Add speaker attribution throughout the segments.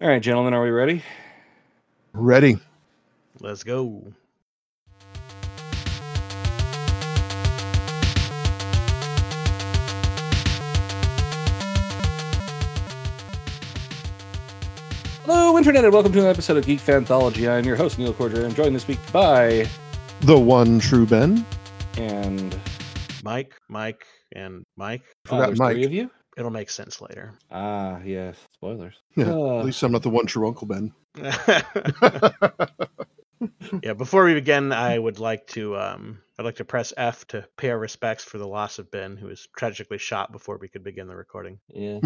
Speaker 1: All right, gentlemen, are we ready?
Speaker 2: Ready.
Speaker 3: Let's go.
Speaker 1: Hello, Internet, and welcome to another episode of Geek Fanthology. I'm your host, Neil Cordray. I'm joined this week by
Speaker 2: The one true Ben.
Speaker 1: and
Speaker 3: Mike, Mike, and Mike.
Speaker 2: Forgot
Speaker 1: there's
Speaker 2: Mike.
Speaker 1: three of you.
Speaker 3: It'll make sense later.
Speaker 1: Ah, yes, spoilers.
Speaker 2: Yeah,
Speaker 1: Uh,
Speaker 2: At least I'm not the one true Uncle Ben.
Speaker 3: yeah, before we begin, I would like to um I'd like to press F to pay our respects for the loss of Ben, who was tragically shot before we could begin the recording.
Speaker 1: Yes.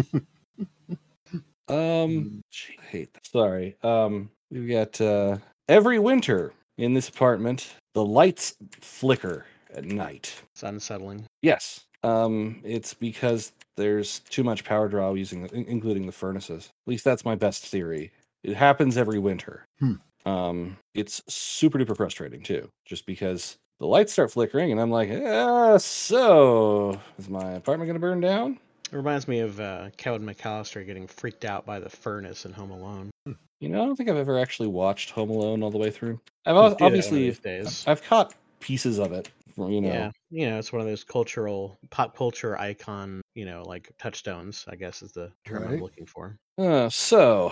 Speaker 1: um, gee, I hate that. Sorry. Um, we've got uh, every winter in this apartment, the lights flicker at night.
Speaker 3: It's unsettling.
Speaker 1: Yes. Um, it's because there's too much power draw using, the, in- including the furnaces. At least that's my best theory. It happens every winter.
Speaker 2: Hmm.
Speaker 1: Um, it's super duper frustrating too, just because the lights start flickering, and I'm like, ah, so is my apartment going to burn down?
Speaker 3: It reminds me of uh Kevin McAllister getting freaked out by the furnace in Home Alone.
Speaker 1: You know, I don't think I've ever actually watched Home Alone all the way through. I've
Speaker 3: We
Speaker 1: al-
Speaker 3: do that one of
Speaker 1: obviously,
Speaker 3: these days.
Speaker 1: I've caught pieces of it. from, You know,
Speaker 3: Yeah, you know, it's one of those cultural pop culture icon, you know, like touchstones, I guess is the term I'm
Speaker 2: Right.
Speaker 3: looking for.
Speaker 1: Uh, so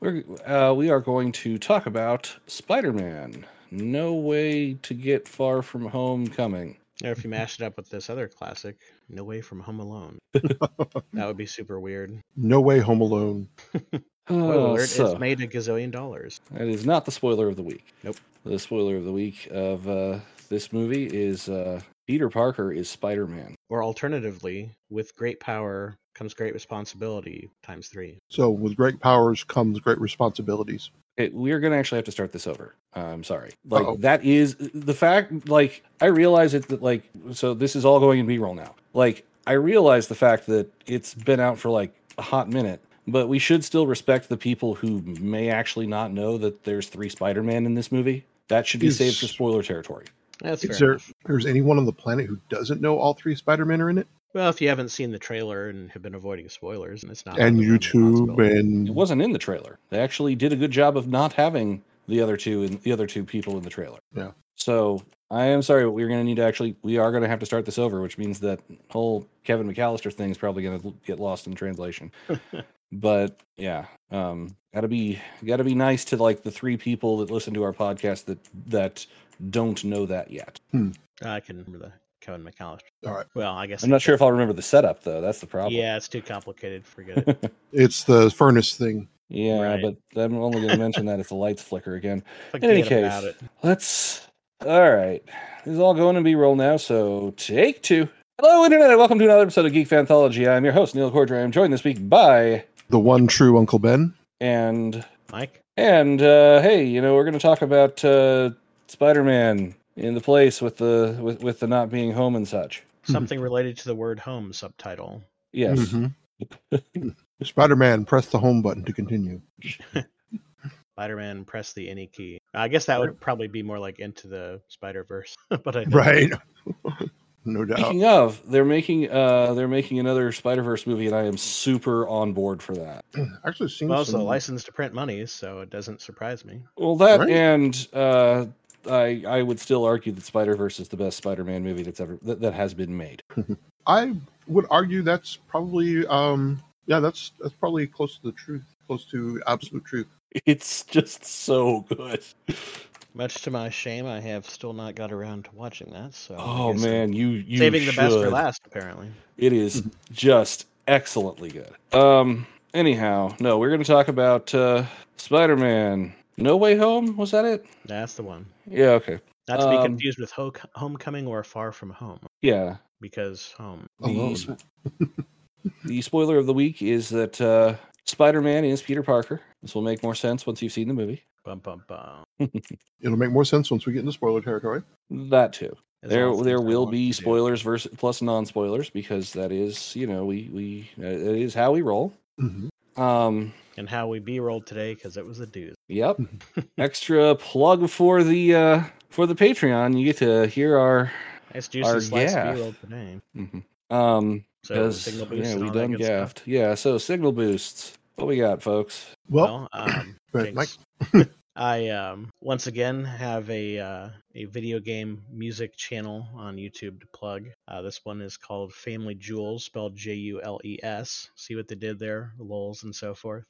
Speaker 1: we're uh, we are going to talk about Spider-Man: No Way to Get Far from Homecoming.
Speaker 3: Or if you mash it up with this other classic, No Way from Home Alone. that would be super weird.
Speaker 2: No way home alone.
Speaker 3: Spoiler
Speaker 1: Uh,
Speaker 3: alert,
Speaker 1: so,
Speaker 3: it's made a gazillion dollars.
Speaker 1: that is not the spoiler of the week.
Speaker 3: Nope.
Speaker 1: The spoiler of the week of uh, this movie is uh, Peter Parker is Spider-Man.
Speaker 3: Or alternatively, with great power comes great responsibility times three.
Speaker 2: So with great powers comes great responsibilities.
Speaker 1: Okay, we are going to actually have to start this over. I'm sorry. Like
Speaker 2: Uh-oh.
Speaker 1: that is the fact. Like I realize it. That like so this is all going in B-roll now. Like I realize the fact that it's been out for like a hot minute, but we should still respect the people who may actually not know that there's three Spider-Man in this movie. That should be
Speaker 2: Is-
Speaker 1: saved for spoiler territory.
Speaker 3: That's fair.
Speaker 2: Is there
Speaker 3: enough.
Speaker 2: there's anyone on the planet who doesn't know all three Spider-Men are in it?
Speaker 3: Well, if you haven't seen the trailer and have been avoiding spoilers, and it's not
Speaker 2: and
Speaker 3: really their
Speaker 2: YouTube
Speaker 3: responsibility.
Speaker 1: It
Speaker 2: and
Speaker 1: wasn't in the trailer. They actually did a good job of not having the other two and the other two people in the trailer.
Speaker 2: Yeah.
Speaker 1: So I am sorry, but we're going to need to actually we are going to have to start this over, which means that whole Kevin McAllister thing is probably going to get lost in translation. but yeah, um, gotta be gotta be nice to like the three people that listen to our podcast that that don't know that yet.
Speaker 3: I can remember the Kevin McAllister.
Speaker 2: All right.
Speaker 3: Well, I guess
Speaker 1: I'm not sure if I'll remember the setup though. That's the problem.
Speaker 3: Yeah, it's too complicated. Forget it.
Speaker 2: it's the furnace thing.
Speaker 1: Yeah,
Speaker 3: Right.
Speaker 1: but I'm only going to mention that if the lights flicker again.
Speaker 3: Forget
Speaker 1: any
Speaker 3: about
Speaker 1: case.
Speaker 3: it.
Speaker 1: Let's. All right. This is all going to be roll now, so take two. Hello, Internet, and welcome to another episode of Geek Fanthology. I'm your host, Neil Cordray. I'm joined this week by
Speaker 2: The one true Uncle Ben.
Speaker 1: and
Speaker 3: Mike,
Speaker 1: and uh, hey, you know we're going to talk about uh, Spider-Man in the place with the with, with the not being home and such.
Speaker 3: something related to the word home subtitle.
Speaker 1: Yes.
Speaker 2: Mhm. Spider-Man, press the home button to continue.
Speaker 3: Spider-Man, press the any key. I guess that would probably be more like into the Spider-Verse, but I think
Speaker 2: Right. no doubt.
Speaker 1: Speaking of, they're making uh they're making another Spider-Verse movie, and I am super on board for that.
Speaker 2: Actually, seen
Speaker 3: Well, it's a
Speaker 2: some-
Speaker 3: license to print money, so it doesn't surprise me.
Speaker 1: Well, that
Speaker 2: Right.
Speaker 1: and uh, I I would still argue that Spider Verse is the best Spider Man movie that's ever that, that has been made.
Speaker 2: I would argue that's probably um yeah, that's that's probably close to the truth, close to absolute truth.
Speaker 1: It's just so good.
Speaker 3: Much to my shame, I have still not got around to watching that. So, I
Speaker 1: Oh
Speaker 3: guess I'm
Speaker 1: man, you you
Speaker 3: saving the best for
Speaker 1: should.
Speaker 3: last, apparently.
Speaker 1: It is just excellently good. Um. Anyhow, no, we're going to talk about uh, Spider Man. No Way Home was that it?
Speaker 3: That's the one.
Speaker 1: Yeah. Okay.
Speaker 3: Not to be
Speaker 1: Um,
Speaker 3: confused with Ho- Homecoming or Far From Home,
Speaker 1: Yeah.
Speaker 3: because home.
Speaker 2: Alone.
Speaker 1: The, sp- the spoiler of the week is that uh, Spider Man is Peter Parker. This will make more sense once you've seen the movie.
Speaker 3: Bum bum bum.
Speaker 2: It'll make more sense once we get into spoiler territory.
Speaker 1: That too.
Speaker 3: As
Speaker 1: there
Speaker 3: all things
Speaker 1: there
Speaker 3: I
Speaker 1: will
Speaker 3: want
Speaker 1: be
Speaker 3: to do.
Speaker 1: spoilers versus plus non spoilers because that is you know we we uh, it is how we roll.
Speaker 2: Mhm.
Speaker 1: Um,
Speaker 3: And how we b rolled today, because it was a doozy.
Speaker 1: yep. Extra plug for the uh for the Patreon. You get to hear our
Speaker 3: It's
Speaker 1: Our
Speaker 3: juicy slice
Speaker 1: gaff.
Speaker 3: b roll today.
Speaker 1: mhm. um
Speaker 3: So
Speaker 1: because
Speaker 3: signal boost.
Speaker 1: yeah
Speaker 3: and
Speaker 1: we
Speaker 3: all that
Speaker 1: done
Speaker 3: good stuff.
Speaker 1: gaffed yeah so signal boosts What we got, folks?
Speaker 2: Well,
Speaker 3: um,
Speaker 2: right,
Speaker 3: thanks. I um, once again have a uh, a video game music channel on YouTube to plug. Uh, this one is called Family Jewels, spelled J U L E S. See what they did there, lols and so forth.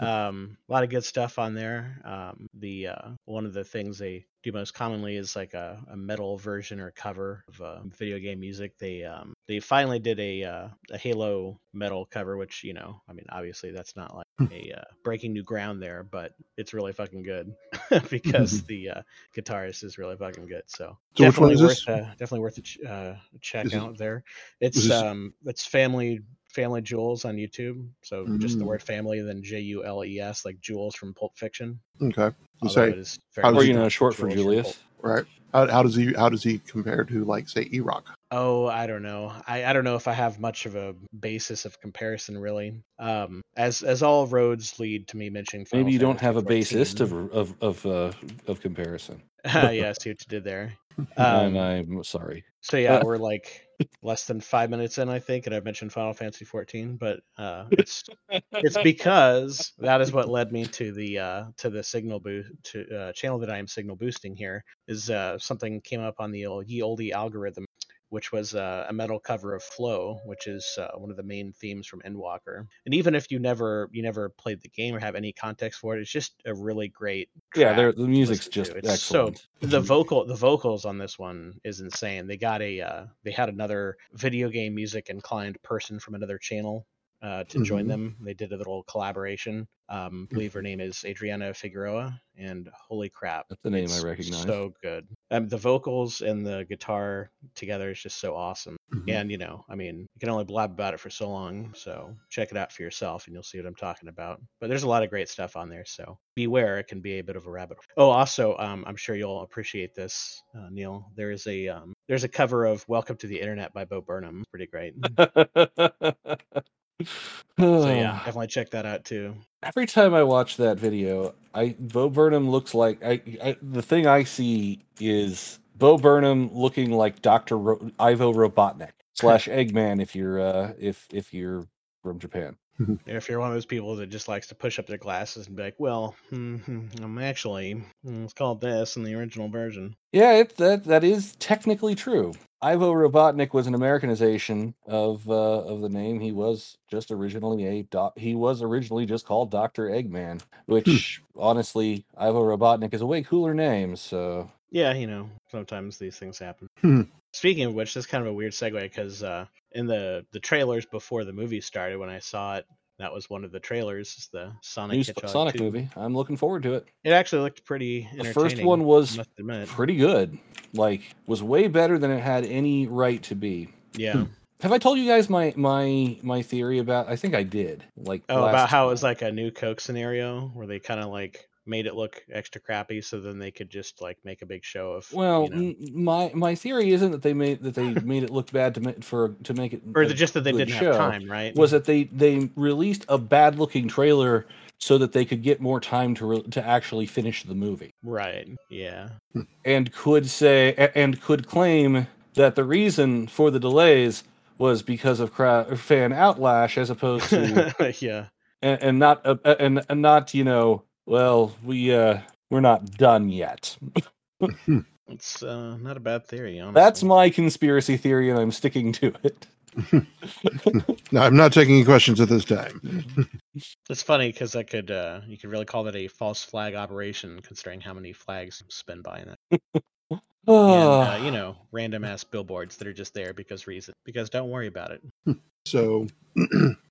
Speaker 3: um, a lot of good stuff on there. Um, the uh, one of the things they do most commonly is like a, a metal version or cover of uh, video game music. They um, they finally did a uh, a Halo metal cover, which you know, I mean, obviously that's not like a uh, breaking new ground there, but it's really fucking good because the uh, guitarist is really fucking good. So
Speaker 2: Mm-hmm. So which one
Speaker 3: definitely
Speaker 2: is
Speaker 3: worth
Speaker 2: this?
Speaker 3: A, definitely worth a ch- uh, check
Speaker 2: Is it-
Speaker 3: out there. It's
Speaker 2: this-
Speaker 3: um it's family family jewels on YouTube. So just the
Speaker 2: Mm.
Speaker 3: word family, then J U L E S, like jewels from Pulp Fiction.
Speaker 2: okay. Let's
Speaker 3: although
Speaker 2: say,
Speaker 3: it is very
Speaker 2: how
Speaker 1: Or
Speaker 2: does
Speaker 3: much
Speaker 1: you
Speaker 3: not
Speaker 1: know, short for
Speaker 3: Jewels from
Speaker 1: Julius.
Speaker 3: Pulp-
Speaker 2: right? How, how does he how does he compare to like say E Rock?
Speaker 3: Oh, I don't know. I, I don't know if I have much of a basis of comparison really. Um, as as all roads lead to me mentioning. Final
Speaker 1: Maybe you don't
Speaker 3: Fantasy
Speaker 1: have a
Speaker 3: 14.
Speaker 1: basis of of of uh, of comparison,
Speaker 3: yeah, I see what you did there.
Speaker 1: and
Speaker 3: Um,
Speaker 1: I'm sorry.
Speaker 3: so yeah,
Speaker 1: uh,
Speaker 3: we're like less than five minutes in, I think, and I've mentioned Final Fantasy 14, but uh, it's it's because that is what led me to the uh, to the signal boost to uh, channel that I am signal boosting here is uh, something came up on the old ye olde algorithm, which was uh, a metal cover of Flow, which is uh, one of the main themes from Endwalker. And even if you never you never played the game or have any context for it, it's just a really great
Speaker 1: Yeah,
Speaker 3: track
Speaker 1: there- the music's
Speaker 3: listen
Speaker 1: just
Speaker 3: to. It's so
Speaker 1: excellent.
Speaker 3: the
Speaker 2: Mhm.
Speaker 3: vocal the vocals on this one is insane they got a uh, they had another video game music inclined person from another channel uh, to join
Speaker 1: Mm-hmm.
Speaker 2: Mhm.
Speaker 3: them they did a little collaboration um I believe her name is adriana figueroa and holy crap
Speaker 1: That's the name
Speaker 3: it's
Speaker 1: I recognize.
Speaker 3: so good um, the vocals and the guitar together is just so awesome
Speaker 1: Mm-hmm.
Speaker 2: Mhm.
Speaker 3: and you know i mean you can only blab about it for so long so check it out for yourself and you'll see what i'm talking about but there's a lot of great stuff on there so beware it can be a bit of a rabbit hole. oh also um, i'm sure you'll appreciate this uh, neil there is a um, there's a cover of welcome to the internet by bo burnham pretty great
Speaker 1: oh,
Speaker 3: so yeah definitely check that out too
Speaker 1: Every time I watch that video, I Bo Burnham looks like I, I the thing I see is Bo Burnham looking like Doctor Ro- Ivo Robotnik slash Eggman if you're uh, if if you're from Japan.
Speaker 3: if you're one of those people that just likes to push up their glasses and be like well hmm i'm actually mm, it's called this in the original version
Speaker 1: Yeah, it, that that is technically true. Ivo Robotnik was an Americanization of uh, of the name. He was just originally a doc- he was originally just called Doctor Eggman, which honestly, Ivo Robotnik is a way cooler name. So
Speaker 3: yeah, you know, sometimes these things happen.
Speaker 2: Hmm.
Speaker 3: Speaking of which, this is kind of a weird segue because uh, in the the trailers before the movie started, when I saw it, that was one of the trailers, is the Sonic
Speaker 1: new
Speaker 3: Hedgehog
Speaker 1: Sonic
Speaker 3: 2.
Speaker 1: movie. I'm looking forward to it.
Speaker 3: It actually looked pretty.
Speaker 1: The first
Speaker 3: entertaining,
Speaker 1: one
Speaker 3: I
Speaker 1: was
Speaker 3: must admit.
Speaker 1: pretty good. Like was way better than it had any right to be.
Speaker 3: yeah.
Speaker 1: Have I told you guys my my my theory about? I think I did. Like
Speaker 3: Oh, about
Speaker 1: last
Speaker 3: how it was
Speaker 1: time.
Speaker 3: like a new Coke scenario where they kind of like made it look extra crappy, so then they could just like make a big show of you
Speaker 1: Well, mm,
Speaker 3: know-
Speaker 1: n- my my theory isn't that they made that they made it look bad to ma- for to make it
Speaker 3: or
Speaker 1: a
Speaker 3: the, just that they
Speaker 1: good
Speaker 3: didn't
Speaker 1: show
Speaker 3: have time, right?
Speaker 1: was that they they released a bad looking trailer so that they could get more time to re- to actually finish the movie.
Speaker 3: right? Yeah.
Speaker 1: and could say a- and could claim that the reason for the delays was because of crowd, fan outlash as opposed to
Speaker 3: yeah.
Speaker 1: and, and not uh, uh, and, and not you know well we uh we're not done yet
Speaker 3: It's uh, not a bad theory, honestly.
Speaker 1: that's my conspiracy theory and i'm sticking to it
Speaker 2: No, I'm not taking any questions at this
Speaker 1: Mm-hmm.
Speaker 2: time.
Speaker 3: It's funny because I could uh, you could really call that a false flag operation, considering how many flags spin by in that.
Speaker 1: Ah.
Speaker 3: and, uh, you know, random ass billboards that are just there because reason. Because don't worry about it.
Speaker 2: So,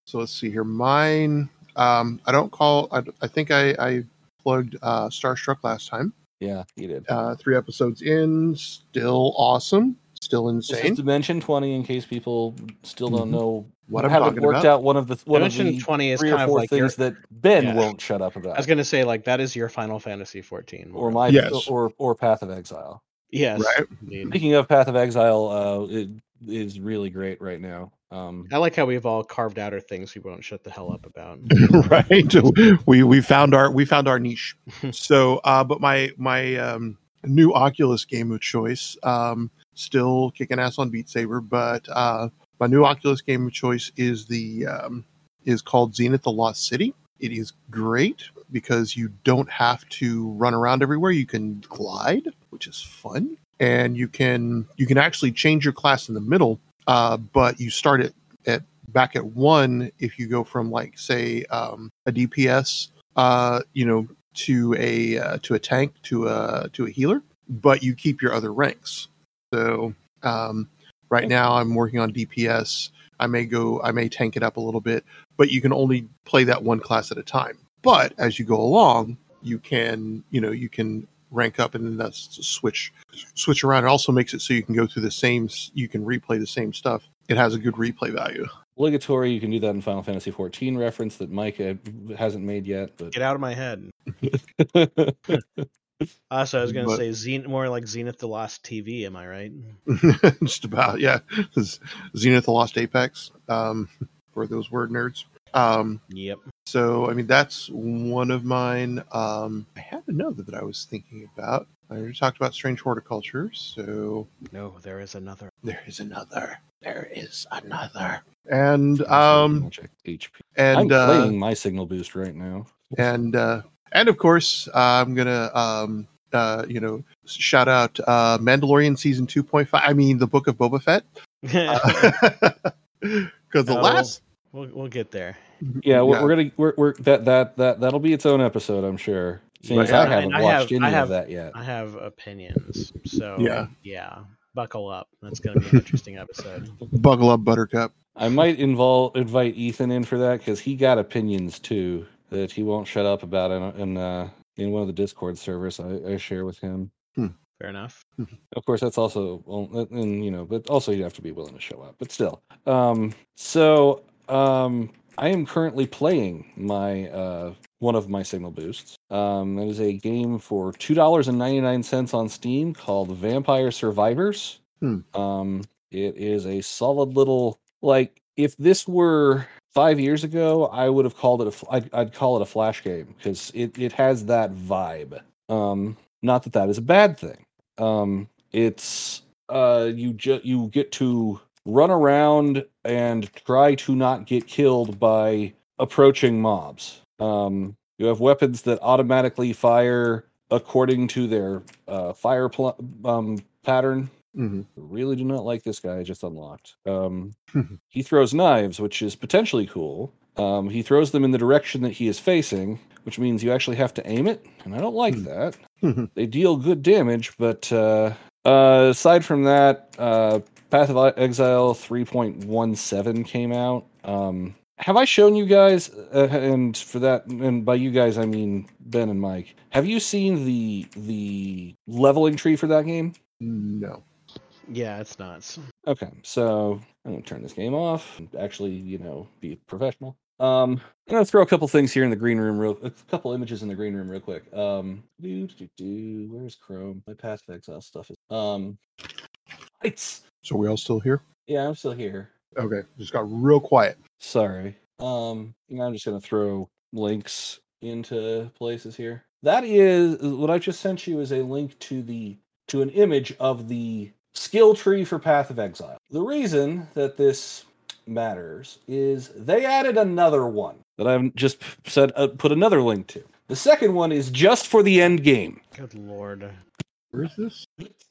Speaker 2: so let's see here. Mine. Um, I don't call. I, I think I, I plugged uh, Starstruck last time.
Speaker 1: yeah you did
Speaker 2: Uh, three episodes in, still awesome, still
Speaker 1: this
Speaker 2: insane.
Speaker 1: is dimension 20 in case people still don't
Speaker 2: Mhm.
Speaker 1: know
Speaker 2: What I'm
Speaker 1: haven't
Speaker 2: talking
Speaker 1: worked
Speaker 2: about.
Speaker 1: out one of the one
Speaker 3: Dimension
Speaker 1: of the
Speaker 3: twenty is
Speaker 1: three or
Speaker 3: kind of
Speaker 1: four
Speaker 3: like your,
Speaker 1: things that ben
Speaker 3: Yeah.
Speaker 1: won't shut up about
Speaker 3: I was gonna say like that is your Final Fantasy fourteen. more
Speaker 1: or
Speaker 3: or
Speaker 1: my
Speaker 3: less.
Speaker 2: Yes.
Speaker 1: or or path of exile
Speaker 3: yes,
Speaker 2: Right.
Speaker 3: indeed.
Speaker 1: Speaking of Path of Exile, uh, it is really great right now. Um,
Speaker 3: I like how we've all carved out our things we won't shut the hell up about.
Speaker 2: right. We we found our we found our niche. so, uh, but my my um, new Oculus game of choice, um, still kicking ass on Beat Saber, but uh, my new Oculus game of choice is the um, is called Zenith: The Lost City. It is great because you don't have to run around everywhere. You can glide, which is fun, and you can you can actually change your class in the middle. Uh, but you start at at back at one if you go from like say um, a DPS, uh, you know, to a uh, to a tank to a to a healer. But you keep your other ranks. So um, right now I'm working on DPS. I may go, I may tank it up a little bit, but you can only play that one class at a time. But as you go along, you can, you know, you can rank up and then that's switch switch around. It also makes it so you can go through the same, s- you can replay the same stuff. It has a good replay value.
Speaker 1: Obligatory, you can do that in Final Fantasy 14 reference that Mike uh, hasn't made yet.
Speaker 3: Get out of my head.
Speaker 1: But
Speaker 3: Also, I was going to
Speaker 2: But-
Speaker 3: say Zen- more like Zenith the Lost TV. Am I right?
Speaker 2: Just about, yeah. It's Zenith: The Lost Apex um, for those word nerds. Um,
Speaker 3: Yep.
Speaker 2: So I mean that's one of mine. Um, I had another that I was thinking about. I already talked about strange horticulture, so
Speaker 3: No, there is another.
Speaker 2: there is another. There is another. And um
Speaker 1: Check HP. I'm
Speaker 2: and uh,
Speaker 1: playing my signal boost right now.
Speaker 2: and uh, and of course uh, I'm gonna um uh you know shout out uh Mandalorian season two point five. I mean the Book of Boba Fett Uh, because the
Speaker 3: Oh.
Speaker 2: last
Speaker 3: we'll, we'll get there.
Speaker 1: Yeah, we're,
Speaker 2: Yeah.
Speaker 1: we're gonna we're, we're that that that that'll be its own episode, I'm sure. Seeing as
Speaker 2: Yeah,
Speaker 1: I
Speaker 2: and
Speaker 1: haven't
Speaker 3: I have-
Speaker 1: watched
Speaker 3: I
Speaker 1: any
Speaker 3: have-
Speaker 1: of that yet.
Speaker 3: I have opinions. So
Speaker 2: Yeah.
Speaker 3: yeah. Buckle up. That's going to be an interesting episode.
Speaker 2: buckle up Buttercup.
Speaker 1: I might involve invite Ethan in for that because he got opinions too that he won't shut up about in in, uh, in one of the Discord servers I, I share with him.
Speaker 3: Fair enough.
Speaker 1: Of course, that's also well, and you know, but also you'd have to be willing to show up. But still, um, so um, I am currently playing my uh, one of my signal boosts. Um, it is a game for two dollars and ninety nine cents on Steam called Vampire Survivors.
Speaker 2: Hmm.
Speaker 1: Um, it is a solid little like if this were five years ago, I would have called it a fl- I'd, I'd call it a flash game because it it has that vibe. Um, not that that is a bad thing. Um, it's uh, you ju- you get to run around and try to not get killed by approaching mobs. Um, you have weapons that automatically fire according to their uh, fire pl- um, pattern.
Speaker 2: hmm
Speaker 1: Really do not like this guy I just unlocked. Um, he throws knives, which is potentially cool. Um, he throws them in the direction that he is facing, which means you actually have to aim it, and I don't like
Speaker 2: Hmm.
Speaker 1: that
Speaker 2: Mhm.
Speaker 1: they deal good damage, but uh, uh, aside from that, uh, Path of Exile 3.17 came out. Um, have I shown you guys, uh, and for that, and by you guys I mean Ben and Mike, have you seen the the leveling tree for that game?
Speaker 2: No.
Speaker 3: Yeah, it's nuts.
Speaker 1: Okay, so I'm gonna turn this game off. and Actually, you know, be professional. Um, I'm gonna throw a couple things here in the green room, real a couple images in the green room, real quick. Um, do do do. Where's Chrome? My Path of Exile stuff is. Um, lights.
Speaker 2: So we all still here?
Speaker 1: Yeah, I'm still here.
Speaker 2: Okay. Just got real quiet.
Speaker 1: Sorry. Um, you know, I'm just gonna throw links into places here. That is what I just sent you is a link to the to an image of the skill tree for Path of Exile. The reason that this matters is they added another one that I've just p- said uh, put another link to. The second one is just for the end game.
Speaker 3: Good lord.
Speaker 2: Where is this?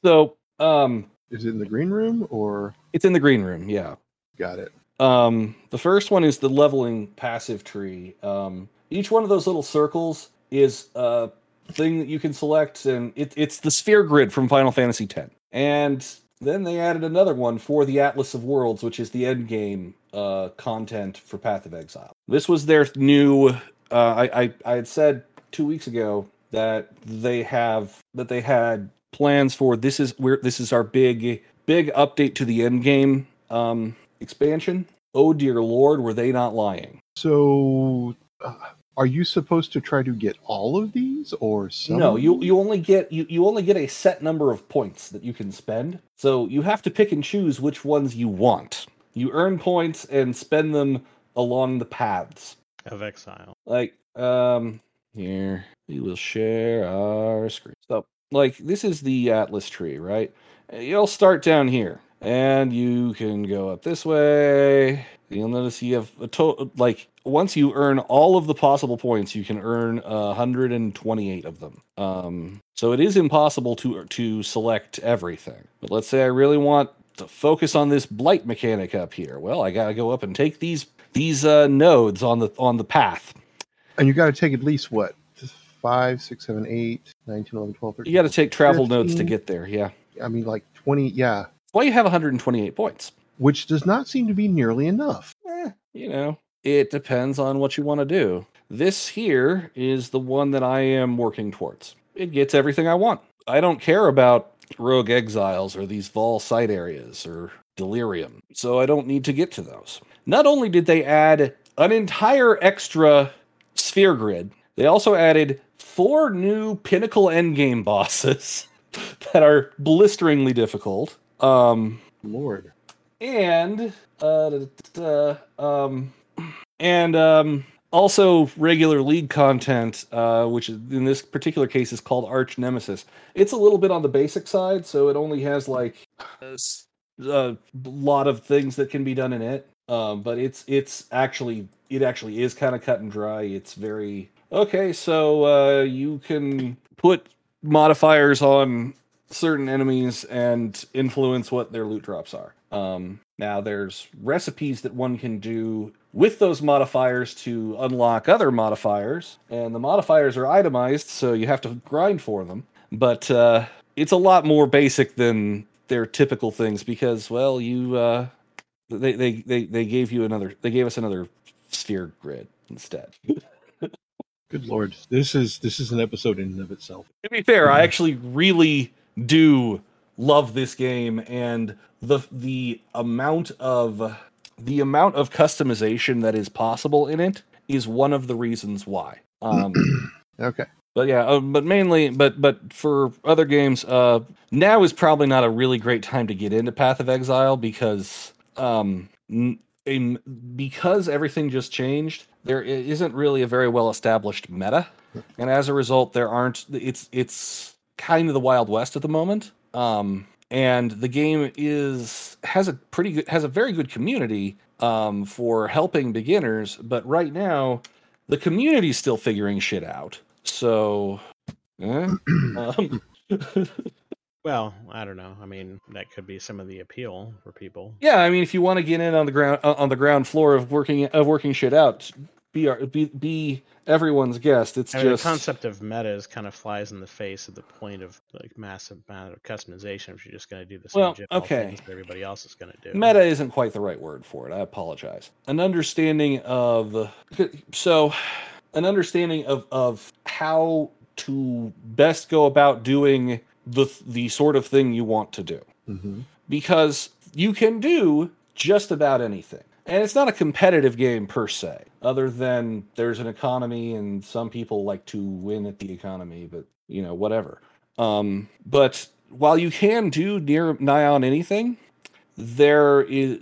Speaker 1: So, um,
Speaker 2: Is it in the green room or
Speaker 1: it's in the green room. Yeah.
Speaker 2: got it?
Speaker 1: Um, the first one is the leveling passive tree. Um, each one of those little circles is a thing that you can select, and it, it's the sphere grid from Final Fantasy X. And then they added another one for the Atlas of Worlds, which is the end game uh, content for Path of Exile. This was their new. Uh, I, I I had said two weeks ago that they have that they had plans for this is where this is our big big update to the end game um, expansion. Oh dear lord, were they not lying?
Speaker 2: So, uh, are you supposed to try to get all of these or some?
Speaker 1: No,
Speaker 2: of
Speaker 1: you
Speaker 2: them?
Speaker 1: you only get you, you only get a set number of points that you can spend. So you have to pick and choose which ones you want. You earn points and spend them along the paths.
Speaker 3: Of exile.
Speaker 1: Like um here we will share our screen. So like this is the atlas tree, Uh, right? You'll start down here and you can go up this way You'll notice you have a total like once you earn all of the possible points, you can earn uh, 128 of them. Um, so it is impossible to to select everything. But let's say I really want to focus on this blight mechanic up here. Well, I gotta go up and take these these uh, nodes on the on the path.
Speaker 2: And you got to take at least what? 5, 6, 7, 8, 9, 10, 11, 12, 13.
Speaker 1: You got to take travel nodes to
Speaker 2: 15.
Speaker 1: get there. Yeah.
Speaker 2: I mean, like 20. Yeah.
Speaker 1: Well, you have 128 points.
Speaker 2: Which does not seem to be nearly enough.
Speaker 1: eh, you know, it depends on what you want to do. This here is the one that I am working towards. It gets everything I want. I don't care about rogue exiles or these Vol site areas or delirium, so I don't need to get to those. Not only did they add an entire extra sphere grid, they also added four new pinnacle endgame bosses that are blisteringly difficult. Um,
Speaker 2: Lord.
Speaker 1: and uh, da- da- da- um, and um, also regular league content, uh, which is- in this particular case is called Arch Nemesis. It's a little bit on the basic side, so it only has like a s- a lot of things that can be done in it. Um, but it's it's actually it actually is kind of cut and dry. It's very okay. So uh, you can put modifiers on certain enemies and influence what their loot drops are. Um, now there's recipes that one can do with those modifiers to unlock other modifiers, and the modifiers are itemized, so you have to grind for them. But uh, it's a lot more basic than their typical things because, well, you uh, they, they they they gave you another they gave us another sphere grid instead.
Speaker 4: Good lord, this is this is an episode in and of itself.
Speaker 1: to be fair, I
Speaker 4: Mhm.
Speaker 1: actually really do love this game and the the amount of the amount of customization that is possible in it is one of the reasons why. Um,
Speaker 2: Okay.
Speaker 1: but yeah, uh, but mainly, but but for other games, uh, now is probably not a really great time to get into Path of Exile because um, n- in- because everything just changed. There i- isn't really a very well established meta, and as a result, there aren't. It's it's kind of the wild west at the moment. Um, and the game is has a pretty good has a very good community um, for helping beginners, but right now the community's still figuring shit out. So, eh, um,
Speaker 3: Well, I don't know. I mean, that could be some of the appeal for people.
Speaker 1: yeah, I mean, if you want to get in on the ground uh, on the ground floor of working of working shit out, be our, be be everyone's guest. It's
Speaker 3: I mean,
Speaker 1: just
Speaker 3: the concept of meta is kind of flies in the face of the point of like massive amount of customization. If you're just going to do the same
Speaker 1: Well,
Speaker 3: general
Speaker 1: okay.
Speaker 3: things that everybody else is going to do.
Speaker 1: meta isn't quite the right word for it. I apologize. An understanding of so an understanding of of how to best go about doing the the sort of thing you want to do.
Speaker 4: Mm-hmm.
Speaker 1: because you can do just about anything. And it's not a competitive game per se, other than there's an economy and some people like to win at the economy, but you know, whatever. Um, but while you can do near nigh on anything, there is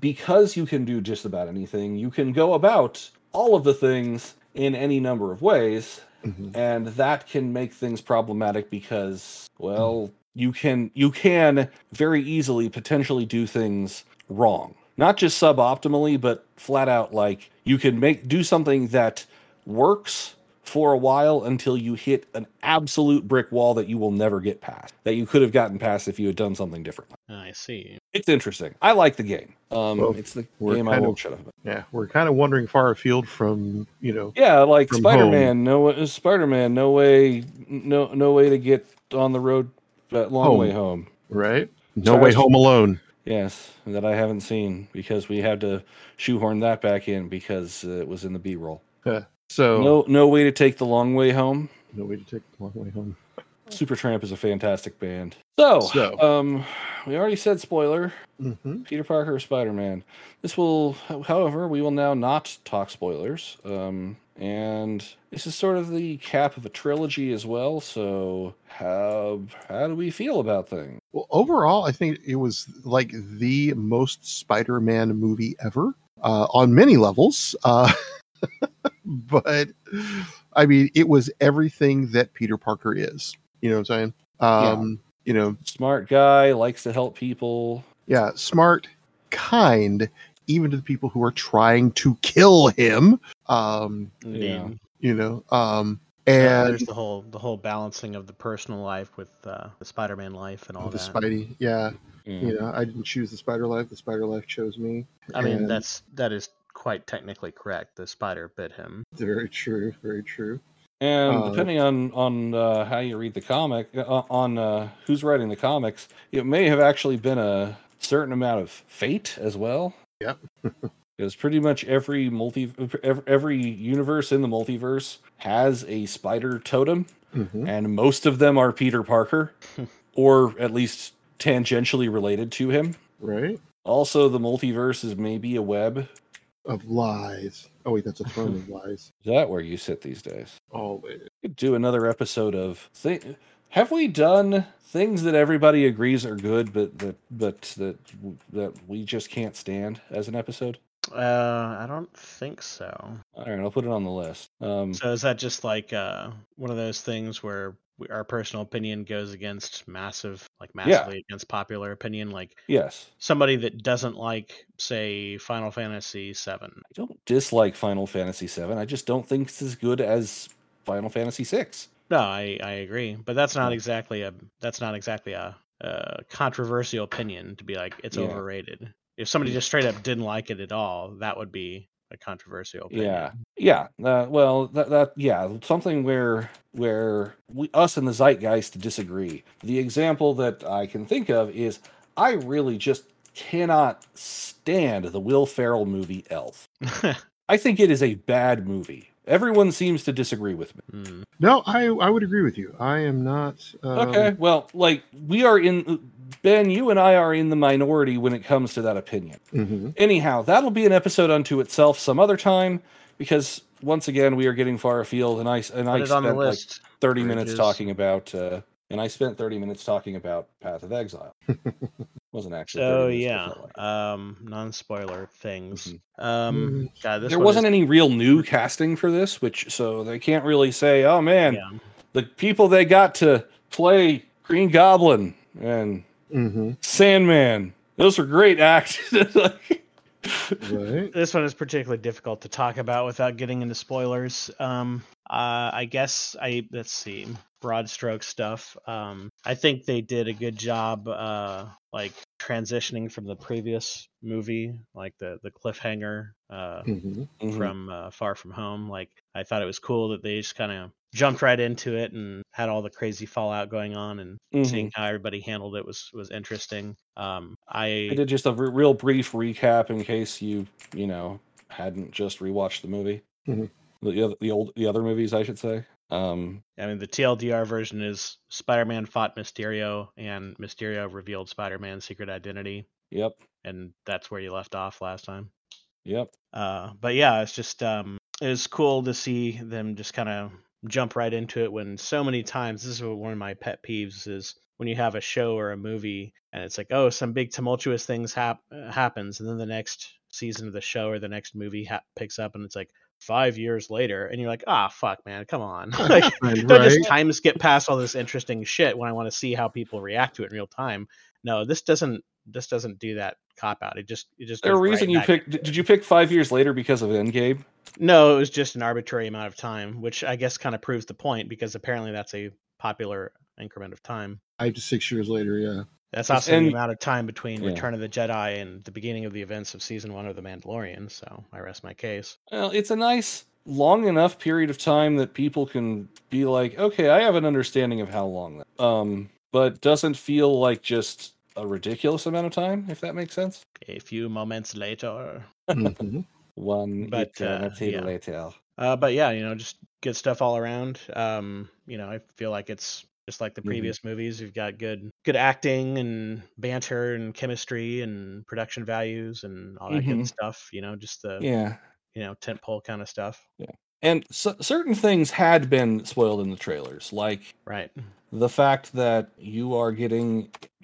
Speaker 1: because you can do just about anything, you can go about all of the things in any number of ways
Speaker 2: Mm-hmm.
Speaker 1: and that can make things problematic because well you can you can very easily potentially do things wrong not just suboptimally but flat out like you can make do something that works for a while until you hit an absolute brick wall that you will never get past that you could have gotten past if you had done something differently
Speaker 3: I see.
Speaker 1: it's interesting i like the game um
Speaker 2: Well,
Speaker 1: it's the
Speaker 2: we're
Speaker 1: game i
Speaker 2: kind
Speaker 1: won't
Speaker 2: of-
Speaker 1: shut up about.
Speaker 2: Yeah. We're kind of wandering far afield from, you know,
Speaker 1: Yeah, like
Speaker 2: from
Speaker 1: Spider Man. No Spider Man. No way. No no way to get on the road that long
Speaker 2: Home.
Speaker 1: way home.
Speaker 2: right? No
Speaker 1: Sorry, I
Speaker 2: way
Speaker 1: was-
Speaker 2: home alone.
Speaker 1: Yes, that I haven't seen because we had to shoehorn that back in because uh, it was in the B roll.
Speaker 2: So,
Speaker 1: No no way to take the long way home.
Speaker 2: no way to take the long way home.
Speaker 1: Supertramp is a fantastic band. So,
Speaker 2: So.
Speaker 1: um, we already said spoiler.
Speaker 2: hmm
Speaker 1: Peter Parker, Spider Man. This will, however, we will now not talk spoilers. Um, and this is sort of the cap of a trilogy as well. So how how do we feel about things?
Speaker 2: Well, overall, I think it was like the most Spider-Man movie ever uh, on many levels. Uh, but I mean, it was everything that Peter Parker is. You know what I'm saying? Um, You know,
Speaker 1: Smart guy likes to help people.
Speaker 2: yeah, smart, kind, even to the people who are trying to kill him. Um,
Speaker 1: Yeah.
Speaker 3: Indeed.
Speaker 2: you know, um,
Speaker 3: Yeah,
Speaker 2: and
Speaker 3: there's the whole the whole balancing of the personal life with uh, the Spider-Man life and all
Speaker 2: the
Speaker 3: that.
Speaker 2: Spidey. Yeah,
Speaker 1: Yeah.
Speaker 2: you know, I didn't choose the spider life. The spider life chose me.
Speaker 3: I mean,
Speaker 2: and-
Speaker 3: that's that is quite technically correct. The spider bit him.
Speaker 2: Very true. Very true.
Speaker 1: And
Speaker 2: Uh,
Speaker 1: depending on on uh, how you read the comic, uh, on uh, who's writing the comics, it may have actually been a certain amount of fate as well.
Speaker 2: Yep.
Speaker 1: Because pretty much every multi ev- every universe in the multiverse has a spider totem,
Speaker 2: Mhm.
Speaker 1: and most of them are Peter Parker, or at least tangentially related to him.
Speaker 2: Right
Speaker 1: Also, the multiverse is maybe a web. Is
Speaker 2: of lies. Oh wait, that's a throne of lies.
Speaker 1: that where you sit these days?
Speaker 2: Always.
Speaker 1: could do another episode of thi- have we done things that everybody agrees are good but that but that that we just can't stand as an episode
Speaker 3: Uh, I don't think so.
Speaker 1: all right i'll put it on the list um
Speaker 3: So is that just like uh, one of those things where we, our personal opinion goes against massive, like massively against popular opinion? Like
Speaker 1: yes
Speaker 3: somebody that doesn't like, say, Final Fantasy VII.
Speaker 1: i don't dislike final fantasy 7 i just don't think it's as good as final fantasy 6
Speaker 3: No, I, I agree, but that's not
Speaker 1: Yeah.
Speaker 3: exactly a that's not exactly a, uh controversial opinion to be like it's
Speaker 1: Yeah.
Speaker 3: overrated. If somebody just straight up didn't like it at all, that would be a controversial opinion.
Speaker 1: yeah yeah uh, well that, that yeah something where where we us and the zeitgeist disagree the example that i can think of is i really just cannot stand the will ferrell movie elf i think it is a bad movie everyone seems to disagree with me
Speaker 3: Mm.
Speaker 2: No, I I would agree with you. I am not. Um,
Speaker 1: okay well like we are in ben you and i are in the minority when it comes to that opinion
Speaker 2: mhm.
Speaker 1: anyhow, that'll be an episode unto itself some other time because once again we are getting far afield, and I s- and
Speaker 3: Put
Speaker 1: I
Speaker 3: it on the
Speaker 1: spent like
Speaker 3: list.
Speaker 1: thirty minutes
Speaker 3: Bridges.
Speaker 1: talking about uh, and I spent thirty minutes talking about Path of Exile. wasn't actually. 30
Speaker 3: so
Speaker 1: minutes, but
Speaker 3: Oh, yeah,
Speaker 1: felt like Mm-hmm. it.
Speaker 3: um, non-spoiler things. Um, God, this
Speaker 1: there
Speaker 3: one
Speaker 1: wasn't
Speaker 3: is-
Speaker 1: any real new casting for this, which so they can't really say, oh man,
Speaker 3: yeah.
Speaker 1: the people they got to play Green Goblin and
Speaker 2: Mhm.
Speaker 1: Sandman, those are great actors. Like,
Speaker 2: Right.
Speaker 3: This one is particularly difficult to talk about without getting into spoilers. Um, uh, I guess I let's see broad stroke stuff. Um, I think they did a good job, uh, like transitioning from the previous movie, like the the cliffhanger uh,
Speaker 2: Mhm.
Speaker 1: Mm-hmm.
Speaker 3: from uh, Far From Home. Like I thought it was cool that they just kind of jumped right into it and had all the crazy fallout going on and
Speaker 1: Mhm.
Speaker 3: seeing how everybody handled it was was interesting. Um, I
Speaker 1: I did just a r- real brief recap in case you, you know, hadn't just rewatched the movie.
Speaker 2: Mhm.
Speaker 1: The other, the old, the other movies, I should say. Um,
Speaker 3: I mean, the TLDR version is Spider Man fought Mysterio, and Mysterio revealed Spider Man's secret identity,
Speaker 1: yep,
Speaker 3: and that's where you left off last time.
Speaker 1: yep.
Speaker 3: Uh, but yeah, it's just um, it was cool to see them just kind of jump right into it when so many times this is what one of my pet peeves is when you have a show or a movie and it's like oh some big tumultuous things hap- uh, happens and then the next season of the show or the next movie ha- picks up and it's like five years later and you're like ah fuck man come on like
Speaker 2: Right.
Speaker 3: don't
Speaker 2: right.
Speaker 3: just time skip past all this interesting shit when I want to see how people react to it in real time. No, this doesn't. This doesn't do that cop out. It just. It just.
Speaker 1: The
Speaker 3: goes
Speaker 1: reason
Speaker 3: right
Speaker 1: you
Speaker 3: back-
Speaker 1: picked? Did did you pick five years later because of Endgame?
Speaker 3: No, it was just an arbitrary amount of time, which I guess kind of proves the point because apparently that's a popular increment of time.
Speaker 2: Five to six years later. Yeah.
Speaker 3: That's
Speaker 1: Yes,
Speaker 3: also
Speaker 1: and-
Speaker 3: the amount of time between
Speaker 1: Yeah.
Speaker 3: Return of the Jedi and the beginning of the events of season one of The Mandalorian. So I rest my case.
Speaker 1: Well, it's a nice long enough period of time that people can be like, okay, I have an understanding of how long that. Um, but doesn't feel like just a ridiculous amount of time, if that makes sense.
Speaker 3: A few moments later.
Speaker 2: Mhm.
Speaker 1: One
Speaker 3: But, uh,
Speaker 1: eternity
Speaker 3: yeah.
Speaker 1: later.
Speaker 3: Uh, but yeah, you know, just good stuff all around. Um, you know, I feel like it's just like the
Speaker 1: Mhm.
Speaker 3: previous movies. You've got good, good acting and banter and chemistry and production values and all that
Speaker 1: Mhm.
Speaker 3: good stuff. You know, just the
Speaker 1: Yeah.
Speaker 3: you know tentpole kind of stuff.
Speaker 1: And c- certain things had been spoiled in the trailers, like
Speaker 3: Right.
Speaker 1: the fact that you are getting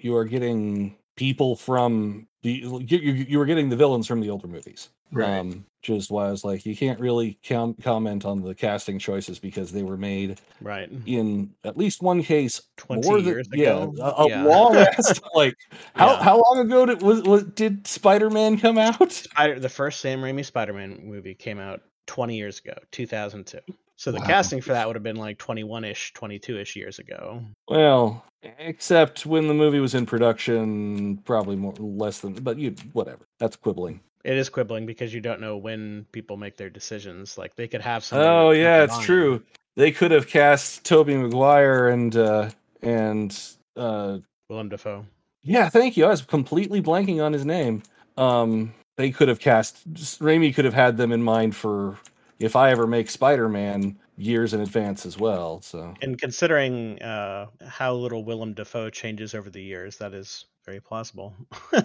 Speaker 1: you are getting people from the you you, you were getting the villains from the older movies.
Speaker 4: Right.
Speaker 1: Um, which is why I was like, you can't really com- comment on the casting choices because they were made
Speaker 3: Right.
Speaker 1: in at least one case
Speaker 3: 20
Speaker 1: more than-
Speaker 3: years
Speaker 1: yeah,
Speaker 3: ago.
Speaker 1: a, a
Speaker 3: Yeah.
Speaker 1: long ass like how
Speaker 3: Yeah.
Speaker 1: how long ago did was, was did Spider Man come out?
Speaker 3: I, the first Sam Raimi Spider-Man movie came out 20 years ago, 2002. So the
Speaker 2: Wow.
Speaker 3: casting for that would have been like 21ish, 22ish years ago.
Speaker 1: Well, except when the movie was in production, probably more less than. But you whatever. That's quibbling.
Speaker 3: It is quibbling because you don't know when people make their decisions. Like they could have something.
Speaker 1: Oh
Speaker 3: that's
Speaker 1: yeah, it's
Speaker 3: fine.
Speaker 1: true. They could have cast Toby Maguire and uh and uh
Speaker 3: Willem Dafoe.
Speaker 1: Yeah, thank you. I was completely blanking on his name. Um, they could have cast Raimi could have had them in mind for if I ever make Spider-Man years in advance as well. So
Speaker 3: And considering uh, how little Willem Dafoe changes over the years, that is very plausible.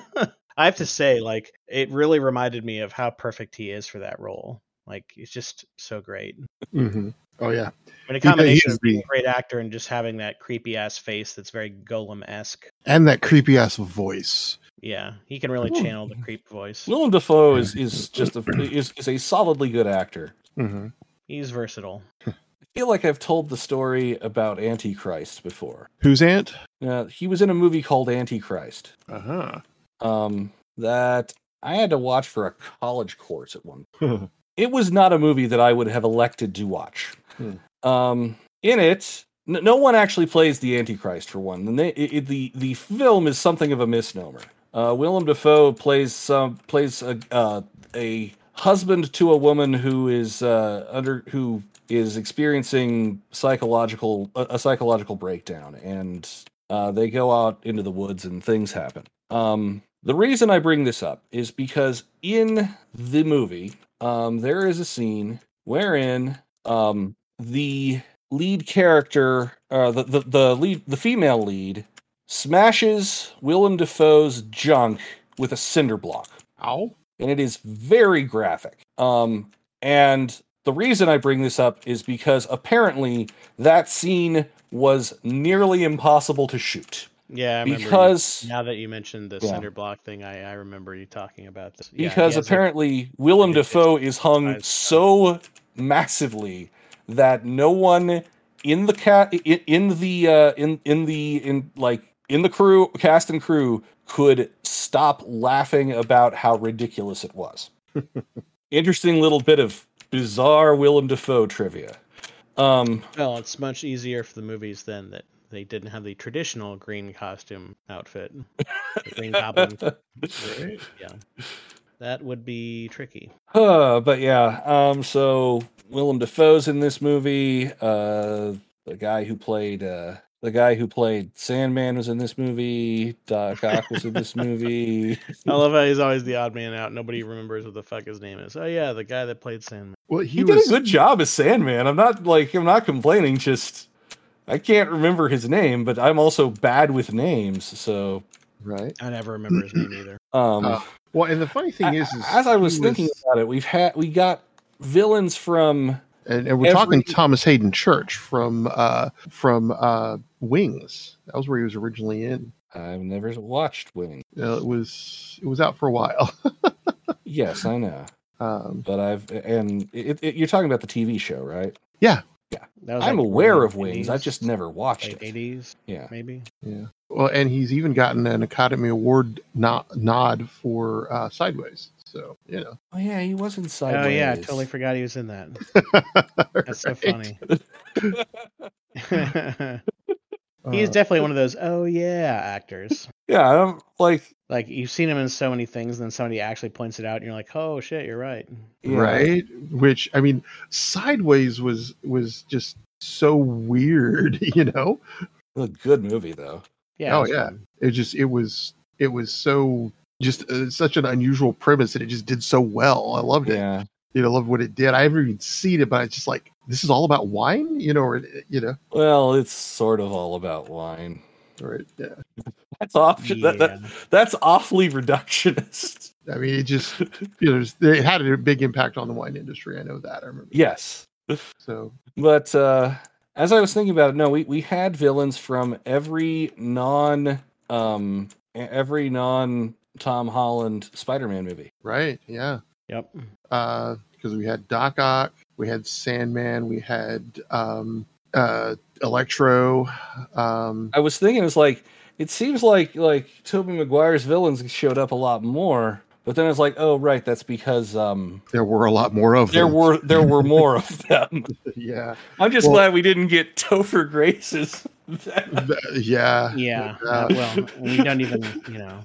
Speaker 3: I have to say, like, it really reminded me of how perfect he is for that role. Like, he's just so great.
Speaker 2: Mm-hmm. Oh yeah.
Speaker 3: I mean, a
Speaker 2: Yeah,
Speaker 3: combination
Speaker 2: he's
Speaker 3: of being
Speaker 2: the-
Speaker 3: a great actor and just having that creepy ass face that's very golem esque.
Speaker 2: And that creepy ass voice.
Speaker 3: Yeah, he can really
Speaker 1: Ooh.
Speaker 3: channel the creep voice.
Speaker 1: Willem Dafoe is is just a is, is a solidly good actor.
Speaker 2: Mm-hmm.
Speaker 3: He's versatile.
Speaker 1: I feel like I've told the story about Antichrist before.
Speaker 2: Who's aunt?
Speaker 1: Uh, he was in a movie called Antichrist.
Speaker 2: Uh
Speaker 3: Uh-huh.
Speaker 2: huh.
Speaker 1: Um, that I had to watch for a college course at one
Speaker 4: Huh.
Speaker 1: it was not a movie that I would have elected to watch.
Speaker 4: Hmm.
Speaker 1: Um, in it, n- no one actually plays the Antichrist for one. The, na- it, it- the the film is something of a misnomer. Uh, Willem Dafoe plays some plays a uh, a husband to a woman who is uh, under who is experiencing psychological a, a psychological breakdown, and uh, they go out into the woods and things happen. Um, the reason I bring this up is because in the movie, um, there is a scene wherein um, the lead character, uh, the, the the lead, the female lead, smashes Willem Dafoe's junk with a cinder block,
Speaker 4: Ow.
Speaker 1: and it is very graphic. Um, and the reason I bring this up is because apparently that scene was nearly impossible to shoot
Speaker 3: Yeah, I remember you-
Speaker 1: because
Speaker 3: now that you mentioned the
Speaker 1: Yeah.
Speaker 3: cinder block thing, I, I remember you talking about this. Yeah, he
Speaker 1: because
Speaker 3: has a-
Speaker 1: apparently Willem
Speaker 3: he has a
Speaker 1: Dafoe is hung
Speaker 3: size.
Speaker 1: so massively that no one in the cat in, in the uh, in in the in like in the crew cast and crew could stop laughing about how ridiculous it was. Interesting little bit of bizarre Willem Dafoe trivia. Um,
Speaker 3: well, it's much easier for the movies then that they didn't have the traditional green costume outfit. The green goblin.
Speaker 4: Right.
Speaker 3: That would be tricky.
Speaker 1: Uh, but yeah, um, so Willem Dafoe's in this movie. Uh, the guy who played uh, the guy who played Sandman was in this movie. Doc Ock was in this movie.
Speaker 3: I love how he's always the odd man out. Nobody remembers what the fuck his name is. Oh yeah, the guy that played Sandman.
Speaker 2: Well, he,
Speaker 1: He, did
Speaker 2: was
Speaker 1: a good job as Sandman. I'm not like I'm not complaining. Just I can't remember his name, but I'm also bad with names. So
Speaker 2: right.
Speaker 3: I never remember his name either.
Speaker 1: um,
Speaker 2: Uh, Well, and the funny thing
Speaker 1: a-
Speaker 2: is, is
Speaker 1: as I
Speaker 2: he
Speaker 1: was thinking about it, we've had we got villains from
Speaker 2: and, and we're
Speaker 1: every-
Speaker 2: talking Thomas Hayden Church from uh from uh Wings. That was where he was originally in.
Speaker 1: I've never watched Wing.
Speaker 2: Uh, it was it was out for a while.
Speaker 1: Yes, I know.
Speaker 2: Um,
Speaker 1: but I've and it, it, you're talking about the TV show, right?
Speaker 3: That was,
Speaker 1: I'm
Speaker 3: like,
Speaker 1: aware
Speaker 3: early
Speaker 1: of Wings. I've just
Speaker 3: 80s,
Speaker 1: never watched
Speaker 3: late
Speaker 1: it.
Speaker 3: 80s,
Speaker 1: Yeah,
Speaker 3: maybe.
Speaker 2: yeah. Well, and he's even gotten an Academy Award no- nod for uh, Sideways. So you know,
Speaker 1: oh yeah, he was in Sideways.
Speaker 3: Oh yeah, I totally forgot he was in that. That's so funny. He's
Speaker 2: Uh,
Speaker 3: definitely one of those oh yeah actors.
Speaker 1: Yeah, I don't like
Speaker 3: Like you've seen him in so many things, and then somebody actually points it out, and you're like, oh shit, you're right.
Speaker 1: yeah.
Speaker 2: right which i mean sideways was was just so weird you know
Speaker 1: A good movie though.
Speaker 3: Yeah.
Speaker 2: Oh,
Speaker 3: it's
Speaker 2: yeah.
Speaker 3: fun.
Speaker 2: it just it was it was so just uh, such an unusual premise and it just did so well i loved it
Speaker 1: Yeah,
Speaker 2: you know loved what it did i haven't even seen it but it's just like this is all about wine you know or you know
Speaker 1: well, it's sort of all about wine.
Speaker 2: or it, yeah.
Speaker 1: That's option. That, that,
Speaker 3: Yeah.
Speaker 1: that's awfully reductionist.
Speaker 2: i mean it just you know there's- it had a big impact on the wine industry i know that i remember
Speaker 1: Yes,
Speaker 2: so
Speaker 1: But uh, as I was thinking about it, no, we, we had villains from every non um e- every non Tom Holland Spider Man movie.
Speaker 2: right yeah
Speaker 3: Yep.
Speaker 2: because we had Doc Ock, we had Sandman, we had um, uh, Electro. Um,
Speaker 1: I was thinking it's like it seems like like Toby Maguire's villains showed up a lot more, but then it's like, oh right, that's because um
Speaker 2: there were a lot more of
Speaker 1: there
Speaker 2: them.
Speaker 1: were there were more of them.
Speaker 2: yeah,
Speaker 1: I'm just
Speaker 2: Well-
Speaker 1: glad we didn't get Topher Grace's.
Speaker 2: Th- yeah,
Speaker 3: Yeah.
Speaker 2: Uh,
Speaker 3: uh, well, we don't even, you know,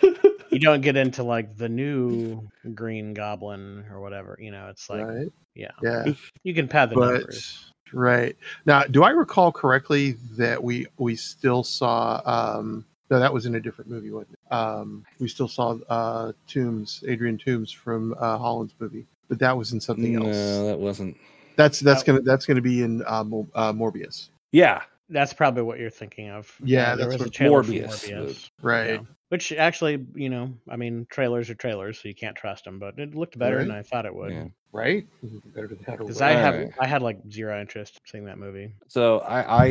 Speaker 3: you don't get into like the new Green Goblin or whatever. You know, it's like
Speaker 2: right,
Speaker 3: yeah,
Speaker 2: yeah.
Speaker 3: you can pad the
Speaker 2: but
Speaker 3: numbers.
Speaker 2: right now, do I recall correctly that we we still saw? Um, no, that was in a different movie, wasn't it? Um, we still saw uh, Toombs, Adrian Toombs from uh, Holland's movie, but that was in something
Speaker 1: no,
Speaker 2: else.
Speaker 1: that wasn't.
Speaker 2: That's that's
Speaker 3: That-
Speaker 2: gonna that's gonna be in uh, Mor- uh, Morbius.
Speaker 1: Yeah,
Speaker 3: That's probably what you're thinking of.
Speaker 2: Yeah,
Speaker 3: Uh, there
Speaker 2: that's
Speaker 3: was a
Speaker 2: what-
Speaker 3: trailer for
Speaker 1: Morbius,
Speaker 3: Morbius.
Speaker 2: Right.
Speaker 3: Yeah. Which actually, you know, I mean, trailers are trailers, so you can't trust them. But it looked better than I thought it would.
Speaker 1: Yeah.
Speaker 2: Right? Better than that.
Speaker 3: Because I have,
Speaker 1: Alright.
Speaker 3: I had like zero interest in seeing that movie.
Speaker 1: So I, I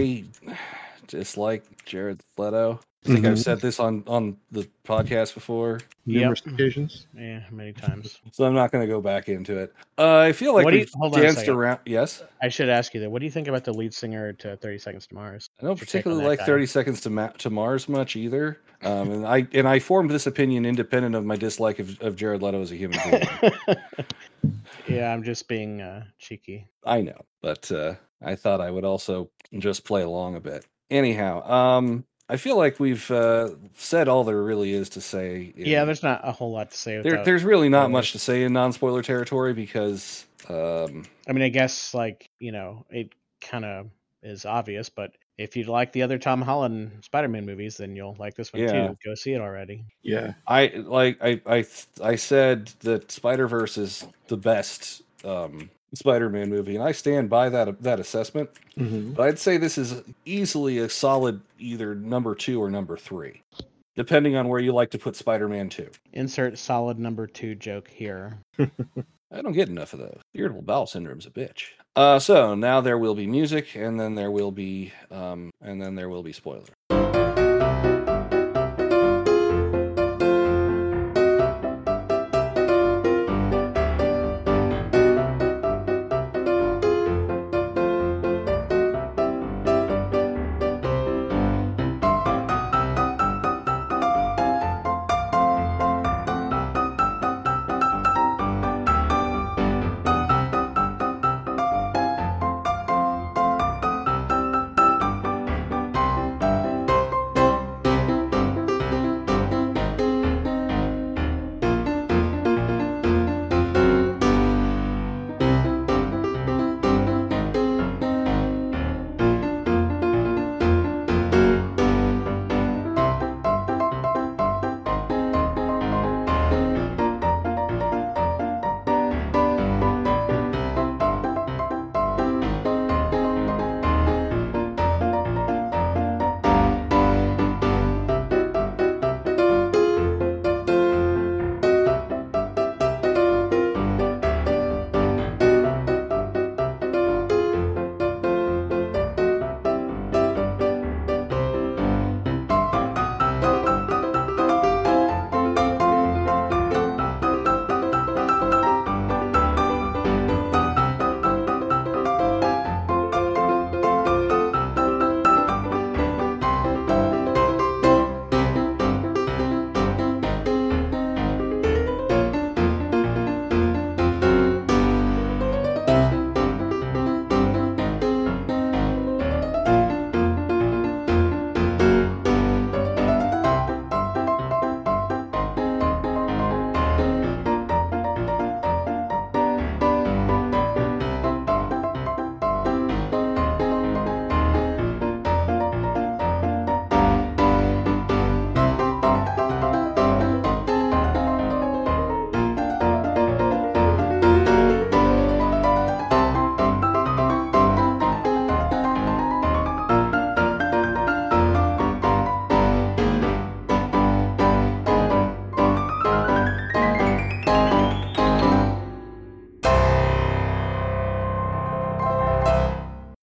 Speaker 1: dislike Jared Leto. I think
Speaker 2: Mm-hmm.
Speaker 1: I've said this on on the podcast before,
Speaker 2: numerous
Speaker 3: Yep.
Speaker 2: occasions.
Speaker 3: Yeah, many times.
Speaker 1: so I'm not going to go back into it. Uh, I feel like
Speaker 3: What do you-
Speaker 1: we've
Speaker 3: hold on a
Speaker 1: danced
Speaker 3: second.
Speaker 1: around. Yes,
Speaker 3: I should ask you though. What do you think about the lead singer to Thirty Seconds to Mars?
Speaker 1: I don't
Speaker 3: What's your take on
Speaker 1: particularly
Speaker 3: that
Speaker 1: like
Speaker 3: guy?
Speaker 1: 30 Seconds to, Ma- to Mars much either. Um, and I and I formed this opinion independent of my dislike of, of Jared Leto as a human being.
Speaker 3: yeah, I'm just being uh, cheeky.
Speaker 1: I know, but uh, I thought I would also just play along a bit. Anyhow, um, I feel like we've uh, said all there really is to say. in-
Speaker 3: Yeah, there's not a whole lot to say.
Speaker 1: there,
Speaker 3: Without,
Speaker 1: there's really not
Speaker 3: spoilers.
Speaker 1: much to say in non-spoiler territory because um,
Speaker 3: I mean, I guess like you know, it kind of is obvious, but if you like the other Tom Holland Spider-Man movies, then you'll like this one
Speaker 1: Yeah.
Speaker 3: too. Go see it already.
Speaker 4: Yeah.
Speaker 1: I like I I I said that Spider Verse is the best um, Spider-Man movie, and I stand by that that assessment.
Speaker 4: Mm-hmm.
Speaker 1: But I'd say this is easily a solid either number two or number three, depending on where you like to put Spider-Man Two.
Speaker 3: Insert solid number two joke here.
Speaker 1: I don't get enough of those. Irritable bowel syndrome's a bitch. Uh, so now there will be music, and then there will be, um, and then there will be spoiler.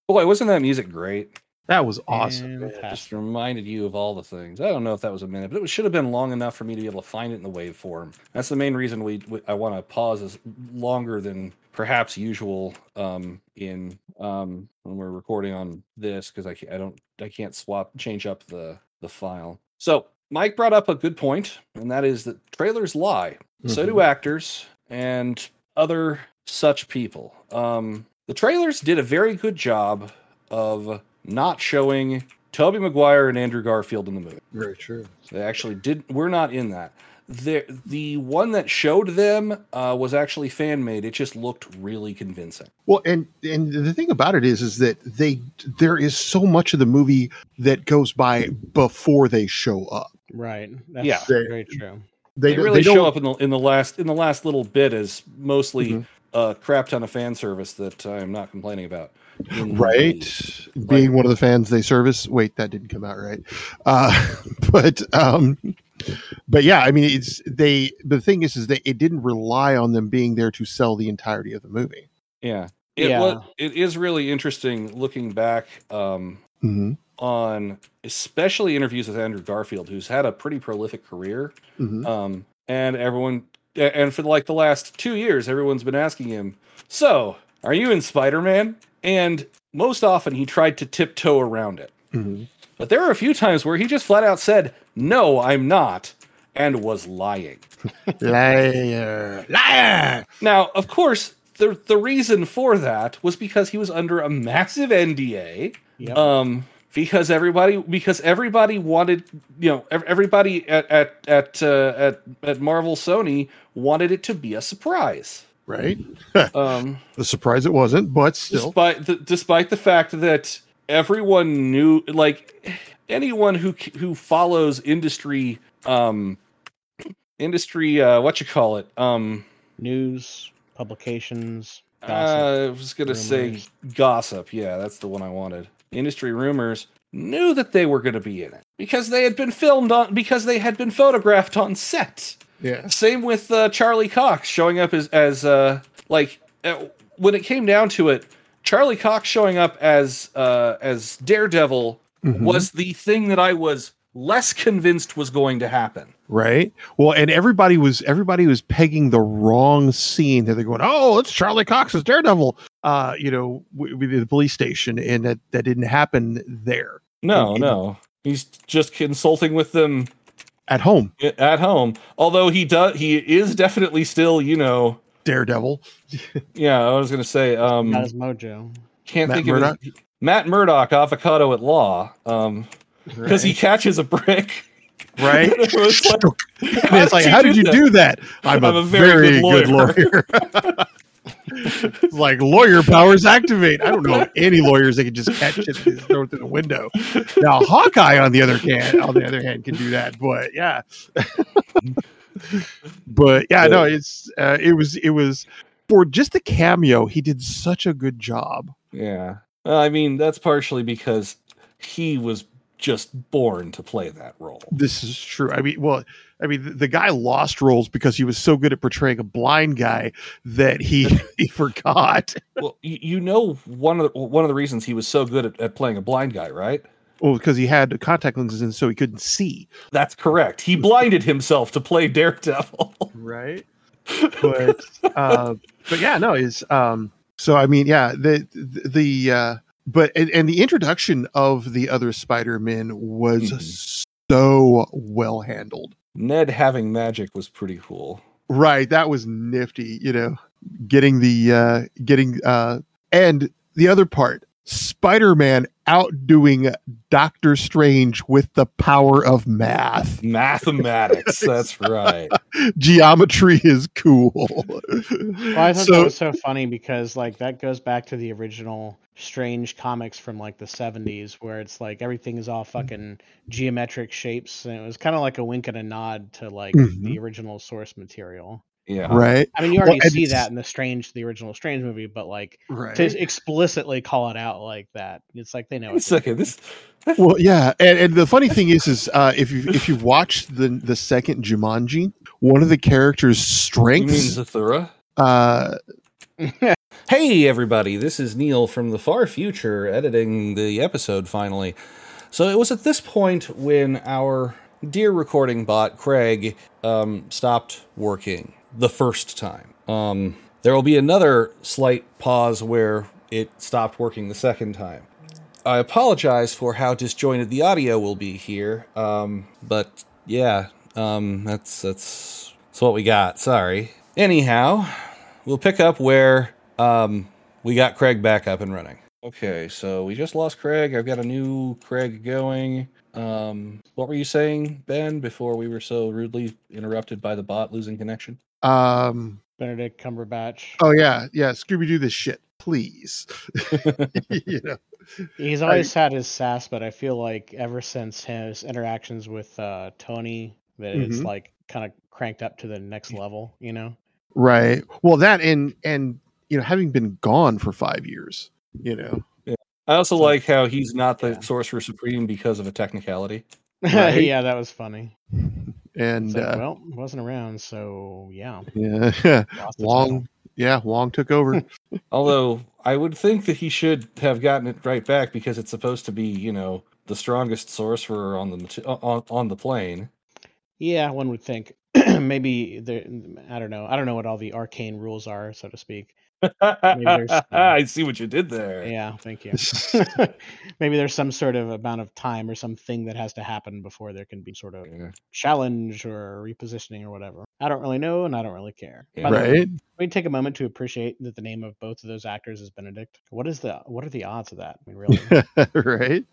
Speaker 1: Boy, wasn't that music great?
Speaker 2: That was awesome.
Speaker 3: And
Speaker 1: Yeah,
Speaker 3: pass.
Speaker 1: just reminded you of all the things. I don't know if that was a minute, but it should have been long enough for me to be able to find it in the waveform. That's the main reason we, we I want to pause is longer than perhaps usual um, in um, when we're recording on this because I ca- I don't I can't swap change up the the file. So Mike brought up a good point, and that is that trailers lie so
Speaker 2: Mm-hmm.
Speaker 1: do actors and other such people um the trailers did a very good job of not showing toby maguire and andrew garfield in the movie
Speaker 4: Very true.
Speaker 1: they actually did we're not in that the the one that showed them uh, was actually fan made it just looked really convincing
Speaker 2: Well, and and the thing about it is, is that they there is so much of the movie that goes by before they show up.
Speaker 3: Right. That's
Speaker 1: Yeah.
Speaker 3: very true.
Speaker 1: they,
Speaker 2: don't-
Speaker 1: really
Speaker 2: don't-
Speaker 1: show up in the in the last in the last little bit as mostly
Speaker 2: Mhm.
Speaker 1: a crap ton of fan service that i'm not complaining about in the movie.
Speaker 2: right being one of the fans they service wait that didn't come out right uh but um but yeah i mean it's they the thing is is that it didn't rely on them being there to sell the entirety of the movie
Speaker 1: Yeah. It
Speaker 3: Yeah.
Speaker 1: was it is really interesting looking back um
Speaker 2: mm-hmm.
Speaker 1: on especially interviews with Andrew Garfield who's had a pretty prolific career
Speaker 2: hmm
Speaker 1: um and everyone a- and for like the last 2 years everyone's been asking him, "So, are you in Spider-Man?" And most often he tried to tiptoe around it.
Speaker 2: hmm
Speaker 1: But there were a few times where he just flat out said, "No, I'm not." And was lying.
Speaker 2: liar liar
Speaker 1: Now, of course, the the reason for that was because he was under a massive NDA.
Speaker 3: Yep.
Speaker 1: um because everybody because everybody wanted you know ev- everybody at at at uh, at, at marvel sony wanted it to be a surprise
Speaker 2: right
Speaker 1: um
Speaker 2: the surprise it wasn't but still
Speaker 1: despite the, despite the fact that everyone knew like anyone who c- who follows industry um industry uh what you call it um
Speaker 3: News, publications, gossip.
Speaker 1: Uh, I was gonna say
Speaker 3: rumors.
Speaker 1: gossip. Yeah, that's the one I wanted. Industry rumors knew that they were gonna be in it because they had been filmed on because they had been photographed on set.
Speaker 2: yeah
Speaker 1: Same with uh, Charlie Cox showing up as as uh, like uh, when it came down to it, Charlie Cox showing up as uh, as Daredevil
Speaker 2: Mhm.
Speaker 1: was the thing that I was less convinced was going to happen.
Speaker 2: right well and everybody was everybody was pegging the wrong scene that they're going oh it's charlie cox's daredevil uh you know w- w- the police station and that that didn't happen there
Speaker 1: No,
Speaker 2: Okay.
Speaker 1: no, he's just consulting with them
Speaker 2: at home
Speaker 1: at home. Although he does, he is definitely still, you know,
Speaker 2: daredevil
Speaker 1: yeah. I was gonna say, um,
Speaker 3: Not his mojo.
Speaker 1: can't
Speaker 2: Matt
Speaker 1: think of his, Matt Murdock, avocado at law, um, because he catches a brick.
Speaker 2: right
Speaker 1: It was like,
Speaker 2: And it's like how did you do that i'm, a, very, good lawyer, It's like lawyer powers activate i don't know of any lawyers that can just catch shit and just throw it through the window now hawkeye on the other hand on the other hand can do that but yeah but yeah no it's uh, it was it was for just the cameo he did such a good job
Speaker 1: Yeah, Well, I mean that's partially because he was just born to play that role.
Speaker 2: This is true. I mean, well, I mean, the, the guy lost roles because he was so good at portraying a blind guy that he he forgot.
Speaker 1: Well, you, you know one of the, one of the reasons he was so good at, at playing a blind guy, right?
Speaker 2: Well, because he had contact lenses and so he couldn't see.
Speaker 1: That's correct. He blinded himself to play Daredevil.
Speaker 2: Right. But uh, but yeah, no, is um. So I mean, yeah, the the uh, but and, and the introduction of the other Spider Man was so well handled.
Speaker 1: Ned having magic was pretty cool.
Speaker 2: Right, that was nifty, you know, getting the uh getting uh and the other part, Spider-Man outdoing Doctor Strange with the power of math.
Speaker 1: Mathematics. that's right.
Speaker 2: Geometry is cool.
Speaker 3: Well, I thought that
Speaker 2: so
Speaker 3: was so funny because like that goes back to the original strange comics from like the 70s where it's like everything is all fucking geometric shapes and it was kind of like a wink and a nod to like the
Speaker 2: Mhm.
Speaker 3: original source material.
Speaker 1: Yeah.
Speaker 2: right,
Speaker 3: I mean, you
Speaker 2: Well,
Speaker 3: already
Speaker 2: and
Speaker 3: see
Speaker 2: it's-
Speaker 3: that in the strange the original strange movie, but like
Speaker 2: right.
Speaker 3: to explicitly call it out like that, it's like they know
Speaker 1: Wait a
Speaker 3: it's a
Speaker 1: second. This
Speaker 2: Well, yeah, and, and the funny thing is, is uh, if you if you watch the the second Jumanji, one of the characters'
Speaker 1: you mean
Speaker 2: strengths,
Speaker 1: Zathura?
Speaker 2: uh,
Speaker 1: Hey, everybody, this is Neil from the far future editing the episode finally. So it was at this point when our dear recording bot, Craig, um, stopped working the first time. Um, there will be another slight pause where it stopped working the second time. I apologize for how disjointed the audio will be here, um, but yeah, um, that's that's that's what we got. Sorry. Anyhow, we'll pick up where um, we got Craig back up and running. Okay, so we just lost Craig. I've got a new Craig going. Um, what were you saying, Ben, before we were so rudely interrupted by the bot losing connection?
Speaker 2: Um,
Speaker 3: Benedict Cumberbatch.
Speaker 2: oh yeah, yeah. Scooby Doo this shit, please. you know,
Speaker 3: He's always had his sass, but I feel like ever since his interactions with uh, Tony, that it's
Speaker 2: Mhm.
Speaker 3: like kind of cranked up to the next level. You know,
Speaker 2: right? Well, that and and you know, having been gone for five years, you know,
Speaker 1: I also like how he's not the
Speaker 3: Yeah.
Speaker 1: sorcerer supreme because of a technicality.
Speaker 2: Right.
Speaker 3: yeah, that was funny.
Speaker 2: and
Speaker 3: It's like,
Speaker 2: uh,
Speaker 3: well, wasn't around, so yeah.
Speaker 2: yeah,
Speaker 3: lost the title.
Speaker 2: Wong, yeah, Wong took over.
Speaker 1: Although I would think that he should have gotten it right back because it's supposed to be, you know, the strongest sorcerer on the mate- on, on the plane.
Speaker 3: Yeah, one would think maybe there. I don't know. I don't know what all the arcane rules are, so to speak. there's-
Speaker 1: I see what you did there.
Speaker 3: Yeah, thank you. maybe there's some sort of amount of time or something that has to happen before there can be sort of
Speaker 1: Yeah.
Speaker 3: challenge or repositioning or whatever. I don't really know, and I don't really care.
Speaker 1: Yeah.
Speaker 3: By the way,
Speaker 2: right?
Speaker 3: Let me take a moment to appreciate that the name of both of those actors is Benedict. What is the what are the odds of that? I mean, really?
Speaker 2: right?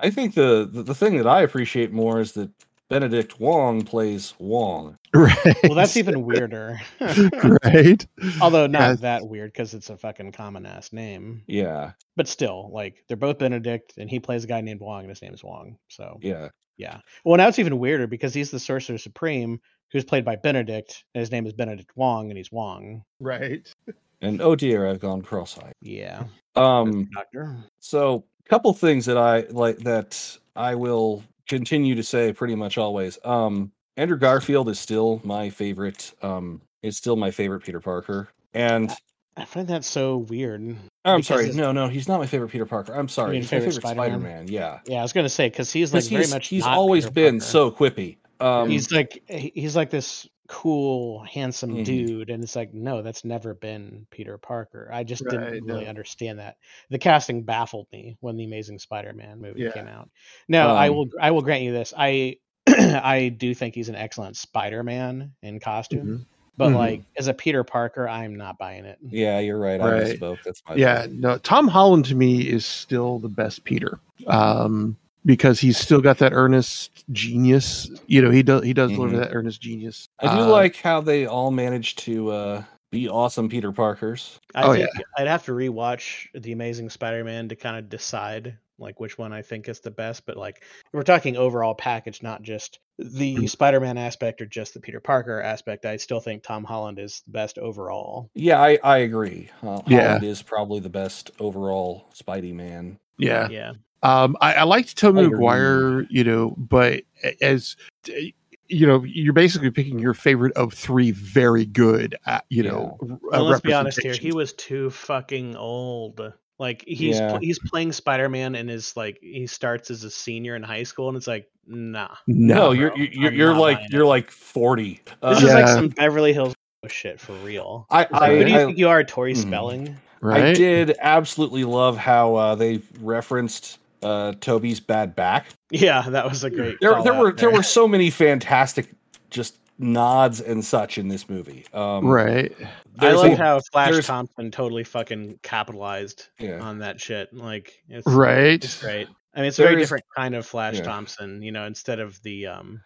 Speaker 1: I think the, the the thing that I appreciate more is that Benedict Wong plays Wong.
Speaker 2: Right.
Speaker 3: well, that's even weirder.
Speaker 2: right.
Speaker 3: Although not
Speaker 2: Yes.
Speaker 3: that weird because it's a fucking common ass name.
Speaker 1: Yeah,
Speaker 3: But still, like they're both Benedict, and he plays a guy named Wong, and his name is Wong. So
Speaker 1: yeah.
Speaker 3: yeah. Well, now it's even weirder because he's the Sorcerer Supreme, who's played by Benedict, and his name is Benedict Wong, and he's Wong.
Speaker 2: Right.
Speaker 1: And oh dear, I've gone cross-eyed.
Speaker 3: Yeah.
Speaker 1: Um,
Speaker 3: Doctor.
Speaker 1: so couple things that I like that I will continue to say pretty much always. Um, Andrew Garfield is still my favorite. Um, is still my favorite Peter Parker. And oh,
Speaker 3: I find that so weird.
Speaker 1: I'm
Speaker 3: because
Speaker 1: sorry,
Speaker 3: it-
Speaker 1: no, no, he's not my favorite Peter Parker. I'm sorry,
Speaker 3: mean
Speaker 1: he's my
Speaker 3: favorite
Speaker 1: favorite
Speaker 3: Spider-Man?
Speaker 1: Spider Man. Yeah,
Speaker 3: Yeah, I was gonna say because he's like
Speaker 1: because
Speaker 3: very
Speaker 1: he's,
Speaker 3: much.
Speaker 1: he's
Speaker 3: not
Speaker 1: always
Speaker 3: Peter
Speaker 1: been
Speaker 3: Parker.
Speaker 1: so quippy. Um,
Speaker 3: he's like he- he's like this cool handsome
Speaker 1: Mhm.
Speaker 3: dude and it's like no that's never been peter parker i just
Speaker 2: Right,
Speaker 3: didn't really
Speaker 2: no.
Speaker 3: understand that the casting baffled me when the amazing spider-man movie
Speaker 2: Yeah.
Speaker 3: came out now i
Speaker 1: Um,
Speaker 3: will i will grant you this i i do think he's an excellent spider-man in costume but
Speaker 2: Mhm.
Speaker 3: like as a peter parker i'm not buying it
Speaker 1: yeah, you're right. I
Speaker 2: Right.
Speaker 1: misspoke. That's my
Speaker 2: Yeah,
Speaker 1: fault.
Speaker 2: no, Tom Holland to me is still the best Peter. Um because he's still got that earnest genius. You know, he does he does deliver
Speaker 1: Mhm.
Speaker 3: Mm-hmm.
Speaker 2: that earnest genius.
Speaker 1: I do
Speaker 2: Uh,
Speaker 1: like how they all managed to uh, be awesome Peter Parkers.
Speaker 3: I
Speaker 2: Oh,
Speaker 3: think I'd have to rewatch The Amazing Spider-Man to kind of decide like which one I think is the best. But like we're talking overall package, not just the
Speaker 2: Mhm.
Speaker 3: Spider-Man aspect or just the Peter Parker aspect. I still think Tom Holland is the best overall.
Speaker 1: Yeah, I, I agree. Uh,
Speaker 2: Yeah.
Speaker 1: Holland is probably the best overall Spidey man.
Speaker 2: Yeah.
Speaker 3: Yeah,
Speaker 2: Um I, I liked Tobey
Speaker 1: Spider-Man.
Speaker 2: Maguire, you know, but a- as you know, you're basically picking your favorite of three very good, uh, you know. r-
Speaker 3: and
Speaker 2: uh,
Speaker 3: let's be honest here, he
Speaker 2: representations.
Speaker 3: was too fucking old. Like he's
Speaker 1: Yeah.
Speaker 3: pl- he's playing Spider-Man and is like he starts as a senior in high school, and it's like nah.
Speaker 1: No,
Speaker 2: no,
Speaker 1: you're
Speaker 3: bro,
Speaker 1: you're, you're,
Speaker 3: I'm
Speaker 1: you're
Speaker 3: not
Speaker 1: like
Speaker 3: buying it.
Speaker 1: you're like forty. Uh,
Speaker 3: This is like
Speaker 2: Yeah.
Speaker 3: some Beverly Hills shit for real.
Speaker 1: I I,
Speaker 3: Who do you
Speaker 1: I,
Speaker 3: think you are, Tori
Speaker 1: Mhm.
Speaker 2: Mm-hmm.
Speaker 3: Spelling?
Speaker 2: right?
Speaker 1: I did absolutely love how uh, they referenced uh, Toby's bad back.
Speaker 3: Yeah, that was a great.
Speaker 1: There,
Speaker 3: call
Speaker 1: there
Speaker 3: out
Speaker 1: were there were so many fantastic just nods and such in this movie. Um,
Speaker 2: Right.
Speaker 3: I
Speaker 1: there's
Speaker 3: like
Speaker 1: a-
Speaker 3: how Flash
Speaker 1: there's-
Speaker 3: Thompson totally fucking capitalized
Speaker 1: yeah.
Speaker 3: on that shit. Like, it's, it's
Speaker 2: Right.
Speaker 3: great. I mean, it's a
Speaker 1: There
Speaker 3: very
Speaker 1: is-
Speaker 3: different kind of Flash
Speaker 1: yeah.
Speaker 3: Thompson. You know, instead of the um,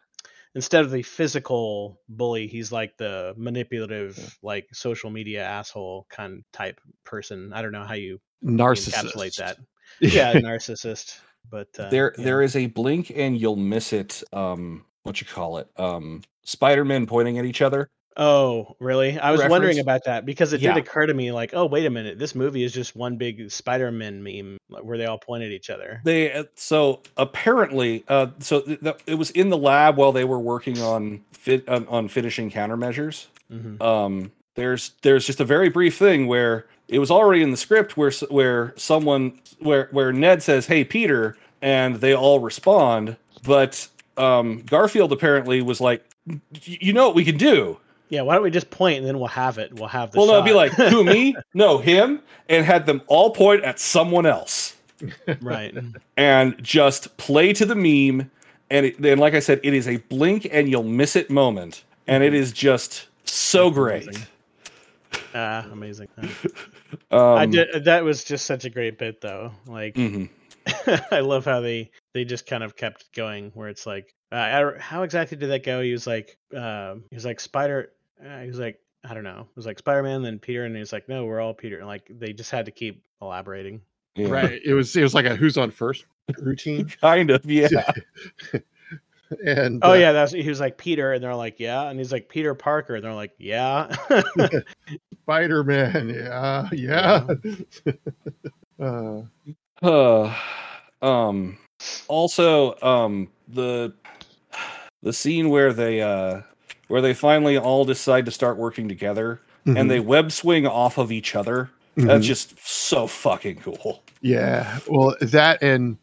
Speaker 3: instead of the physical bully, he's like the manipulative,
Speaker 1: Yeah.
Speaker 3: like social media asshole kind type person. I don't know how you
Speaker 2: Narcissist.
Speaker 3: encapsulate that. Yeah, narcissist. But uh,
Speaker 1: there
Speaker 3: yeah.
Speaker 1: there is a blink and you'll miss it. Um, what you call it? Um, Spider Men pointing at each other.
Speaker 3: Oh, really? I was wondering
Speaker 1: reference.
Speaker 3: about that because it
Speaker 1: Yeah.
Speaker 3: did occur to me like, oh, wait a minute. This movie is just one big Spider-Man meme like, where they all point at each other.
Speaker 1: they uh, so apparently uh so th- th- it was in the lab while they were working on fit on, on finishing countermeasures
Speaker 3: hmm
Speaker 1: um there's there's just a very brief thing where it was already in the script where s- where someone where where Ned says, "Hey, Peter," and they all respond, but um, Garfield apparently was like, "Y- "You know what we can do."
Speaker 3: Yeah, why don't we just point and then we'll have it? We'll have the.
Speaker 1: well, no, it'd be like,
Speaker 3: shot.
Speaker 1: "Who me? no, him," and had them all point at someone else.
Speaker 3: right. Mm-hmm.
Speaker 1: and just play to the meme. And it, then, like I said, it is a blink and you'll miss it moment, and it is just so great.
Speaker 3: Mm-hmm. Amazing. Ah, amazing. Uh,
Speaker 1: Um,
Speaker 3: I did. uh, That was just such a great bit, though. Like,
Speaker 1: mhm.
Speaker 3: I love how they they just kind of kept going. Where it's like, uh, I don't- how exactly did that go? He was like, uh, he was like Spider. Uh, he was like, I don't know. It was like Spider Man, then Peter, and he was like, no, we're all Peter. And like, they just had to keep elaborating.
Speaker 1: Yeah.
Speaker 2: Right. It was it was like a who's on first routine.
Speaker 1: Kind of, yeah.
Speaker 2: And
Speaker 3: Oh
Speaker 2: uh,
Speaker 3: yeah, that's he was like Peter, and they're like, yeah, and he's like Peter Parker, and they're like, yeah.
Speaker 2: Spider Man. Yeah, yeah. uh,
Speaker 1: Uh, um, also, um, the the scene where they uh, where they finally all decide to start working together
Speaker 3: Mm-hmm.
Speaker 1: and they uh, web swing off of each other.
Speaker 2: Mhm.
Speaker 1: That's just so fucking cool.
Speaker 2: Yeah. Well, that and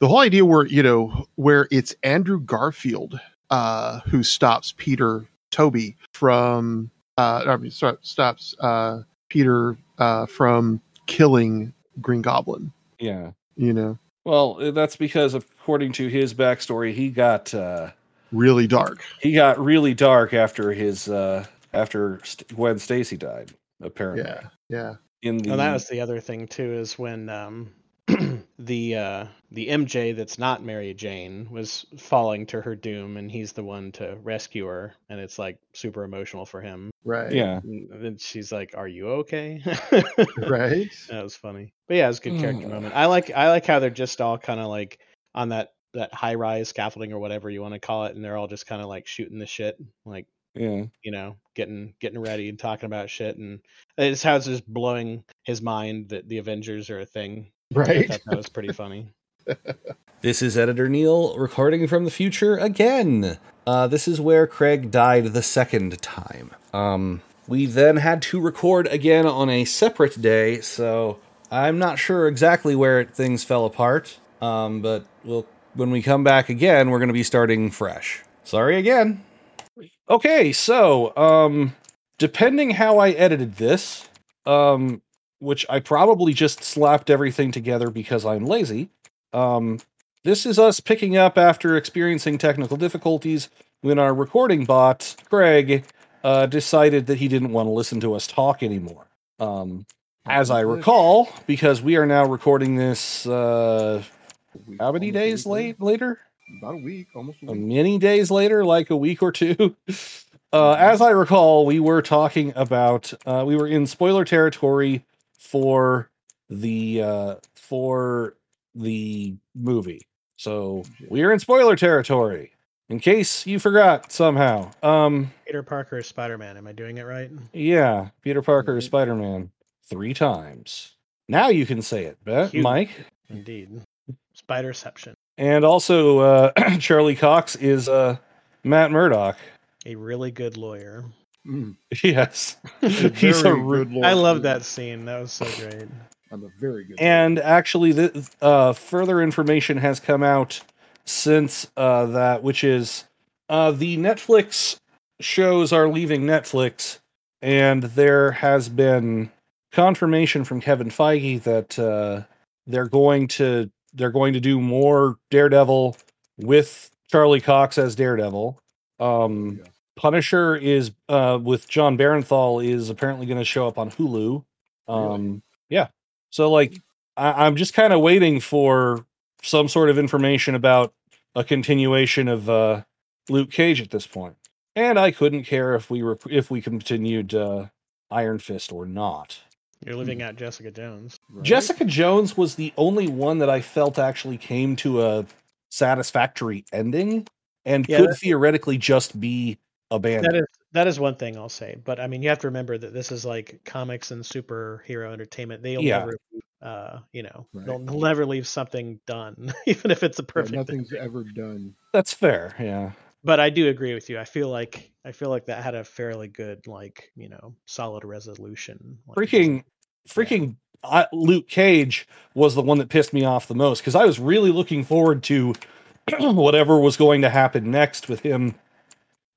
Speaker 2: the whole idea where, you know, where it's Andrew Garfield uh who stops Peter Toby from uh I mean sorry, stops uh Peter uh from killing Green Goblin,
Speaker 1: Yeah.
Speaker 2: you know.
Speaker 1: Well, uh, that's because according to his backstory, he got uh,
Speaker 2: Really dark.
Speaker 1: he got really dark after his uh, after St- Gwen Stacy died. Apparently,
Speaker 2: Yeah. Yeah.
Speaker 1: in the
Speaker 3: And that was the other thing too is when um, the uh, the MJ that's not Mary Jane was falling to her doom, and he's the one to rescue her, and it's like super emotional for him.
Speaker 2: Right.
Speaker 1: yeah,
Speaker 3: And then she's like, "Are you okay?"
Speaker 2: Right.
Speaker 3: that was funny, but yeah, it was a good character
Speaker 1: Mm.
Speaker 3: moment. I like I like how they're just all kind of like on that that high rise scaffolding or whatever you want to call it, and they're all just kind of like shooting the shit, like
Speaker 1: yeah,
Speaker 3: you know, getting getting ready and talking about shit, and it's how it's just blowing his mind that the Avengers are a thing. I
Speaker 2: Right.
Speaker 3: thought that was pretty funny.
Speaker 1: This is editor Neil recording from the future again. Uh, this is where Craig died the second time. Um, we then had to record again on a separate day, so I'm not sure exactly where things fell apart. Um, but we'll, when we come back again, we're going to be starting fresh. Sorry again. Okay, so um, depending how I edited this, um, which I probably just slapped everything together because I'm lazy. Um, this is us picking up after experiencing technical difficulties when our recording bot, Craig, uh, decided that he didn't want to listen to us talk anymore. Um, as I recall, because we are now recording this uh,
Speaker 2: Week-
Speaker 1: how many
Speaker 2: almost a
Speaker 1: days
Speaker 2: week
Speaker 1: late later?
Speaker 2: About a week, almost a
Speaker 1: Uh,
Speaker 2: week.
Speaker 1: many days later, like a week or two. Uh, as I recall, we were talking about uh, we were in spoiler territory for the uh, for the movie. So we are in spoiler territory. In case you forgot somehow, um,
Speaker 3: Peter Parker is Spider Man. Am I doing it right?
Speaker 1: yeah, Peter Parker is Spider Man three times. Now you can say it, Bet,
Speaker 3: Cute.
Speaker 1: Mike.
Speaker 3: Indeed. Spiderception.
Speaker 1: And also, uh, Charlie Cox is uh, Matt Murdock.
Speaker 3: A really good lawyer.
Speaker 4: Mm,
Speaker 1: Yes. He's a
Speaker 4: very
Speaker 1: re-
Speaker 4: good lawyer.
Speaker 3: I love that scene. That was so great.
Speaker 4: I'm a very good.
Speaker 1: And actually, th- uh, further information has come out since uh, that, which is uh, the Netflix shows are leaving Netflix, and there has been confirmation from Kevin Feige that uh, they're going to they're going to do more Daredevil with Charlie Cox as Daredevil. Um,
Speaker 4: Yeah.
Speaker 1: Punisher is uh, with John Barenthal is apparently going to show up on Hulu. Um, Yeah, so like I- I'm just kind of waiting for some sort of information about a continuation of uh, Luke Cage at this point, and I couldn't care if we were if we continued uh, Iron Fist or not.
Speaker 3: You're living out Jessica Jones.
Speaker 4: right?
Speaker 1: Jessica Jones was the only one that I felt actually came to a satisfactory ending and
Speaker 3: Yeah,
Speaker 1: could
Speaker 3: that's-
Speaker 1: theoretically just be abandoned.
Speaker 3: That is that is one thing I'll say. But I mean, you have to remember that this is like comics and superhero entertainment. They'll
Speaker 1: Yeah.
Speaker 3: never, uh, you know,
Speaker 4: Right.
Speaker 3: they'll never leave something done, even if it's a
Speaker 4: Yeah,
Speaker 3: perfect. thing.
Speaker 4: nothing's ever done.
Speaker 1: That's fair. Yeah.
Speaker 3: but I do agree with you. I feel like I feel like that had a fairly good, like you know, solid resolution. Like, it
Speaker 1: Freaking,
Speaker 3: doesn't-
Speaker 1: freaking I, Luke Cage was the one that pissed me off the most because I was really looking forward to whatever was going to happen next with him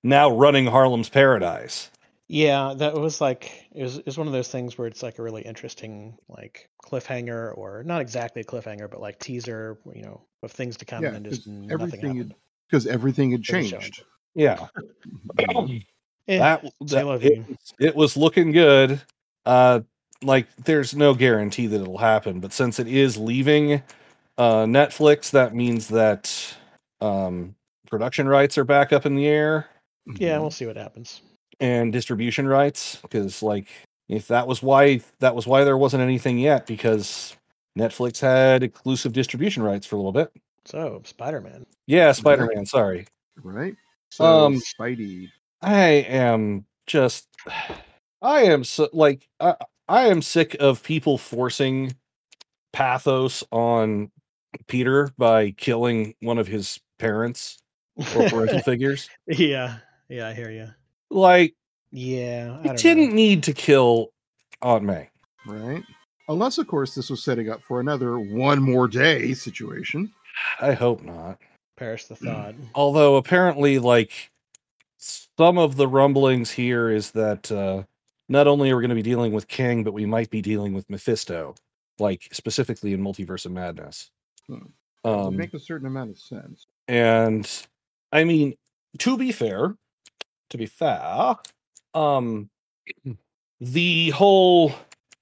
Speaker 1: now running Harlem's Paradise.
Speaker 3: Yeah, that was like it was, it was one of those things where it's like a really interesting like cliffhanger or not exactly a cliffhanger, but like teaser, you know, of things to come
Speaker 2: Yeah,
Speaker 3: and then
Speaker 2: 'cause
Speaker 3: just nothing
Speaker 2: everything
Speaker 3: happened.
Speaker 2: had, because everything had
Speaker 3: It was showing.
Speaker 2: changed.
Speaker 1: Yeah,
Speaker 3: Eh,
Speaker 1: that,
Speaker 3: say
Speaker 1: that-
Speaker 3: love
Speaker 1: it,
Speaker 3: you.
Speaker 1: was- it was looking good. Uh, like there's no guarantee that it'll happen, but since it is leaving uh, Netflix, that means that um, production rights are back up in the air.
Speaker 3: yeah, we'll see what happens.
Speaker 1: and distribution rights because like if that was why that was why there wasn't anything yet because netflix had exclusive distribution rights for a little bit
Speaker 3: So Spider Man.
Speaker 1: yeah spider-man sorry
Speaker 2: Right? So
Speaker 1: Um,
Speaker 2: Spidey.
Speaker 1: i am just i am so like i, I am sick of people forcing pathos on peter by killing one of his parents or parental figures
Speaker 3: yeah, yeah, I hear you.
Speaker 1: like
Speaker 3: Yeah, I
Speaker 1: he
Speaker 3: don't
Speaker 1: didn't
Speaker 3: know.
Speaker 1: need to kill aunt may
Speaker 2: Right? Unless, of course, this was setting up for another one more day situation.
Speaker 1: i hope not
Speaker 3: perish the thought.
Speaker 1: although apparently like some of the rumblings here is that uh not only are we going to be dealing with king but we might be dealing with mephisto like specifically in multiverse of madness
Speaker 2: Hmm.
Speaker 1: um
Speaker 2: it makes a certain amount of sense.
Speaker 1: and i mean to be fair to be fair um the whole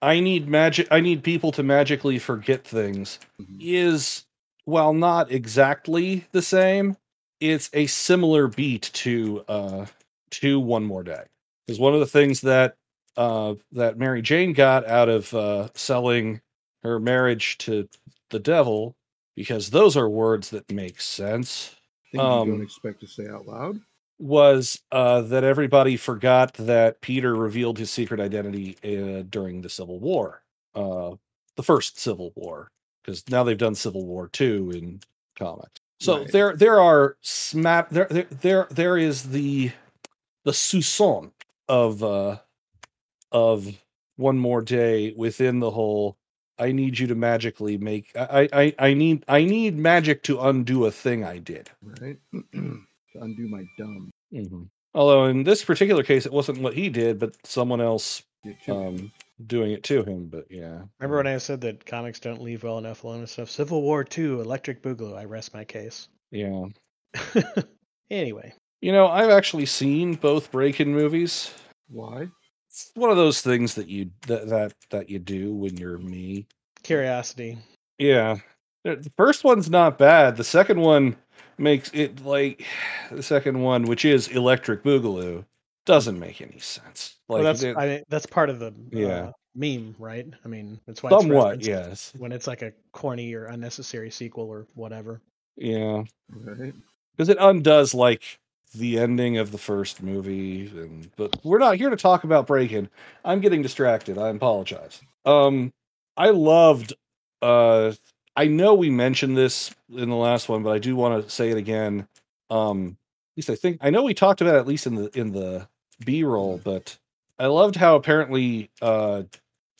Speaker 1: i need magic i need people to magically forget things
Speaker 2: Mhm.
Speaker 1: is while not exactly the same it's a similar beat to uh to one more day because one of the things that uh that mary jane got out of uh selling her marriage to the devil because those are words that make sense
Speaker 2: Things you
Speaker 1: Um,
Speaker 2: don't expect to say out loud.
Speaker 1: was uh, that everybody forgot that Peter revealed his secret identity uh, during the Civil War, uh, the first Civil War, because now they've done Civil War two in comics. So
Speaker 2: Right.
Speaker 1: there, there are smap. There, there, there, there is the the soupçon of uh, of one more day within the whole. I need you to magically make. I, I, I- I need, I need magic to undo a thing I did.
Speaker 2: Right? to undo my dumb.
Speaker 1: Mm-hmm. Although in this particular case, it wasn't what he did, but someone else
Speaker 2: Get to it.
Speaker 1: um, doing it to him. But yeah,
Speaker 3: Remember when I said that comics don't leave well enough alone and stuff? Civil War Two, Electric Boogaloo. I rest my case.
Speaker 1: yeah,
Speaker 3: anyway,
Speaker 1: you know, I've actually seen both Breaking movies.
Speaker 2: Why?
Speaker 1: It's one of those things that you that that, that you do when you're me.
Speaker 3: curiosity.
Speaker 1: Yeah, the the first one's not bad. The second one makes it like the second one, which is Electric Boogaloo, doesn't make any sense. Like
Speaker 3: well, that's
Speaker 1: it-
Speaker 3: I mean, that's part of the
Speaker 1: Yeah.
Speaker 3: uh, meme, right? I mean, it's why it's
Speaker 1: somewhat,
Speaker 3: referenced
Speaker 1: yes,
Speaker 3: When it's like a corny or unnecessary sequel or whatever.
Speaker 1: yeah.
Speaker 2: Right?
Speaker 1: because it undoes like the ending of the first movie and but we're not here to talk about breaking i'm getting distracted i apologize um i loved uh i know we mentioned this in the last one but i do want to say it again um at least i think i know we talked about it at least in the in the b-roll but i loved how apparently uh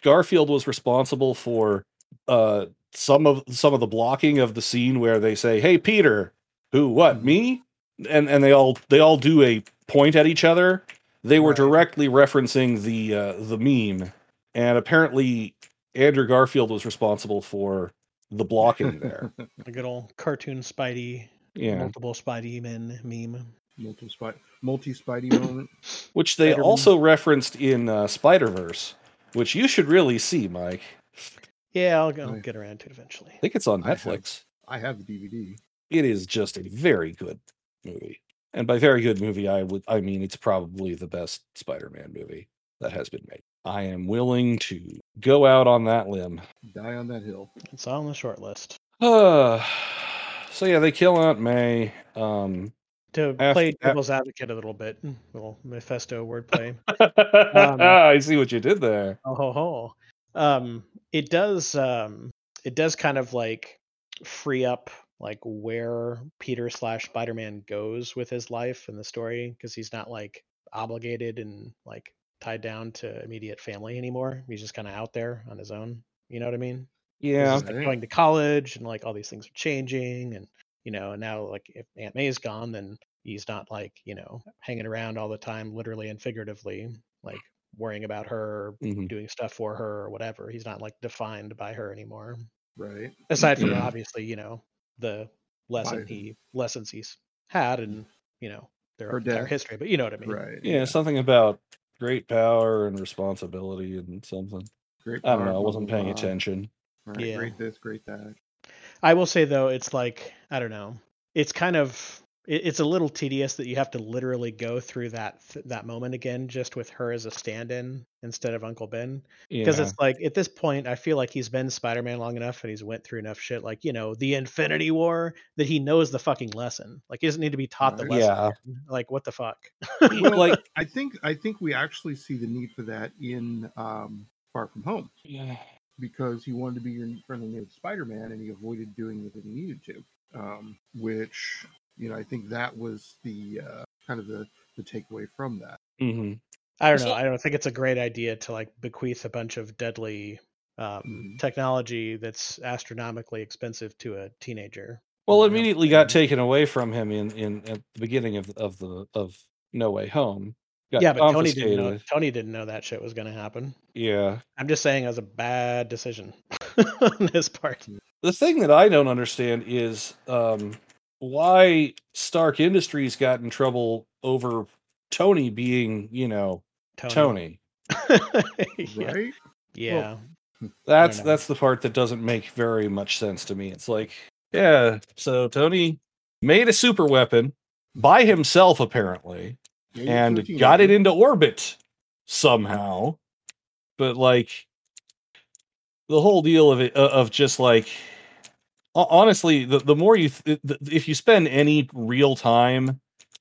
Speaker 1: garfield was responsible for uh some of some of the blocking of the scene where they say hey peter who what me and and they all they all do a point at each other they were
Speaker 3: Right.
Speaker 1: directly referencing the uh the meme and apparently andrew garfield was responsible for the blocking there
Speaker 3: A good old cartoon Spidey,
Speaker 1: yeah
Speaker 3: multiple Spidey men meme.
Speaker 2: Multiple spy, multi Spidey moment.
Speaker 1: which they
Speaker 3: Spider-Man.
Speaker 1: also referenced in uh, Spider Verse, which you should really see, Mike.
Speaker 3: Yeah, I'll, go
Speaker 2: Right.
Speaker 3: get around to it eventually.
Speaker 1: I think it's on
Speaker 2: I have.
Speaker 1: Netflix.
Speaker 2: I have the DVD.
Speaker 1: It is just a very good movie, and by very good movie, I would I mean it's probably the best Spider-Man movie that has been made. I am willing to go out on that limb.
Speaker 2: Die on that hill.
Speaker 3: It's on the short list.
Speaker 1: Uh, so yeah, they kill Aunt May. Um,
Speaker 3: To
Speaker 1: Af-
Speaker 3: play
Speaker 1: a-
Speaker 3: devil's advocate a little bit, little Mephisto wordplay.
Speaker 1: I see what you did there.
Speaker 3: Oh ho ho. Um, it does. Um, it does kind of like free up like where Peter slash Spider Man goes with his life and the story because he's not like obligated and like tied down to immediate family anymore. He's just kind of out there on his own. You know what I mean?
Speaker 1: Yeah.
Speaker 3: He's, like, going to college and like all these things are changing and you know and now like if Aunt May's gone, then he's not like you know hanging around all the time, literally and figuratively, like worrying about her,
Speaker 1: Mhm.
Speaker 3: doing stuff for her or whatever. He's not like defined by her anymore.
Speaker 2: Mm, Right.
Speaker 3: Aside from
Speaker 4: Yeah.
Speaker 3: obviously, you know, the lesson
Speaker 2: Fire.
Speaker 3: he lessons he's had and you know their
Speaker 2: Her
Speaker 3: entire
Speaker 2: death.
Speaker 3: history, but you know what I mean.
Speaker 2: Right.
Speaker 1: Yeah, something about great power and responsibility and something.
Speaker 2: Great
Speaker 1: I don't know. I
Speaker 2: power,
Speaker 1: wasn't
Speaker 2: blah,
Speaker 1: paying
Speaker 3: uh,
Speaker 2: blah, blah.
Speaker 1: attention.
Speaker 2: Right,
Speaker 3: Yeah.
Speaker 2: Great this, great that.
Speaker 3: I will say though, it's like I don't know. It's kind of it, it's a little tedious that you have to literally go through that th- that moment again, just with her as a stand-in instead of Uncle Ben, because
Speaker 1: Yeah.
Speaker 3: it's like at this point, I feel like he's been Spider-Man long enough and he's went through enough shit, like you know, the Infinity War, that he knows the fucking lesson. Like he doesn't need to be taught the
Speaker 2: Right.
Speaker 3: lesson.
Speaker 1: Mm, Yeah.
Speaker 3: again. Like what the fuck?
Speaker 2: Well,
Speaker 1: Like-
Speaker 2: I think I think we actually see the need for that in um, Far From Home
Speaker 1: Yeah.
Speaker 2: because he wanted to be your friendly neighborhood Spider-Man and he avoided doing it that he needed to, um, which you know I think that was the uh, kind of the the takeaway from that.
Speaker 1: hmm
Speaker 3: I don't
Speaker 1: So-
Speaker 3: know. I don't think it's a great idea to like bequeath a bunch of deadly um,
Speaker 1: Mm-hmm.
Speaker 2: Mhm.
Speaker 3: technology that's astronomically expensive to a teenager.
Speaker 1: Well, it
Speaker 2: Yeah.
Speaker 1: immediately got taken away from him in, in at the beginning of of the of No Way Home. Got
Speaker 3: yeah, but Tony didn't know.
Speaker 1: confiscated.
Speaker 3: Tony didn't know that shit was going to happen.
Speaker 1: Yeah.
Speaker 3: I'm just saying, it was a bad decision on his part.
Speaker 1: the thing that I don't understand is um, why Stark Industries got in trouble over Tony being, you know,
Speaker 3: Tony.
Speaker 1: Tony.
Speaker 3: yeah.
Speaker 2: Right.
Speaker 3: yeah.
Speaker 1: That's
Speaker 3: know.
Speaker 1: that's the part that doesn't make very much sense to me. It's like, yeah, so Tony made a super weapon by himself apparently
Speaker 2: Yeah, you're
Speaker 1: and
Speaker 2: 13,
Speaker 1: got it
Speaker 2: right?
Speaker 1: into orbit somehow. But like the whole deal of it o- of just like ho- honestly, the the more you th- th- if you spend any real time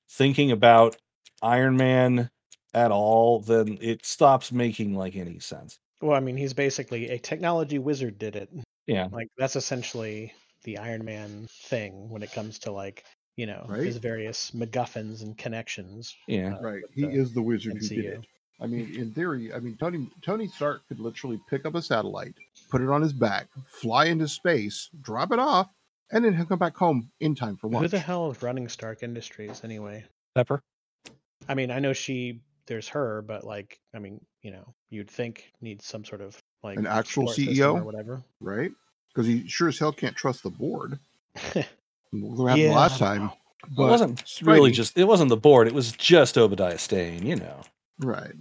Speaker 1: thinking about Iron Man at all, then it stops making like any sense.
Speaker 3: Well, I mean, he's basically a technology wizard. Did it?
Speaker 1: Yeah.
Speaker 3: Like that's essentially the Iron Man thing when it comes to like you know
Speaker 2: Right.
Speaker 3: his various MacGuffins and connections. uh,
Speaker 1: Yeah.
Speaker 2: Right.
Speaker 3: with
Speaker 2: He
Speaker 3: the
Speaker 2: is the wizard who
Speaker 3: MCU.
Speaker 2: did it. I mean, in theory, I mean Tony Tony Stark could literally pick up a satellite, put it on his back, fly into space, drop it off, and then he'll come back home in time for lunch.
Speaker 3: Who the hell is running Stark Industries anyway?
Speaker 1: Pepper.
Speaker 3: I mean, I know she there's her, but like, I mean, you know, you'd think needs some sort of like
Speaker 2: An actual E
Speaker 3: support system
Speaker 2: CEO?
Speaker 3: or whatever.
Speaker 2: right? Because he sure as hell can't trust the board. What happened
Speaker 3: Yeah,
Speaker 2: last
Speaker 3: I don't
Speaker 2: time?
Speaker 3: know.
Speaker 1: it
Speaker 2: But-
Speaker 1: wasn't really
Speaker 2: Spidey-
Speaker 1: just it wasn't the board, it was just Obadiah Stane, you know.
Speaker 2: right,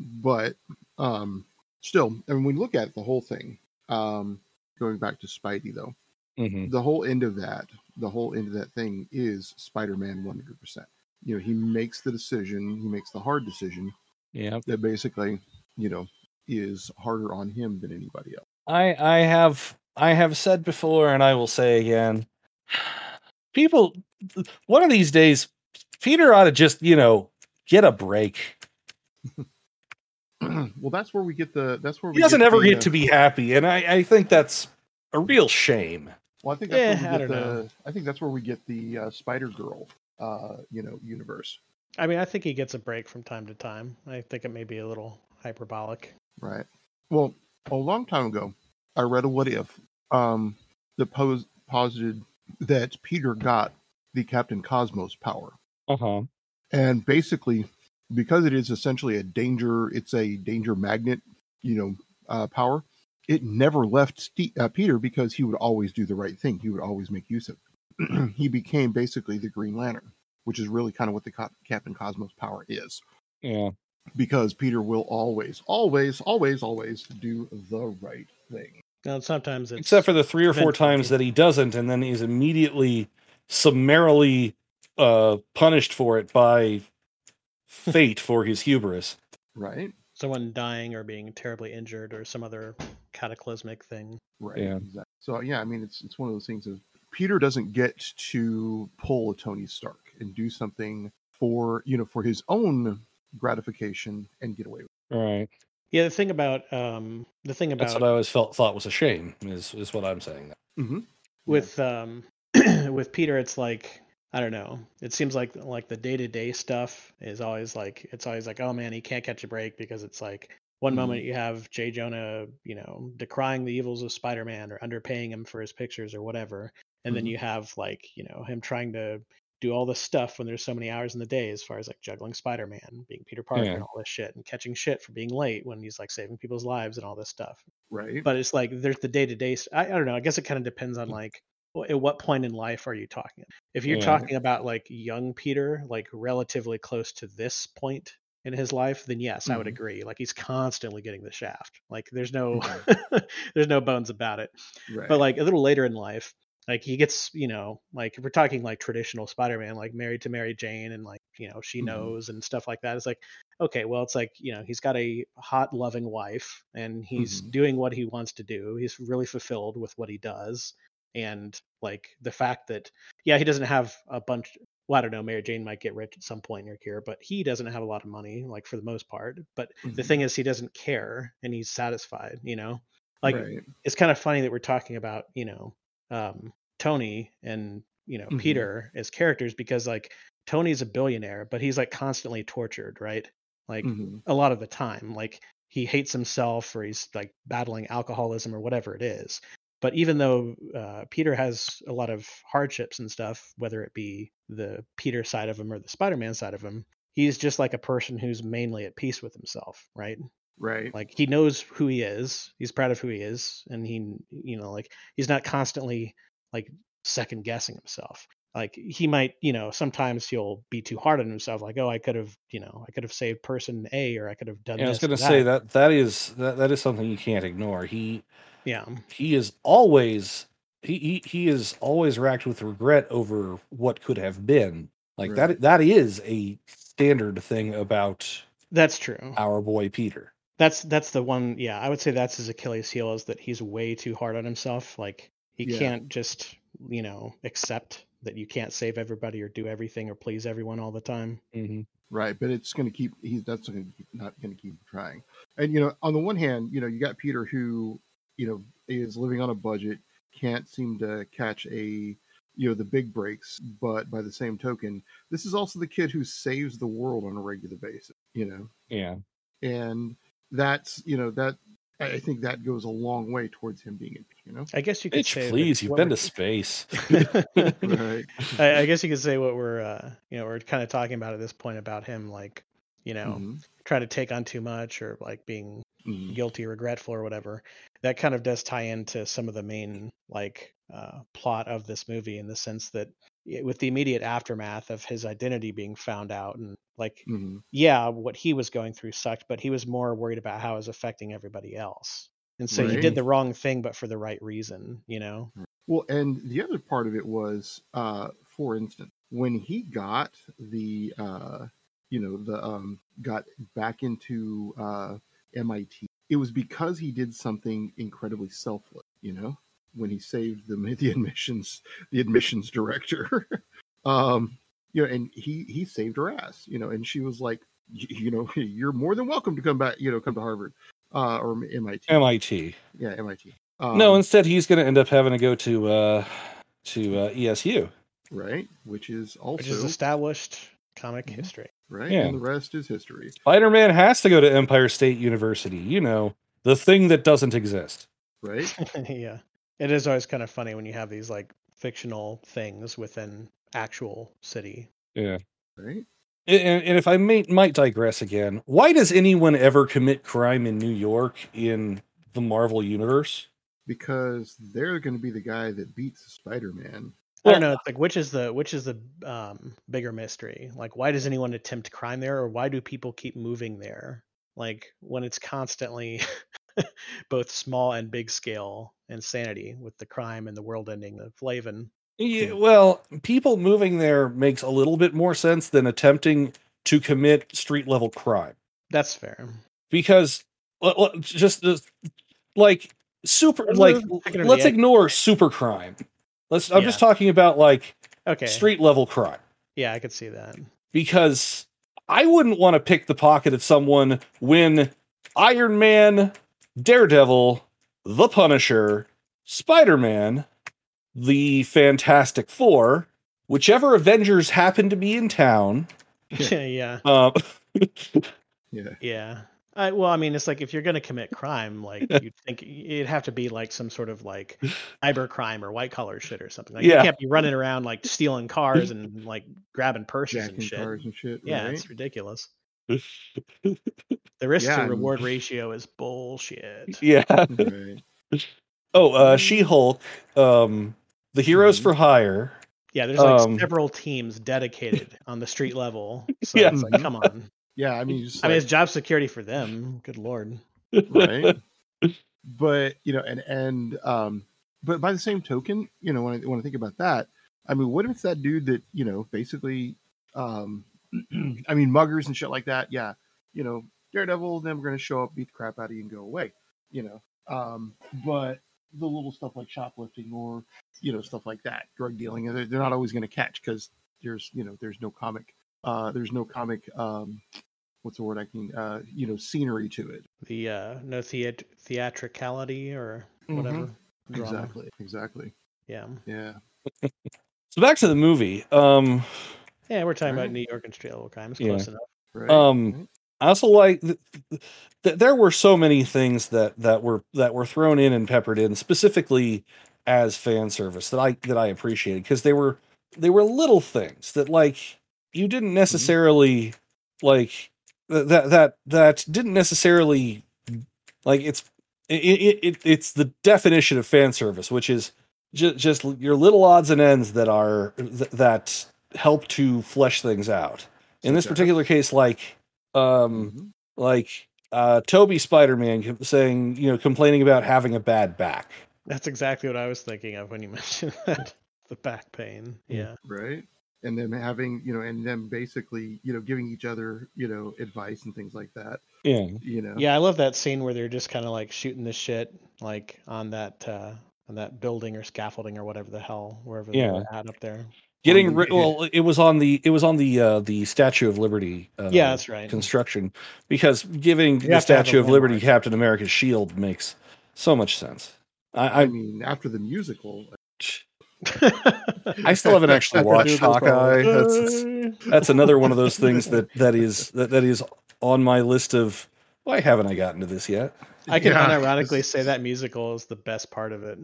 Speaker 2: but um, still, I mean, when you look at the whole thing, um, going back to Spidey though,
Speaker 1: Mm-hmm.
Speaker 2: the whole end of that, the whole end of that thing is Spider-Man one hundred percent. You know, he makes the decision, he makes the hard decision
Speaker 1: Yeah.
Speaker 2: that basically, you know, is harder on him than anybody else.
Speaker 1: I I have I have said before and I will say again people one of these days Peter ought to just, you know, get a break.
Speaker 2: well, that's where we get the. That's where
Speaker 1: He
Speaker 2: we
Speaker 1: doesn't ever
Speaker 2: the, uh,
Speaker 1: get to be happy and I I think that's a real shame.
Speaker 2: Well, I think that's
Speaker 3: Yeah, I
Speaker 2: where we get
Speaker 3: don't
Speaker 2: the.
Speaker 3: know.
Speaker 2: I think that's where we get the uh, Spider Girl, uh, you know, universe,
Speaker 3: I mean, I think he gets a break from time to time. I think it may be a little hyperbolic.
Speaker 2: right? Well, a long time ago, I read a what if um, that pos- posited that Peter got the Captain Cosmos power,
Speaker 1: Uh-huh.
Speaker 2: and basically, because it is essentially a danger, it's a danger magnet, you know, uh, power. It never left Ste uh, Peter because he would always do the right thing. He would always make use of. It. he became basically the Green Lantern, which is really kind of what the Co- Captain Cosmos power is,
Speaker 1: Yeah.
Speaker 2: because Peter will always, always, always, always do the right thing.
Speaker 3: Now, sometimes it's
Speaker 1: Except for the 3 or 4
Speaker 3: Eventually.
Speaker 1: times that he doesn't and then he's immediately summarily uh punished for it by fate for his hubris.
Speaker 2: Right.
Speaker 3: someone dying or being terribly injured or some other cataclysmic thing.
Speaker 2: Right.
Speaker 1: Yeah.
Speaker 2: Exactly. So yeah, I mean, it's it's one of those things of Peter doesn't get to pull a Tony Stark and do something for you know for his own gratification and get away with.
Speaker 1: Right.
Speaker 3: Yeah, the thing about um, the thing
Speaker 1: That's
Speaker 3: about
Speaker 1: what I always felt thought was a shame is is what I'm saying.
Speaker 2: It. Mm-hmm.
Speaker 3: with um with Peter, it's like I don't know. It seems like like the day to day stuff is always like it's always like oh man, he can't catch a break because it's like one
Speaker 1: Mhm.
Speaker 3: moment you have Jay Jonah, you know, decrying the evils of Spider Man or underpaying him for his pictures or whatever, and then
Speaker 1: Mhm.
Speaker 3: you have like you know him trying to do all this stuff when there's so many hours in the day as far as like juggling Spider-Man, being Peter Parker
Speaker 1: Yeah.
Speaker 3: and all this shit and catching shit for being late when he's like saving people's lives and all this stuff
Speaker 2: right?
Speaker 3: but it's like there's the day to day. I I don't know. I guess it kind of depends on like wh- at what point in life are you talking. If you're
Speaker 1: Yeah.
Speaker 3: talking about like young Peter, like relatively close to this point in his life, then yes, I would
Speaker 2: Mhm.
Speaker 3: agree. Like he's constantly getting the shaft. Like there's no there's no bones about it.
Speaker 2: right.
Speaker 3: But like a little later in life, like he gets, you know, like if we're talking like traditional Spider-Man, like married to Mary Jane and like, you know, she
Speaker 2: Mhm.
Speaker 3: knows and stuff like that. It's like, okay, well, it's like, you know, he's got a hot, loving wife and he's
Speaker 2: Mhm.
Speaker 3: doing what he wants to do. He's really fulfilled with what he does. And like the fact that, yeah, he doesn't have a bunch. Well, I don't know. Mary Jane might get rich at some point near here, but he doesn't have a lot of money, like for the most part. But the
Speaker 2: Mhm.
Speaker 3: thing is, he doesn't care and he's satisfied, you know? Like,
Speaker 2: Right.
Speaker 3: it's kind of funny that we're talking about you know um, Tony and you know
Speaker 2: Mhm.
Speaker 3: Peter as characters because like Tony's a billionaire, but he's like constantly tortured, right? Like
Speaker 2: Mhm.
Speaker 3: a lot of the time, like he hates himself or he's like battling alcoholism or whatever it is. But even though uh, Peter has a lot of hardships and stuff, whether it be the Peter side of him or the Spider-Man side of him, he's just like a person who's mainly at peace with himself, right?
Speaker 2: right.
Speaker 3: like he knows who he is he's proud of who he is and he you know like he's not constantly like second guessing himself like he might you know sometimes he'll be too hard on himself like oh i could have you know i could have saved person a or i could have done
Speaker 1: Yeah, I was
Speaker 3: this or
Speaker 1: gonna say that that is that, that is something you can't ignore. He
Speaker 3: yeah
Speaker 1: he is always he he, he is always racked with regret over what could have been. Like
Speaker 2: Right.
Speaker 1: that that is a standard thing about
Speaker 3: that's true
Speaker 1: our boy Peter.
Speaker 3: that's that's the one yeah i would say that's his achilles heel is that he's way too hard on himself like he
Speaker 2: Yeah.
Speaker 3: can't just you know accept that you can't save everybody or do everything or please everyone all the time
Speaker 1: Mm-hmm.
Speaker 2: Right, but it's going to keep. He's that's gonna, keep- not going to keep trying. And you know, on the one hand, you know, you got Peter who, you know, is living on a budget, can't seem to catch a, you know, the big breaks. But by the same token, this is also the kid who saves the world on a regular basis. You know,
Speaker 1: Yeah.
Speaker 2: and that's you know that I I think that goes a long way towards him being, you know,
Speaker 3: i guess you could
Speaker 1: Bitch,
Speaker 3: say that
Speaker 1: please, you've
Speaker 3: what
Speaker 1: been
Speaker 3: we're-
Speaker 1: to space.
Speaker 2: right,
Speaker 3: I, I guess you could say what we're uh, you know we're kind of talking about at this point about him like you know
Speaker 2: Mhm,
Speaker 3: trying to take on too much or like being
Speaker 2: mhm.
Speaker 3: guilty or regretful or whatever that kind of does tie into some of the main like uh, plot of this movie in the sense that yeah, with the immediate aftermath of his identity being found out and like
Speaker 2: Mhm,
Speaker 3: yeah what he was going through sucked but he was more worried about how it was affecting everybody else and so he
Speaker 2: Right.
Speaker 3: did the wrong thing but for the right reason you know
Speaker 2: Well, and the other part of it was, uh, for instance, when he got the, uh, you know, the um, got back into uh, MIT, it was because he did something incredibly selfless. You know, when he saved the the admissions the admissions director, um, you know, and he he saved her ass. You know, and she was like, "Y- you know, you're more than welcome to come back. You know, come to Harvard uh, or MIT.
Speaker 1: MIT.
Speaker 2: yeah, MIT. Um,
Speaker 1: no, instead he's gonna end up having to go to uh to uh, ESU.
Speaker 2: right, which is also
Speaker 3: which is established comic
Speaker 2: Mhm.
Speaker 3: history
Speaker 2: right?
Speaker 1: Yeah.
Speaker 2: And the rest is history.
Speaker 1: Spider Man has to go to Empire State University, you know, the thing that doesn't exist.
Speaker 2: Right?
Speaker 3: yeah. It is always kind of funny when you have these like fictional things within actual city.
Speaker 1: Yeah.
Speaker 2: Right?
Speaker 1: And, and if I may, might digress again, why does anyone ever commit crime in New York in the Marvel universe?
Speaker 2: Because they're going to be the guy that beats Spider Man.
Speaker 3: I
Speaker 1: Well-
Speaker 3: don't know, it's like which is the which is the um bigger mystery? Like why does anyone attempt crime there or why do people keep moving there? Like when it's constantly both small and big scale insanity with the crime and the world ending of Laven.
Speaker 1: Yeah,
Speaker 3: Hmm.
Speaker 1: well, people moving there makes a little bit more sense than attempting to commit street level crime
Speaker 3: That's fair.
Speaker 1: because l- l- just, just like super,
Speaker 3: Well,
Speaker 1: like
Speaker 3: we're picking on the
Speaker 1: let's
Speaker 3: edge.
Speaker 1: ignore super crime. Let's. I'm just talking about like
Speaker 3: Okay.
Speaker 1: street level crime.
Speaker 3: Yeah, I could see that.
Speaker 1: because I wouldn't want to pick the pocket of someone when Iron Man, Daredevil, The Punisher, Spider Man, the Fantastic Four, whichever Avengers happen to be in town.
Speaker 3: yeah, yeah.
Speaker 1: Uh,
Speaker 4: Yeah.
Speaker 3: yeah. I, well, I mean, it's like if you're going to commit crime, like you'd think it'd have to be like some sort of like cyber crime or white collar shit or something. Like you
Speaker 1: Yeah.
Speaker 3: can't be running around like stealing cars and like grabbing purses and
Speaker 4: Jacking
Speaker 3: shit.
Speaker 4: cars and shit.
Speaker 3: Yeah,
Speaker 4: right?
Speaker 3: it's ridiculous. The risk
Speaker 2: Yeah,
Speaker 3: to
Speaker 2: and-
Speaker 3: reward ratio is bullshit.
Speaker 1: yeah.
Speaker 4: Right.
Speaker 1: Oh, uh, She Hulk, um, the Heroes
Speaker 4: Mhm.
Speaker 1: for Hire.
Speaker 3: Yeah, there's like
Speaker 1: Um,
Speaker 3: several teams dedicated on the street level. So
Speaker 1: Yeah.
Speaker 3: it's like, come on.
Speaker 4: Yeah, I mean, just
Speaker 3: I mean,
Speaker 4: like-
Speaker 3: it's job security for them. Good lord.
Speaker 4: right?
Speaker 2: but you know and and um but by the same token you know when i when i think about that i mean what if it's that dude that you know basically um i mean muggers and shit like that yeah you know daredevil then we're going to show up beat the crap out of you and go away you know um but the little stuff like shoplifting or you know stuff like that drug dealing they're, they're not always going to catch because there's you know there's no comic uh there's no comic um what's the word i can uh you know scenery to it
Speaker 3: The uh, no theat- theatricality or
Speaker 4: Mm-hmm.
Speaker 1: Mhm.
Speaker 3: whatever. Drama.
Speaker 2: exactly exactly
Speaker 3: Yeah.
Speaker 2: yeah
Speaker 1: So back to the movie. Um,
Speaker 3: Yeah, we're talking
Speaker 2: Right.
Speaker 3: about New York and Strail crimes.
Speaker 1: Yeah.
Speaker 3: Close enough.
Speaker 2: Right.
Speaker 1: Um,
Speaker 2: right.
Speaker 1: I also like th- th- there were so many things that that were that were thrown in and peppered in specifically as fan service that I that I appreciated because they were they were little things that like you
Speaker 2: Mm-hmm.
Speaker 1: didn't necessarily like th- that that that didn't necessarily like it's it, it, it it's the definition of fan service which is ju- just your little odds and ends that are th- that help to flesh things out in this
Speaker 2: Okay.
Speaker 1: particular case like um
Speaker 2: Mhm.
Speaker 1: like uh toby spider-man com- saying you know complaining about having a bad back
Speaker 3: That's exactly what I was thinking of when you mentioned that. The back pain.
Speaker 1: Mm.
Speaker 3: Yeah.
Speaker 2: right and them having you know and them basically you know giving each other you know advice and things like that
Speaker 1: yeah
Speaker 2: you know
Speaker 3: Mm-hmm. Yeah, I love that scene where they're just kind of like shooting the shit like on that uh on that building or scaffolding or whatever the hell wherever they
Speaker 1: Yeah.
Speaker 3: were at up there.
Speaker 1: getting
Speaker 2: On
Speaker 1: ri-
Speaker 2: the-
Speaker 1: well Um, it was on the it was on the uh the statue of liberty uh,
Speaker 3: yeah, that's right.
Speaker 1: construction because giving the
Speaker 3: have to have a
Speaker 1: statue of liberty
Speaker 3: landmark.
Speaker 1: captain america's shield makes so much sense i
Speaker 2: i
Speaker 1: i,
Speaker 2: mean after the musical
Speaker 1: I still haven't actually
Speaker 2: After
Speaker 1: watched
Speaker 2: Google
Speaker 1: hawkeye that's, it's-
Speaker 3: Uh,
Speaker 1: that's another one of those things that that is that, that is on my list of why haven't i gotten to this yet
Speaker 3: I can
Speaker 2: Yeah.
Speaker 3: unironically say that musical is the best part of it.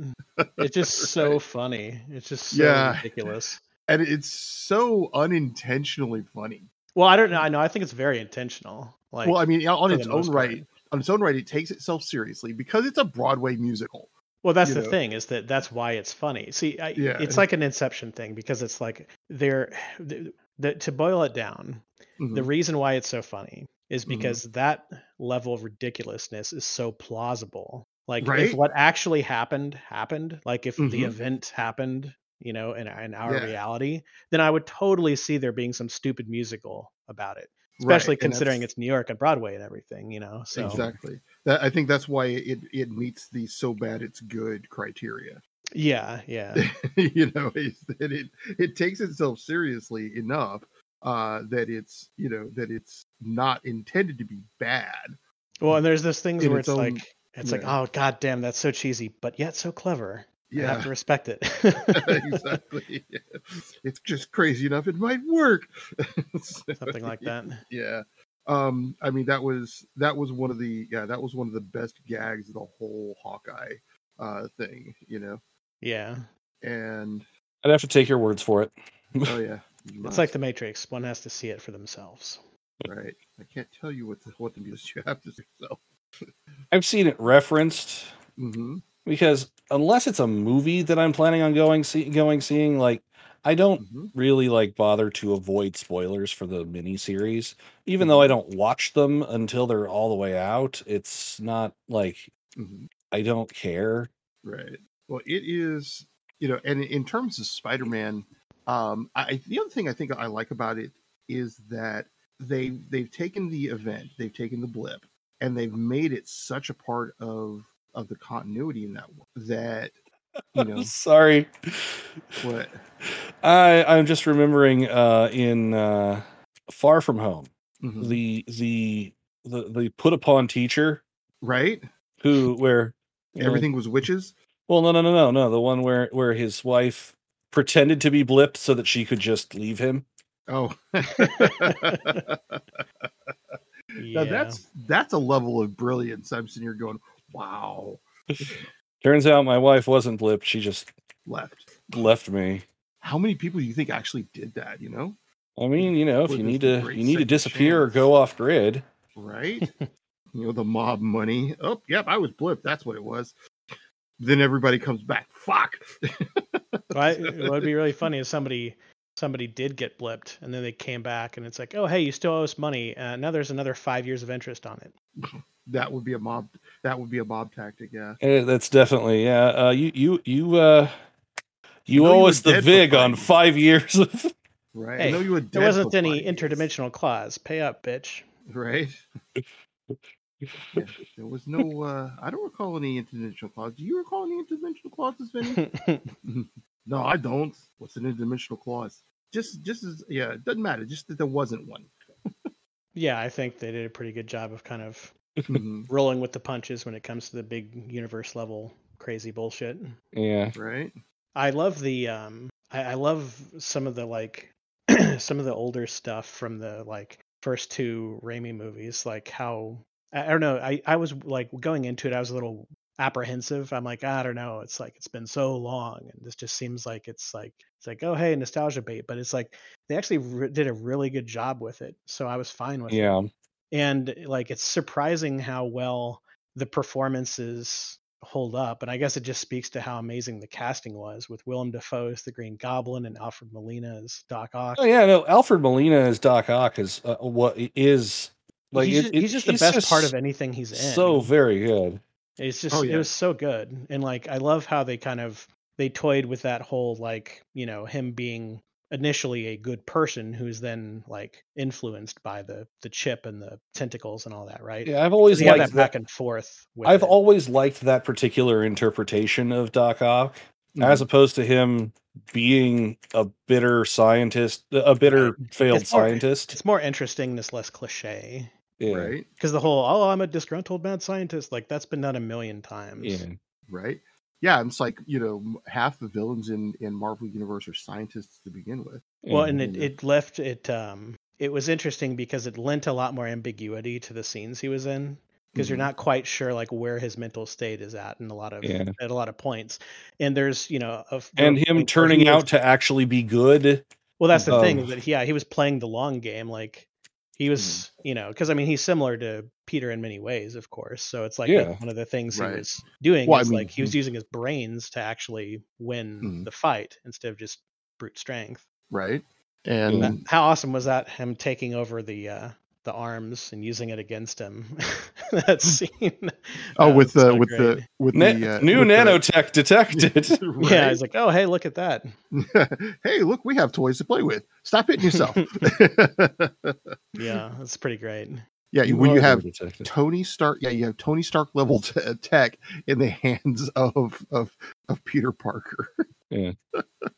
Speaker 3: It's just so funny. It's just so
Speaker 2: Yeah.
Speaker 3: ridiculous.
Speaker 2: and it's so unintentionally funny
Speaker 3: Well, I don't know. I know. I think it's very intentional. Like,
Speaker 2: well i mean on
Speaker 3: for the
Speaker 2: its own
Speaker 3: most part.
Speaker 2: right on its own right it takes itself seriously because it's a broadway musical
Speaker 3: Well, that's
Speaker 2: you
Speaker 3: the
Speaker 2: know.
Speaker 3: thing is that that's why it's funny. See, I,
Speaker 2: Yeah.
Speaker 3: it's like an Inception thing because it's like they're the, the, to boil it down. The
Speaker 2: Mhm.
Speaker 3: reason why it's so funny is
Speaker 2: Mhm.
Speaker 3: because that level of ridiculousness is so plausible. Like if
Speaker 2: Right?
Speaker 3: what actually happened happened, like if the
Speaker 2: Mhm.
Speaker 3: event happened, you know, in, in our
Speaker 2: Yeah.
Speaker 3: reality, then I would totally see there being some stupid musical about it,
Speaker 2: Right,
Speaker 3: especially
Speaker 2: and
Speaker 3: considering
Speaker 2: that's-
Speaker 3: it's New York and Broadway and everything, you know. So
Speaker 2: exactly that, i think that's why it it meets the so bad it's good criteria
Speaker 3: yeah, yeah.
Speaker 2: you know is that it it takes itself seriously enough uh that it's you know that it's not intended to be bad
Speaker 3: Well, and there's those things
Speaker 2: in
Speaker 3: where
Speaker 2: its
Speaker 3: it's
Speaker 2: own-
Speaker 3: like it's like,
Speaker 2: yeah.
Speaker 3: oh god damn, that's so cheesy, but yet so clever. You have
Speaker 2: yeah
Speaker 3: to respect it.
Speaker 2: exactly it's just crazy enough it might work So,
Speaker 3: Something like that.
Speaker 2: yeah um i mean that was that was one of the yeah that was one of the best gags of the whole hawkeye uh thing you know
Speaker 3: Yeah.
Speaker 2: and
Speaker 1: i'd have to take your words for it
Speaker 2: oh yeah you
Speaker 3: It's
Speaker 2: must,
Speaker 3: like the Matrix. One has to see it for themselves.
Speaker 2: right i can't tell you what the what the music you have to yourself
Speaker 1: i've seen it referenced
Speaker 2: mm-hmm.
Speaker 1: because unless it's a movie that I'm planning on going see, going seeing, like I don't
Speaker 2: hmm
Speaker 1: really like bother to avoid spoilers for the mini series, even though I don't watch them until they're all the way out. It's not like
Speaker 2: hmm
Speaker 1: I don't care.
Speaker 2: Right. Well, it is, you know, and in terms of Spider Man, um, I I- the other thing I think I like about it is that they they've taken the event, they've taken the blip, and they've made it such a part of of the continuity in that w- that you know
Speaker 1: Sorry,
Speaker 2: what
Speaker 1: I I'm just remembering uh, in uh, Far From Home
Speaker 2: Mhm.
Speaker 1: the the the the put upon teacher
Speaker 2: right
Speaker 1: who where you know,
Speaker 2: everything was witches
Speaker 1: Well, no, no, no, no, no. The one where where his wife pretended to be blipped so that she could just leave him.
Speaker 2: Oh,
Speaker 3: Yeah.
Speaker 2: now that's that's a level of brilliance. I'm sitting here going, wow,
Speaker 1: Turns out my wife wasn't blipped. She just
Speaker 2: left.
Speaker 1: left me.
Speaker 2: How many people do you think actually did that? You know,
Speaker 1: I mean, you know, if
Speaker 2: Well,
Speaker 1: you
Speaker 2: there's
Speaker 1: need
Speaker 2: the
Speaker 1: to
Speaker 2: great
Speaker 1: you need to
Speaker 2: second
Speaker 1: disappear or
Speaker 2: chance.
Speaker 1: go off grid.
Speaker 2: right? you know, the mob money. Oh, yep, I was blipped. That's what it was. Then everybody comes back. Fuck.
Speaker 3: Right? What would be really funny is somebody somebody did get blipped and then they came back and it's like, oh hey, you still owe us money. Uh, now there's another five years of interest on it.
Speaker 2: That would be a mob. That would be a mob tactic. Yeah.
Speaker 1: Eh, that's definitely yeah. Uh, you you you uh you
Speaker 2: know you
Speaker 1: owe
Speaker 2: were
Speaker 1: us the
Speaker 2: dead for
Speaker 1: vig
Speaker 2: five
Speaker 1: on
Speaker 2: years.
Speaker 1: five years of
Speaker 2: Right.
Speaker 3: Hey,
Speaker 2: I know you would.
Speaker 3: There wasn't any interdimensional clause. Pay up, bitch.
Speaker 2: Right. Yeah, there was no. Uh, I don't recall any interdimensional clause. Do you recall any interdimensional clauses, Vinny? No, I don't. What's an interdimensional clause? Just, just as yeah, it doesn't matter. Just that there wasn't one.
Speaker 3: yeah, I think they did a pretty good job of kind of
Speaker 2: Mhm,
Speaker 3: rolling with the punches when it comes to the big universe level crazy bullshit.
Speaker 1: yeah.
Speaker 2: right?
Speaker 3: I love the um I, I love some of the like some of the older stuff from the like first two Raimi movies, like how I, I don't know, I, I was like going into it, I was a little apprehensive. I'm like, I don't know, it's like it's been so long and this just seems like it's like it's like, oh hey, nostalgia bait, but it's like they actually re- did a really good job with it. So I was fine with it
Speaker 1: Yeah.
Speaker 3: and eh, like it's surprising how well the performances hold up and i guess it just speaks to how amazing the casting was with willem dafoe as the green goblin and alfred molina as doc ock
Speaker 1: Oh yeah, no. Alfred Molina as Doc Ock is uh, what it is like.
Speaker 3: he's,
Speaker 1: it-
Speaker 3: just,
Speaker 1: it-
Speaker 3: he's just the best part of anything he's in
Speaker 1: So very good.
Speaker 3: It's just
Speaker 2: Oh,
Speaker 3: it
Speaker 2: yeah.
Speaker 3: was so good. And like I love how they kind of they toyed with that whole like, you know, him being initially a good person who's then like influenced by the the chip and the tentacles and all that, right?
Speaker 1: Yeah, I've
Speaker 3: So
Speaker 1: always
Speaker 3: they have
Speaker 1: liked
Speaker 3: that
Speaker 1: that.
Speaker 3: back and forth with
Speaker 1: I've
Speaker 3: it.
Speaker 1: always liked that particular interpretation of Doc Ock,
Speaker 3: Mm-hmm.
Speaker 1: as opposed to him being a bitter scientist, a bitter failed
Speaker 3: It's more-
Speaker 1: scientist.
Speaker 3: it's more interesting and it's less cliche.
Speaker 1: Yeah.
Speaker 2: Right,
Speaker 3: Because the whole oh I'm a disgruntled mad scientist, like that's been done a million times.
Speaker 1: Yeah.
Speaker 2: right. Yeah, and it's like you know, m- half the villains in in Marvel universe are scientists to begin with.
Speaker 3: Well, and it,
Speaker 2: Mhm.
Speaker 3: it left it um it was interesting because it lent a lot more ambiguity to the scenes he was in because you're
Speaker 2: Mhm.
Speaker 3: not quite sure like where his mental state is at in a lot of
Speaker 1: Mm-hmm. Yeah.
Speaker 3: at a lot of points. And there's, you know, of
Speaker 1: and him turning out to actually be good.
Speaker 3: Well, that's
Speaker 2: Oh,
Speaker 3: the thing
Speaker 1: um,
Speaker 3: is that yeah, he was playing the long game like he
Speaker 2: Mm.
Speaker 3: was, you know, because I mean, he's similar to Peter in many ways, of course. So it's like that's
Speaker 1: Yeah.
Speaker 3: one of the things
Speaker 2: Right.
Speaker 3: he was doing
Speaker 2: Well, I
Speaker 3: is
Speaker 2: mean,
Speaker 3: like he was
Speaker 2: mm.
Speaker 3: using his brains to actually win
Speaker 2: Mhm.
Speaker 3: the fight instead of just brute strength.
Speaker 2: Right, and
Speaker 3: And that- how awesome was that? Him taking over the uh, the arms and using it against him. that scene.
Speaker 2: Mm. oh,
Speaker 3: uh,
Speaker 2: with
Speaker 3: was
Speaker 2: the
Speaker 3: so
Speaker 2: with
Speaker 3: great.
Speaker 2: the with
Speaker 1: Na-
Speaker 2: the uh,
Speaker 1: new
Speaker 2: with the-
Speaker 1: nanotech detected.
Speaker 3: Yeah,
Speaker 2: Right?
Speaker 3: he's like, oh hey, look at that.
Speaker 2: hey, look, we have toys to play with. Stop hitting yourself.
Speaker 3: Yeah, that's pretty great.
Speaker 2: yeah, when
Speaker 1: are
Speaker 2: you have
Speaker 1: the detective.
Speaker 2: Tony Stark, yeah, you have Tony Stark level t- tech in the hands of of of Peter Parker.
Speaker 1: new
Speaker 2: I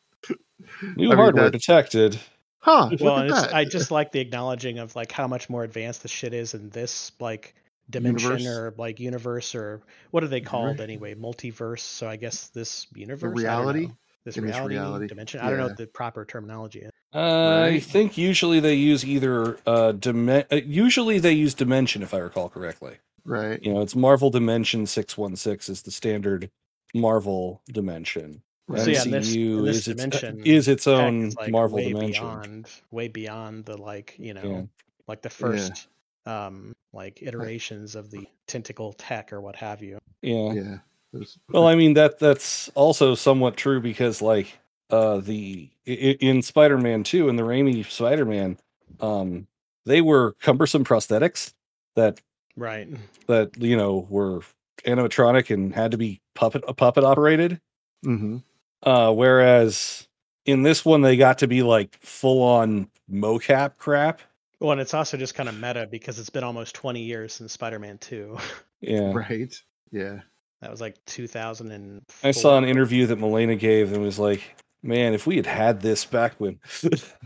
Speaker 2: mean,
Speaker 1: hardware
Speaker 2: that-
Speaker 1: detected.
Speaker 2: Huh? Look
Speaker 3: well,
Speaker 2: at
Speaker 3: and it's,
Speaker 2: that.
Speaker 3: I just like the acknowledging of like how much more advanced the shit is in this like dimension
Speaker 2: Universe?
Speaker 3: or like universe or what are they called
Speaker 2: Universe?
Speaker 3: anyway? Multiverse. So I guess this universe, I don't
Speaker 2: reality?
Speaker 3: know. this
Speaker 2: In this
Speaker 3: reality,
Speaker 2: reality,
Speaker 3: dimension. I don't know
Speaker 2: yeah.
Speaker 3: what the proper terminology is.
Speaker 1: I
Speaker 2: Right.
Speaker 1: think usually they use either uh, dimen- uh, usually they use dimension if I recall correctly.
Speaker 2: right.
Speaker 1: You know, it's Marvel Dimension 616 is the standard Marvel dimension.
Speaker 2: Right.
Speaker 3: So yeah, in this,
Speaker 1: MCU
Speaker 3: in this
Speaker 1: is its, uh,
Speaker 3: dimension
Speaker 1: is its
Speaker 3: tech
Speaker 1: own
Speaker 3: is, like,
Speaker 1: Marvel
Speaker 3: way
Speaker 1: dimension.
Speaker 3: beyond, way beyond the like you know,
Speaker 1: Yeah.
Speaker 3: like the first um like iterations of the tentacle tech or what have you.
Speaker 1: Yeah.
Speaker 2: Yeah. There's-
Speaker 1: Well, I mean that that's also somewhat true because like uh the i- i- in Spider-Man 2 and the Raimi Spider-Man um they were cumbersome prosthetics that
Speaker 3: Right.
Speaker 1: that you know were animatronic and had to be puppet puppet operated
Speaker 2: Mhm.
Speaker 1: uh whereas in this one they got to be like full on mocap crap.
Speaker 3: Well, and it's also just kind of meta because it's been almost 20 years since Spider-Man 2.
Speaker 1: Yeah.
Speaker 2: Right. Yeah.
Speaker 3: That was like 2000 and
Speaker 1: I saw an interview that Milena gave and was like, "Man, if we had had this back when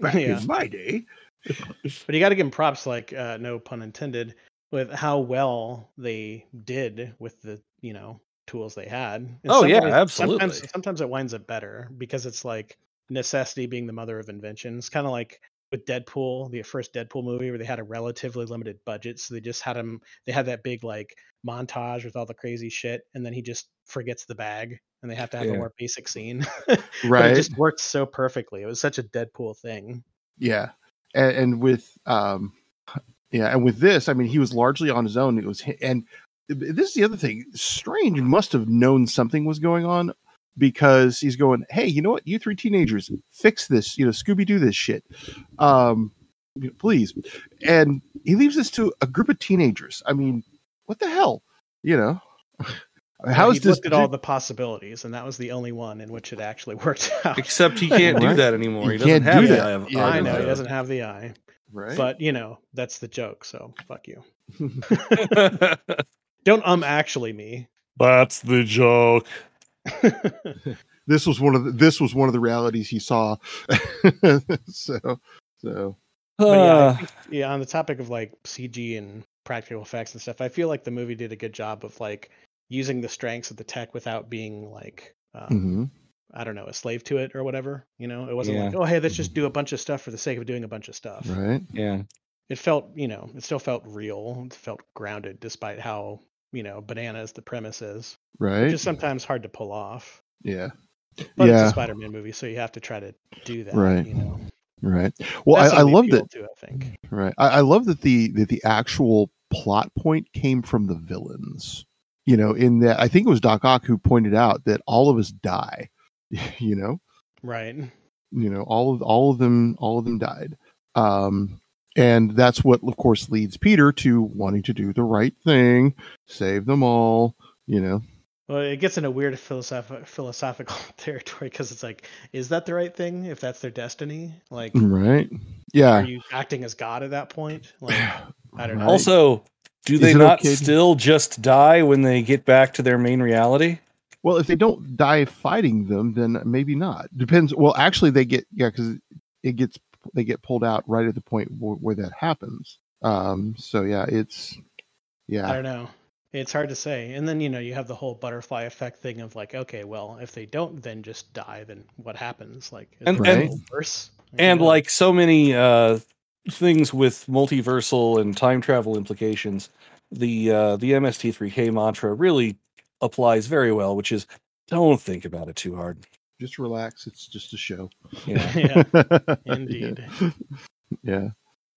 Speaker 2: Back
Speaker 3: Yeah.
Speaker 2: in my day.
Speaker 3: But you got to give them props, like uh, no pun intended, with how well they did with the you know tools they had. And
Speaker 1: Oh,
Speaker 3: some
Speaker 1: yeah,
Speaker 3: ways-
Speaker 1: absolutely.
Speaker 3: Sometimes, sometimes it winds up better because it's like necessity being the mother of invention. It's kind of like with Deadpool, the first Deadpool movie, where they had a relatively limited budget, so they just had him. They had that big like montage with all the crazy shit, and then he just forgets the bag, and they have to have
Speaker 1: Yeah.
Speaker 3: a more basic scene. But
Speaker 2: Right.
Speaker 3: it just worked so perfectly. It was such a Deadpool thing.
Speaker 2: Yeah, and, and with um, yeah, and with this, I mean, he was largely on his own. It was, hi- and this is the other thing. Strange must have known something was going on because he's going, "Hey, you know what? You three teenagers, fix this. You know, Scooby Doo this shit, um, you know, please." And he leaves this to a group of teenagers. I mean, what the hell, you know? How
Speaker 3: Like,
Speaker 2: is
Speaker 3: he
Speaker 2: this?
Speaker 3: looked at all the possibilities, and that was the only one in which it actually worked out.
Speaker 1: Except he can't do
Speaker 2: Right.
Speaker 1: that anymore.
Speaker 2: He
Speaker 1: He, doesn't
Speaker 2: can't
Speaker 1: have
Speaker 2: do
Speaker 1: the
Speaker 2: that.
Speaker 1: eye of
Speaker 2: Yeah,
Speaker 1: eye
Speaker 3: I
Speaker 1: of
Speaker 3: know he
Speaker 1: Io.
Speaker 3: doesn't have the eye,
Speaker 2: right?
Speaker 3: but you know that's the joke. So fuck you. Don't um actually me.
Speaker 1: That's the joke.
Speaker 2: this was one of the, this was one of the realities he saw. so, so Ah.
Speaker 3: But yeah, I
Speaker 1: Uh,
Speaker 3: think- yeah, on the topic of like CG and practical effects and stuff, I feel like the movie did a good job of like using the strengths of the tech without being like um,
Speaker 2: mhm.
Speaker 3: I don't know, a slave to it or whatever. You know, it wasn't
Speaker 1: Yeah.
Speaker 3: like, oh hey, let's just do a bunch of stuff for the sake of doing a bunch of stuff.
Speaker 2: Mm-hmm. right.
Speaker 1: yeah.
Speaker 3: It felt, you know, it still felt real. It felt grounded despite how, you know, bananas the premise is.
Speaker 2: Right.
Speaker 3: Which is sometimes hard to pull off.
Speaker 2: yeah.
Speaker 3: But it's
Speaker 2: Yeah.
Speaker 3: a Spider Man movie, so you have to try to do that.
Speaker 2: Right.
Speaker 3: You know?
Speaker 2: Right. Well,
Speaker 3: That's
Speaker 2: I, I
Speaker 3: some of the
Speaker 2: love that.
Speaker 3: appeal to it, I think.
Speaker 2: Right. I, I love that the that the actual plot point came from the villains. You know, in that I think it was Doc Ock who pointed out that all of us die. You know,
Speaker 3: Right.
Speaker 2: you know all of all of them all of them died. Um, and that's what of course leads Peter to wanting to do the right thing, save them all. You know.
Speaker 3: Well, it gets into weird philosoph- philosophical territory because it's like, is that the right thing if that's their destiny? Like,
Speaker 2: Right. Mm, Yeah.
Speaker 3: are you acting as God at that point? Like, I don't know.
Speaker 2: Right.
Speaker 1: Also, do
Speaker 2: Is
Speaker 1: they
Speaker 2: it
Speaker 1: not
Speaker 2: okay to-
Speaker 1: still just die when they get back to their main reality?
Speaker 2: Well, if they don't die fighting them, then maybe not. Depends. Well, actually, they get yeah, because it gets they get pulled out right at the point where, where that happens. Um. So yeah, it's
Speaker 3: I
Speaker 2: yeah,
Speaker 3: don't know. It's hard to say. And then, you know, you have the whole butterfly effect thing of like, okay, well, if they don't then just die, then what happens? Like, is
Speaker 1: And-
Speaker 3: the
Speaker 2: and-
Speaker 3: world worse? I don't
Speaker 1: And
Speaker 3: know.
Speaker 1: like so many uh, things with multiversal and time travel implications, the uh, the MST3K mantra really applies very well, which is don't think about it too hard.
Speaker 2: just relax. It's just a show.
Speaker 1: Yeah.
Speaker 3: yeah, indeed.
Speaker 2: Yeah. Yeah.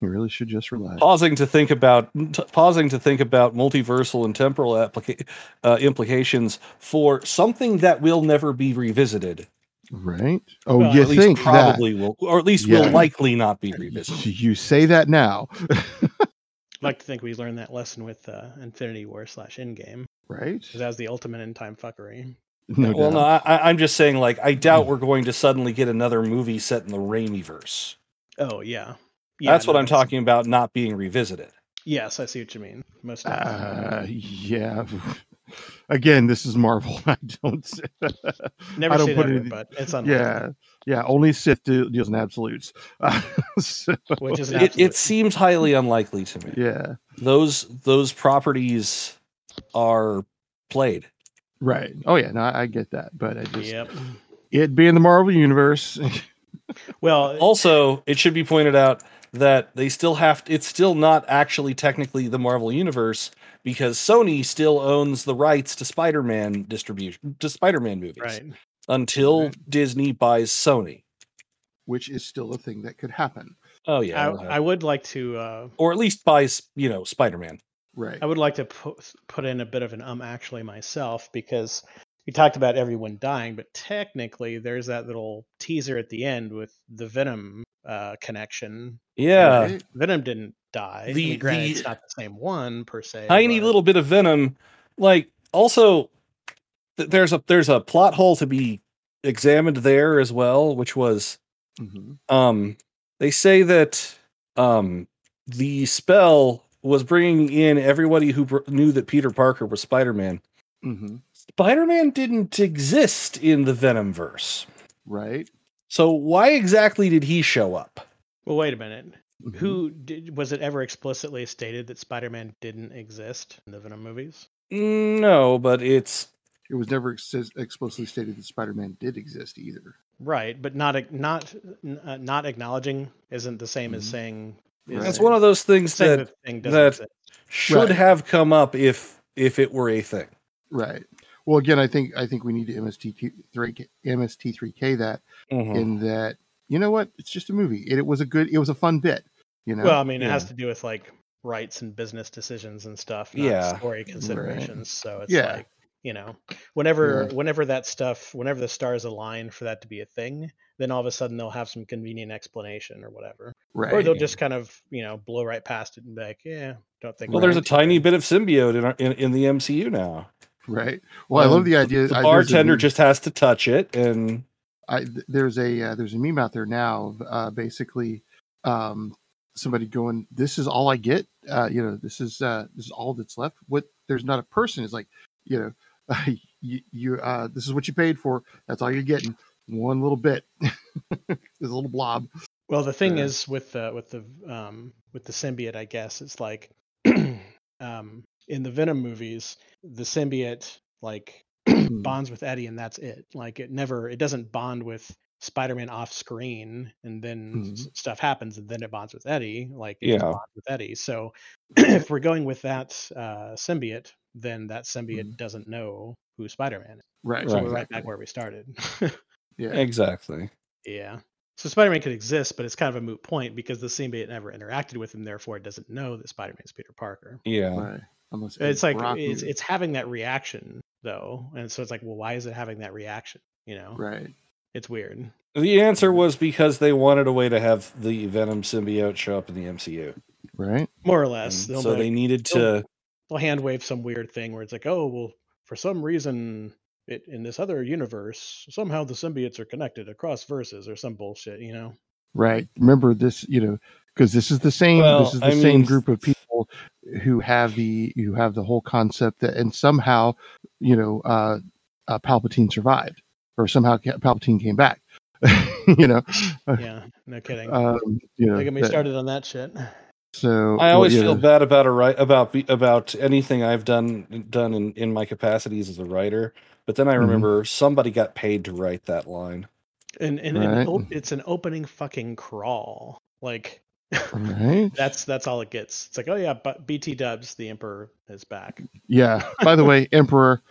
Speaker 2: You really should just relax.
Speaker 1: pausing to think about t- pausing to think about multiversal and temporal applica- uh, implications for something that will never be revisited.
Speaker 2: Right? Oh,
Speaker 3: Well,
Speaker 2: you
Speaker 1: at least
Speaker 2: think
Speaker 1: probably will, or at least
Speaker 2: Yeah.
Speaker 1: will likely not be
Speaker 2: that?
Speaker 1: revisited.
Speaker 2: You say that now,
Speaker 3: I'd like to think we learned that lesson with uh, Infinity War slash Endgame
Speaker 2: right?
Speaker 3: because that was the ultimate end time fuckery.
Speaker 2: No
Speaker 1: well, no,
Speaker 2: doubt.
Speaker 1: I, I- I'm just saying, like, I
Speaker 2: Mm.
Speaker 1: doubt we're going to suddenly get another movie set in the Raimiverse.
Speaker 3: Oh yeah, yeah
Speaker 1: that's
Speaker 3: no,
Speaker 1: what I'm talking about, not being revisited.
Speaker 3: Yes, I see what you mean. Most definitely.
Speaker 2: Uh, yeah. Again, this is Marvel. I don't.
Speaker 3: never
Speaker 2: I don't
Speaker 3: say
Speaker 2: put
Speaker 3: never,
Speaker 2: it-
Speaker 3: but it's unlikely.
Speaker 2: Yeah, yeah. Only Sith de- deals in absolutes. Uh, so,
Speaker 3: which is an
Speaker 1: It,
Speaker 3: absolute-
Speaker 1: it seems highly unlikely to me.
Speaker 2: yeah,
Speaker 1: Those those properties are played.
Speaker 2: right. Oh yeah, no, I, I get that, but I just
Speaker 3: Yep.
Speaker 2: it being the Marvel universe.
Speaker 3: Well,
Speaker 1: Also, it should be pointed out that they still have it's still not actually technically the Marvel universe because Sony still owns the rights to Spider-Man distribution to Spider-Man movies
Speaker 3: right.
Speaker 1: until
Speaker 2: Right.
Speaker 1: Disney buys Sony.
Speaker 2: Which is still a thing that could happen,
Speaker 1: Oh yeah.
Speaker 3: I, I would like to. Uh,
Speaker 1: or at least buys, you know, Spider-Man.
Speaker 2: right?
Speaker 3: I would like to put put in a bit of an um actually myself because we talked about everyone dying, but technically there's that little teaser at the end with the Venom uh, connection.
Speaker 1: Yeah.
Speaker 2: Right?
Speaker 3: Venom didn't die. I
Speaker 1: The-
Speaker 3: mean, granted,
Speaker 1: the-
Speaker 3: it's not the same one per se.
Speaker 1: Tiny
Speaker 3: but-
Speaker 1: little bit of venom. Like also th- there's a there's a plot hole to be examined there as well, which was
Speaker 2: Mhm.
Speaker 1: um they say that um the spell was bringing in everybody who br- knew that Peter Parker was Spider-Man.
Speaker 2: Mhm.
Speaker 1: Spider-Man didn't exist in the Venom verse.
Speaker 2: Right.
Speaker 1: So why exactly did he show up?
Speaker 3: Well, wait a minute.
Speaker 1: Mm-hmm.
Speaker 2: Mhm.
Speaker 3: Who did, was it ever explicitly stated that Spider-Man didn't exist in the Venom movies?
Speaker 1: No, Mm, but it's
Speaker 2: It was never ex- explicitly stated that Spider-Man did exist either.
Speaker 3: Right, but not ac- not n- uh, not acknowledging isn't the same as saying.
Speaker 2: Right.
Speaker 1: That's one of those things
Speaker 3: saying
Speaker 1: Mm-hmm. that
Speaker 3: the thing doesn't
Speaker 1: that-
Speaker 3: exist.
Speaker 1: should
Speaker 2: Right.
Speaker 1: have come up if if it were a thing.
Speaker 2: Right. Well, again, I think I think we need to MST three MST three K that
Speaker 3: Hmm.
Speaker 1: Mm-hmm.
Speaker 2: in that you know what? It's just a movie. It, it was a good. It was a fun bit. You know.
Speaker 3: Well, I mean, it
Speaker 1: yeah.
Speaker 3: has to do with like rights and business decisions and stuff, not
Speaker 1: Yeah.
Speaker 3: story considerations. So it's
Speaker 2: Yeah.
Speaker 3: like you know, whenever
Speaker 2: Yeah.
Speaker 3: whenever that stuff, whenever the stars align for that to be a thing, then all of a sudden they'll have some convenient explanation or whatever,
Speaker 2: right.
Speaker 3: or they'll just kind of you know blow right past it and be like, yeah, don't think.
Speaker 1: Well,
Speaker 3: we're
Speaker 1: there's a
Speaker 3: gonna do
Speaker 1: tiny bit of symbiote in, our, in in the MCU now.
Speaker 2: right. Well, I love the idea.
Speaker 1: Um, The
Speaker 2: I- there's a
Speaker 1: bartender
Speaker 2: meme-
Speaker 1: just has to touch it, and
Speaker 2: I, th- there's a uh, there's a meme out there now. Of, uh, basically, um, somebody going, "This is all I get." Uh, you know, this is uh, this is all that's left. What there's not a person is like, you know, you, you uh, this is what you paid for. That's all you're getting. One little bit, this little blob.
Speaker 3: Well, the thing
Speaker 2: Yeah.
Speaker 3: is with the with the um, with the symbiote, I guess it's like um, in the Venom movies, the symbiote like
Speaker 1: Hmm. Mm.
Speaker 3: bonds with Eddie, and that's it. Like it never, it doesn't bond with Spider-Man off screen, and then s- stuff happens, and then it bonds with Eddie. Like it just
Speaker 1: Mm-hmm. Yeah.
Speaker 3: bonds with Eddie. So if we're going with that uh, symbiote, then that symbiote doesn't know who Spider-Man is.
Speaker 2: Right.
Speaker 1: Mm-hmm.
Speaker 3: So
Speaker 1: Right.
Speaker 3: we're right back
Speaker 2: exactly.
Speaker 3: where we started.
Speaker 2: Yeah.
Speaker 1: exactly.
Speaker 3: Yeah. So Spider-Man could exist, but it's kind of a moot point because the symbiote never interacted with him, therefore it doesn't know that Spider-Man's Peter Parker.
Speaker 1: Yeah,
Speaker 2: Right. Unless
Speaker 3: It's like
Speaker 2: Brock
Speaker 3: it's,
Speaker 2: movie.
Speaker 3: it's having that reaction though, and so it's like, well, why is it having that reaction? You know,
Speaker 2: right.
Speaker 3: it's weird.
Speaker 1: the answer was because they wanted a way to have the Venom symbiote show up in the MCU.
Speaker 2: Right.
Speaker 3: More or less,
Speaker 1: And
Speaker 3: they'll,
Speaker 1: so
Speaker 3: like,
Speaker 1: they needed
Speaker 3: they'll-
Speaker 1: to.
Speaker 3: they'll hand wave some weird thing where it's like, oh, well, for some reason, it, in this other universe, somehow the symbiotes are connected across verses or some bullshit. You know,
Speaker 2: Right. Remember this, you know, because this is the same.
Speaker 1: Well,
Speaker 2: this is the
Speaker 1: I
Speaker 2: same
Speaker 1: mean-
Speaker 2: group of people who have the who have the whole concept that, and somehow, you know, uh, uh Palpatine survived, or somehow Ca- Palpatine came back. you know,
Speaker 1: Uh,
Speaker 3: yeah, no kidding.
Speaker 2: um, you know.
Speaker 3: Don't get me
Speaker 2: that-
Speaker 3: started on that shit.
Speaker 2: So
Speaker 1: I always
Speaker 2: well, you
Speaker 1: feel
Speaker 2: know,
Speaker 1: bad about a write about be- about anything I've done done in, in my capacities as a writer, but then I
Speaker 2: Mhm.
Speaker 1: remember somebody got paid to write that line.
Speaker 3: and and, and
Speaker 2: Right.
Speaker 3: op- it's an opening fucking crawl like
Speaker 2: Right.
Speaker 3: that's that's all it gets it's like oh yeah but bt dubs the emperor is back
Speaker 2: Yeah. By the way, Emperor.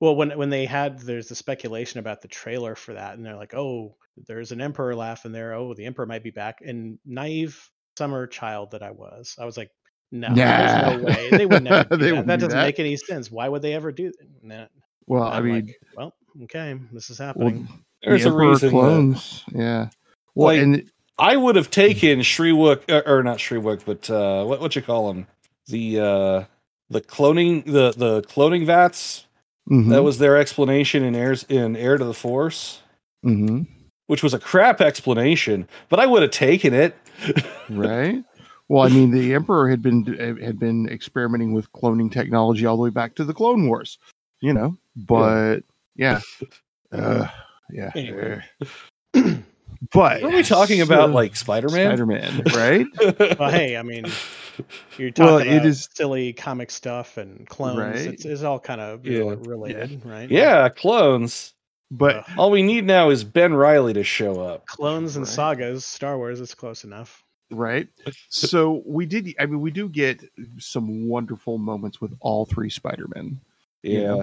Speaker 3: well when when they had there's the speculation about the trailer for that and they're like oh there's an emperor laugh in there oh the emperor might be back and naive summer child that i was i was like no
Speaker 2: Nah.
Speaker 3: there's no way they would never do
Speaker 2: They
Speaker 3: that.
Speaker 2: wouldn't
Speaker 3: that
Speaker 2: do
Speaker 3: doesn't
Speaker 2: that.
Speaker 3: make any sense why would they ever do that
Speaker 2: Well, I
Speaker 3: I'm
Speaker 2: mean,
Speaker 3: like, well okay this is
Speaker 2: well,
Speaker 3: happening
Speaker 1: There's
Speaker 2: the
Speaker 1: a
Speaker 2: Emperor
Speaker 1: reason. that-
Speaker 2: clones. Yeah. Well,
Speaker 1: Like-
Speaker 2: and
Speaker 1: I would have taken Shriwook or, or er, not Shriwook, but uh, what what you call him? The uh, the cloning the the cloning vats.
Speaker 2: mhm,
Speaker 1: That was their explanation in heirs in Heir to the Force,
Speaker 2: mhm.
Speaker 1: which was a crap explanation, but I would have taken it.
Speaker 2: right well i mean the emperor had been had been experimenting with cloning technology all the way back to the clone wars you know but yeah uh, yeah
Speaker 3: Anyway.
Speaker 2: Uh, but
Speaker 1: Are we talking about
Speaker 2: uh,
Speaker 1: like Spider Man?
Speaker 2: spider-man right
Speaker 3: well, hey, I mean, you're talking
Speaker 2: Well, it
Speaker 3: about
Speaker 2: is-
Speaker 3: silly comic stuff and clones.
Speaker 2: Right.
Speaker 3: It's, it's all kind of
Speaker 1: Yeah.
Speaker 3: rela- related, right?
Speaker 1: yeah, clones.
Speaker 2: but
Speaker 3: Ugh.
Speaker 1: All we need now is Ben Riley to show up.
Speaker 3: clones and
Speaker 2: Right.
Speaker 3: sagas, Star Wars is close enough.
Speaker 2: right so we did i mean we do get some wonderful moments with all three spider-men
Speaker 1: Yeah.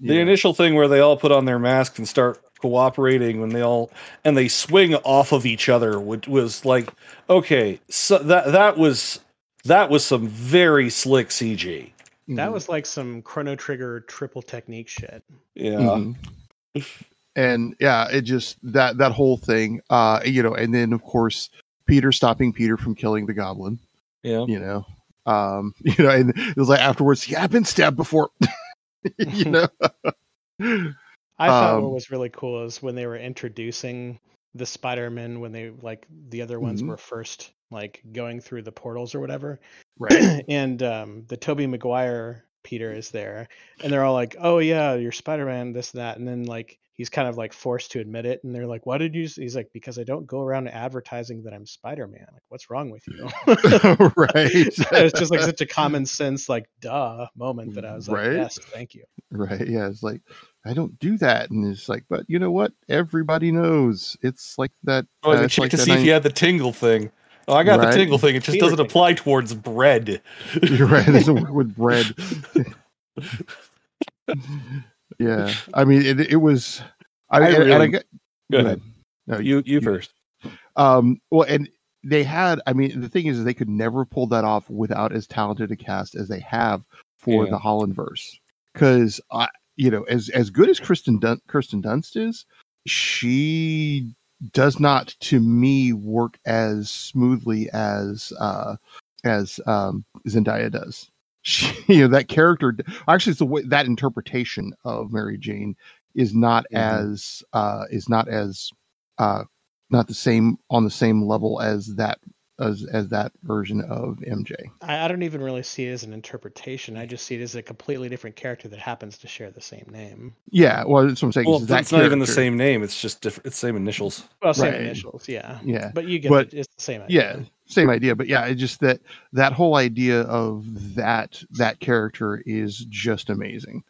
Speaker 2: Yeah.
Speaker 1: The initial thing where they all put on their masks and start cooperating when they all and they swing off of each other would, was like okay, so that that was that was some very slick CG.
Speaker 2: Mm-hmm.
Speaker 3: That was like some Chrono Trigger triple technique shit.
Speaker 1: Yeah.
Speaker 2: Mhm.
Speaker 1: Mm-hmm.
Speaker 2: and yeah it just that that whole thing uh you know and then of course peter stopping peter from killing the goblin
Speaker 1: Yeah.
Speaker 2: you know um you know and it was like afterwards yeah i've been stabbed before you know
Speaker 3: I thought
Speaker 2: Um,
Speaker 3: what was really cool is when they were introducing the Spider-Man when they like the other ones
Speaker 2: Mhm.
Speaker 3: were first like going through the portals or whatever.
Speaker 2: right
Speaker 3: and um, the Toby Maguire Peter is there, and they're all like, "Oh yeah, you're Spider Man, this that," and then like he's kind of like forced to admit it and they're like why did you s-" he's like because i don't go around advertising that i'm spider-man like what's wrong with you
Speaker 2: right.
Speaker 3: So it's just like such a common sense like duh moment that i was like
Speaker 2: Right?
Speaker 3: yes thank you
Speaker 2: Right. Yeah. It's like, I don't do that. And it's like, but you know what? Everybody knows. It's like that.
Speaker 1: Oh,
Speaker 2: uh,
Speaker 1: I
Speaker 2: it's
Speaker 1: checked
Speaker 2: like
Speaker 1: to
Speaker 2: that
Speaker 1: see if you had the tingle thing. Oh, I got
Speaker 2: Right.
Speaker 1: the tingle thing. It just
Speaker 3: Peter
Speaker 1: doesn't
Speaker 3: thing.
Speaker 1: apply towards bread.
Speaker 2: You're right. It doesn't work with bread. yeah. I mean, it, it was. I,
Speaker 1: I
Speaker 2: and- and I
Speaker 1: really-
Speaker 2: got-
Speaker 1: Go
Speaker 2: Go
Speaker 1: ahead.
Speaker 2: ahead. No,
Speaker 1: You you
Speaker 2: you-
Speaker 1: first.
Speaker 2: um, well, and they had. I mean, the thing is, is they could never pull that off without as talented a cast as they have for
Speaker 1: Yeah.
Speaker 2: the Holland verse. Because I, you know, as as good as Kristen Dun- Kristen Dunst is, she does not to me work as smoothly as uh as um Zendaya does. She, you know, that character actually it's the way that interpretation of Mary Jane is not
Speaker 1: Mhm.
Speaker 2: as uh is not as uh not the same on the same level as that as as that version of MJ.
Speaker 3: I, I don't even really see it as an interpretation i just see it as a completely different character that happens to share the same name
Speaker 2: Yeah, well that's what I'm saying.
Speaker 1: Well,
Speaker 2: is
Speaker 1: it's
Speaker 2: that
Speaker 1: not even the
Speaker 2: character-
Speaker 1: same name. It's just different. It's same initials.
Speaker 3: well same
Speaker 2: Right.
Speaker 3: initials yeah
Speaker 2: Yeah.
Speaker 3: but you get
Speaker 2: But-
Speaker 3: it. it's the same idea.
Speaker 2: yeah same idea but yeah it's just that that whole idea of that that character is just amazing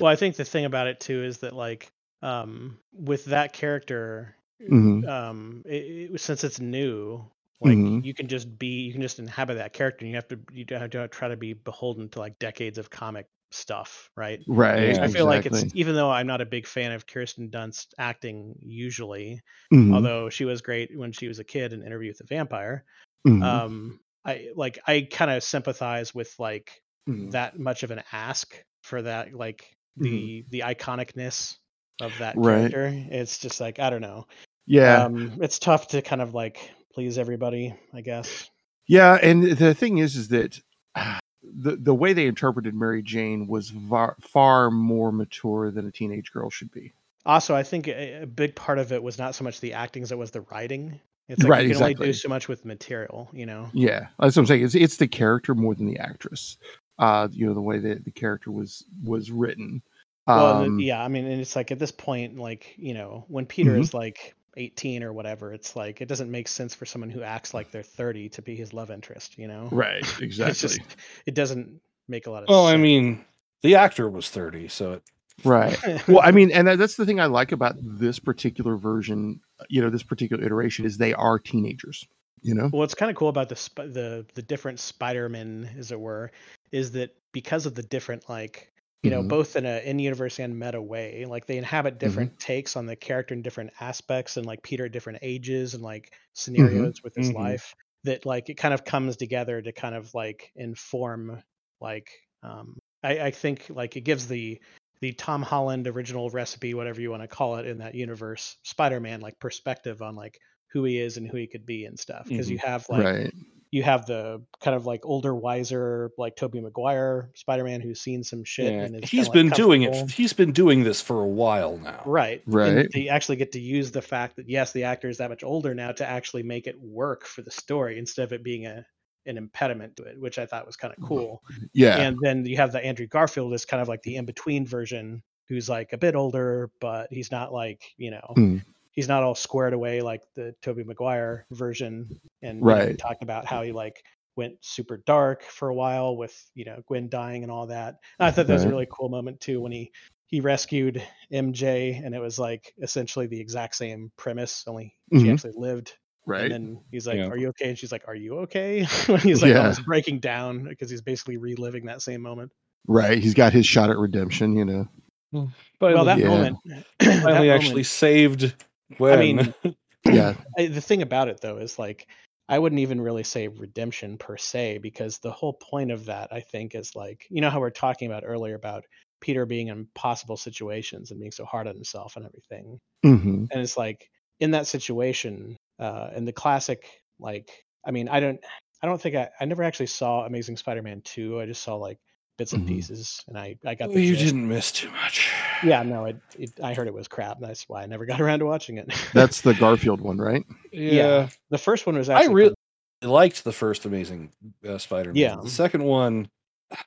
Speaker 3: well i think the thing about it too is that like um with that character
Speaker 2: Mhm.
Speaker 3: um it, it- since it's new like
Speaker 2: Mhm.
Speaker 3: you can just be you can just inhabit that character and you have to you don't have to try to be beholden to like decades of comic stuff right
Speaker 2: right
Speaker 1: Yeah.
Speaker 3: i feel like
Speaker 2: exactly.
Speaker 3: it's even though i'm not a big fan of kirsten dunst acting usually
Speaker 2: Mhm,
Speaker 3: although she was great when she was a kid in interview with the vampire
Speaker 2: mhm,
Speaker 3: um i like i kind of sympathize with like
Speaker 2: mhm.
Speaker 3: that much of an ask for that like the the iconicness of that
Speaker 2: Mm-hmm. Right.
Speaker 3: character it's just like i don't know
Speaker 2: yeah
Speaker 3: um it's tough to kind of like please everybody i guess
Speaker 2: yeah and the thing is is that ah, the the way they interpreted mary jane was var, far more mature than a teenage girl should be
Speaker 3: also i think eh, a, a big part of it was not so much the acting as it was the writing it's like
Speaker 2: Right,
Speaker 3: you can only
Speaker 2: exactly.
Speaker 3: do so much with material you know
Speaker 2: Yeah, that's what I'm saying. It's it's the character more than the actress. Uh, you know the way that the character was was written.
Speaker 3: well the-
Speaker 2: Um,
Speaker 3: yeah i mean and it's like at this point like you know when peter
Speaker 2: Mhm.
Speaker 3: is like 18 or whatever it's like it doesn't make sense for someone who acts like they're 30 to be his love interest you know
Speaker 2: Right. Exactly.
Speaker 3: it's just it doesn't make a lot of
Speaker 1: Well, I
Speaker 3: sense.
Speaker 1: mean, the actor was thirty, so it,
Speaker 2: Right. well i mean and that- that's the thing i like about this particular version you know this particular iteration is they are teenagers you know
Speaker 3: Well, what's kind of cool about the sp- the the different Spider-Man, as it were, is that because of the different like you know
Speaker 2: Mhm.
Speaker 3: both in a in universe and meta way, like they inhabit different takes on the character in different aspects, and like Peter at different ages and like scenarios with his
Speaker 1: Mhm.
Speaker 3: life. That like it kind of comes together to kind of like inform like um I, I think like it gives the the Tom Holland original recipe, whatever you want to call it, in that universe, Spider-Man like perspective on like who he is and who he could be and stuff. Because you have like
Speaker 2: right
Speaker 3: you have the kind of like older, wiser, like Toby Maguire Spider-Man who's seen some shit.
Speaker 1: yeah,
Speaker 3: and is
Speaker 1: he's
Speaker 3: kinda,
Speaker 1: been
Speaker 3: like,
Speaker 1: doing it.
Speaker 3: comfortable.
Speaker 1: He's been doing this for a while now.
Speaker 3: Right.
Speaker 2: Right.
Speaker 3: And they actually get to use the fact that yes, the actor is that much older now to actually make it work for the story instead of it being a an impediment to it, which I thought was kind of cool.
Speaker 2: yeah
Speaker 3: And then you have the Andrew Garfield as kind of like the in between version, who's like a bit older, but he's not like you know
Speaker 2: Hmm.
Speaker 3: he's not all squared away like the Toby Maguire version. And you know,
Speaker 2: Right.
Speaker 3: talking about how he like went super dark for a while with you know Gwen dying and all that. And I thought that was a
Speaker 2: Right.
Speaker 3: really cool moment too when he he rescued MJ and it was like essentially the exact same premise, only she
Speaker 2: Mhm.
Speaker 3: actually lived
Speaker 2: right
Speaker 3: and then he's like,
Speaker 1: Yeah.
Speaker 3: "Are you okay?" And she's like, "Are you okay?" when he's like
Speaker 2: Yeah.
Speaker 3: almost breaking down because he's basically reliving that same moment.
Speaker 2: right he's got his shot at redemption you know
Speaker 1: Finally,
Speaker 3: well, that
Speaker 2: yeah.
Speaker 3: moment, that
Speaker 1: finally
Speaker 3: moment-
Speaker 1: actually saved. Gwen.
Speaker 3: mean,
Speaker 2: yeah
Speaker 3: I- the thing about it though is like, I wouldn't even really say redemption per se because the whole point of that, I think, is like, you know how we are talking about earlier about Peter being in impossible situations and being so hard on himself and everything.
Speaker 2: hmm
Speaker 3: and it's like in that situation uh in the classic like i mean i don't i don't think i i never actually saw amazing spider-man 2 i just saw like bits and
Speaker 2: Mhm.
Speaker 3: pieces and i i
Speaker 1: Mm-hmm.
Speaker 3: got
Speaker 1: Well,
Speaker 3: the
Speaker 1: you
Speaker 3: gist.
Speaker 1: didn't miss too much.
Speaker 3: yeah no it, it i heard it was crap and that's why i never got around to watching it
Speaker 2: that's the garfield one right
Speaker 3: Yeah. the first one was actually
Speaker 1: I really liked the first Amazing uh, Spider-Man.
Speaker 3: Yeah.
Speaker 1: the second one,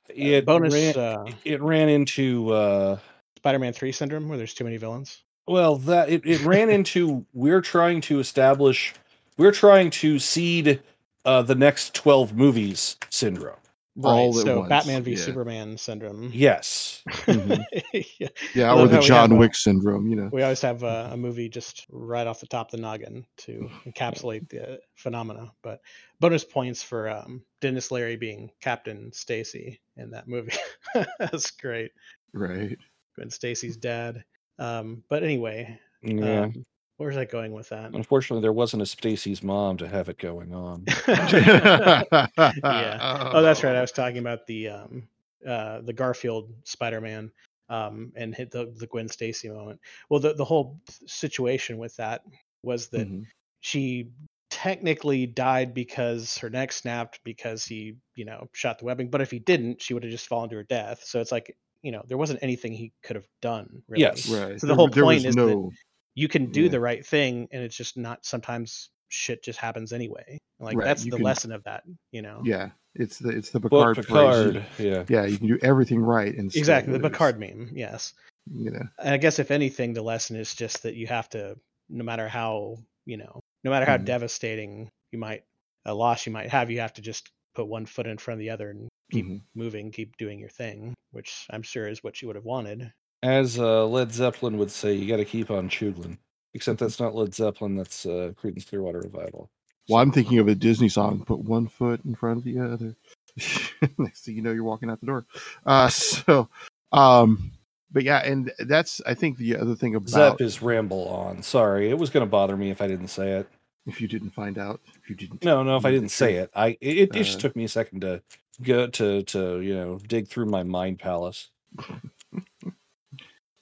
Speaker 3: pretty- uh,
Speaker 1: it
Speaker 3: bonus
Speaker 1: ran,
Speaker 3: uh
Speaker 1: it ran into uh,
Speaker 3: spider-man 3 syndrome where there's too many villains
Speaker 1: Well, that it, it ran into we're trying to establish, we're trying to seed uh, the next twelve movies syndrome.
Speaker 2: All
Speaker 3: right,
Speaker 2: at
Speaker 3: so
Speaker 2: once,
Speaker 3: Batman v
Speaker 2: yeah.
Speaker 3: Superman syndrome.
Speaker 1: Yes,
Speaker 2: Mhm.
Speaker 1: mm-hmm.
Speaker 3: Yeah.
Speaker 5: Yeah,
Speaker 3: I
Speaker 5: or
Speaker 3: love how
Speaker 5: the
Speaker 3: we
Speaker 5: John
Speaker 3: have a-
Speaker 5: Wick syndrome, you know.
Speaker 3: We always have uh, a, a movie just right off the top of the noggin to encapsulate the uh, phenomena. But bonus points for um, Dennis Leary being Captain Stacy in that movie. That's great.
Speaker 2: Right.
Speaker 3: Gwen Stacy's dad. Um, but anyway,
Speaker 1: yeah.
Speaker 3: um, where's I going with that?
Speaker 1: Unfortunately, there wasn't a Stacy's mom to have it going on.
Speaker 3: Oh, that's right. I was talking about the um, uh, the Garfield Spider-Man um, and hit the, the Gwen Stacy moment. Well, the the whole situation with that was that
Speaker 2: Mhm.
Speaker 3: she technically died because her neck snapped because he you know shot the webbing. But if he didn't, she would have just fallen to her death. So it's like you know there wasn't anything he could have done. Really.
Speaker 1: Yes.
Speaker 2: Right.
Speaker 3: So the whole
Speaker 2: there was
Speaker 3: point is that-
Speaker 2: no.
Speaker 3: you can do
Speaker 2: Yeah.
Speaker 3: the right thing, and it's just not sometimes shit just happens anyway. Like
Speaker 2: Right,
Speaker 3: that's
Speaker 2: you
Speaker 3: the
Speaker 2: can-
Speaker 3: lesson of that. You know.
Speaker 2: Yeah. It's the it's the
Speaker 1: But
Speaker 2: Picard. phrase.
Speaker 1: Picard, yeah.
Speaker 2: Yeah, you can do everything right and still
Speaker 3: Exactly, the
Speaker 2: lose,
Speaker 3: Picard meme. Yes.
Speaker 2: You know.
Speaker 3: and I guess if anything, the lesson is just that you have to, no matter how you know, no matter how
Speaker 2: Mhm.
Speaker 3: devastating you might a loss you might have, you have to just put one foot in front of the other and keep
Speaker 2: Mhm.
Speaker 3: moving, keep doing your thing, which I'm sure is what you would have wanted.
Speaker 1: As uh, Led Zeppelin would say, you got to keep on chuglin.
Speaker 2: Mm-hmm.
Speaker 1: Except that's not Led Zeppelin. That's uh, Creedence Clearwater Revival.
Speaker 2: Well, I'm thinking of a Disney song. Put one foot in front of the other. Next thing you know, you're walking out the door. Uh, so, um, but yeah, and that's I think the other thing about
Speaker 1: Zep is ramble on. Sorry, it was going to bother me if I didn't say it.
Speaker 2: if you didn't find out, if you didn't.
Speaker 1: No, no, if I didn't say it, I it, it just
Speaker 2: Mm, Uh,
Speaker 1: took me a second to go to to you know dig through my mind palace.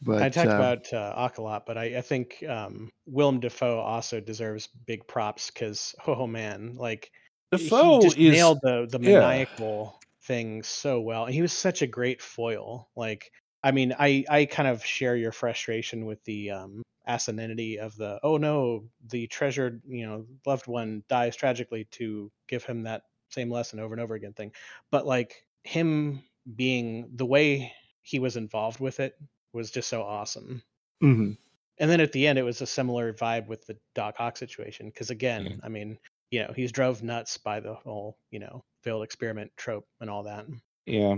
Speaker 2: But
Speaker 3: I talked
Speaker 2: uh,
Speaker 3: about uh, Ock a lot, but I, I think um, Willem Dafoe also deserves big props because oh man, like he
Speaker 1: Defoe
Speaker 3: just
Speaker 1: is
Speaker 3: nailed the the
Speaker 1: yeah.
Speaker 3: maniacal thing so well. And he was such a great foil. Like, I mean, I I kind of share your frustration with the um asininity of the oh no, the treasured you know loved one dies tragically to give him that same lesson over and over again thing. But like him being the way he was involved with it was just so awesome
Speaker 2: mhm,
Speaker 3: and then at the end it was a similar vibe with the doc ock situation because again
Speaker 1: Mhm.
Speaker 3: i mean you know he's drove nuts by the whole you know failed experiment trope and all that
Speaker 1: Yeah,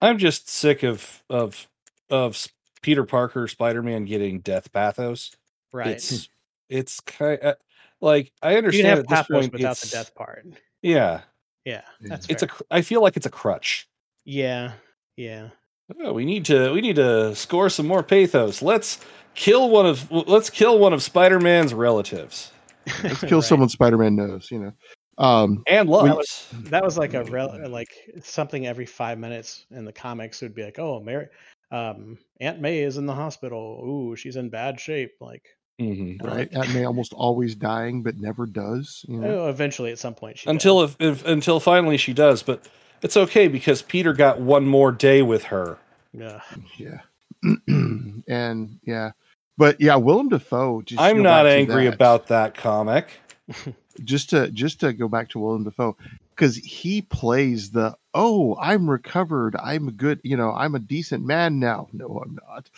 Speaker 1: I'm just sick of of of S- Peter Parker Spider Man getting death pathos.
Speaker 3: right
Speaker 1: It's it's kind of, like I
Speaker 3: you
Speaker 1: understand
Speaker 3: can have
Speaker 1: at this
Speaker 3: pathos
Speaker 1: point
Speaker 3: without the
Speaker 1: it's-
Speaker 3: death part
Speaker 1: Yeah,
Speaker 3: yeah
Speaker 2: Yeah.
Speaker 3: that's
Speaker 1: it's a.
Speaker 3: fair.
Speaker 1: cr- I feel like it's a crutch.
Speaker 3: yeah yeah
Speaker 1: Oh, we need to we need to score some more pathos. Let's kill one of w- let's kill one of Spider Man's relatives
Speaker 2: let's kill someone Spider-Man knows. You know. Um,
Speaker 1: and loves.
Speaker 3: that was like a
Speaker 1: Mm-hmm.
Speaker 3: rel- like something every five minutes in the comics would be like oh mary um aunt may is in the hospital ooh she's in bad shape like
Speaker 1: Mhm.
Speaker 2: right. Aunt May almost always dying, but never does. You know.
Speaker 3: oh, eventually at some point she
Speaker 1: Until if, if until finally she does, but it's okay because Peter got one more day with her.
Speaker 3: yeah
Speaker 2: Yeah. and yeah. But yeah, Willem Dafoe. Just to
Speaker 1: I'm
Speaker 2: go
Speaker 1: not
Speaker 2: back to
Speaker 1: angry
Speaker 2: that-
Speaker 1: about that comic.
Speaker 2: just to just to go back to Willem Dafoe because he plays the oh I'm recovered I'm a good you know I'm a decent man now no I'm not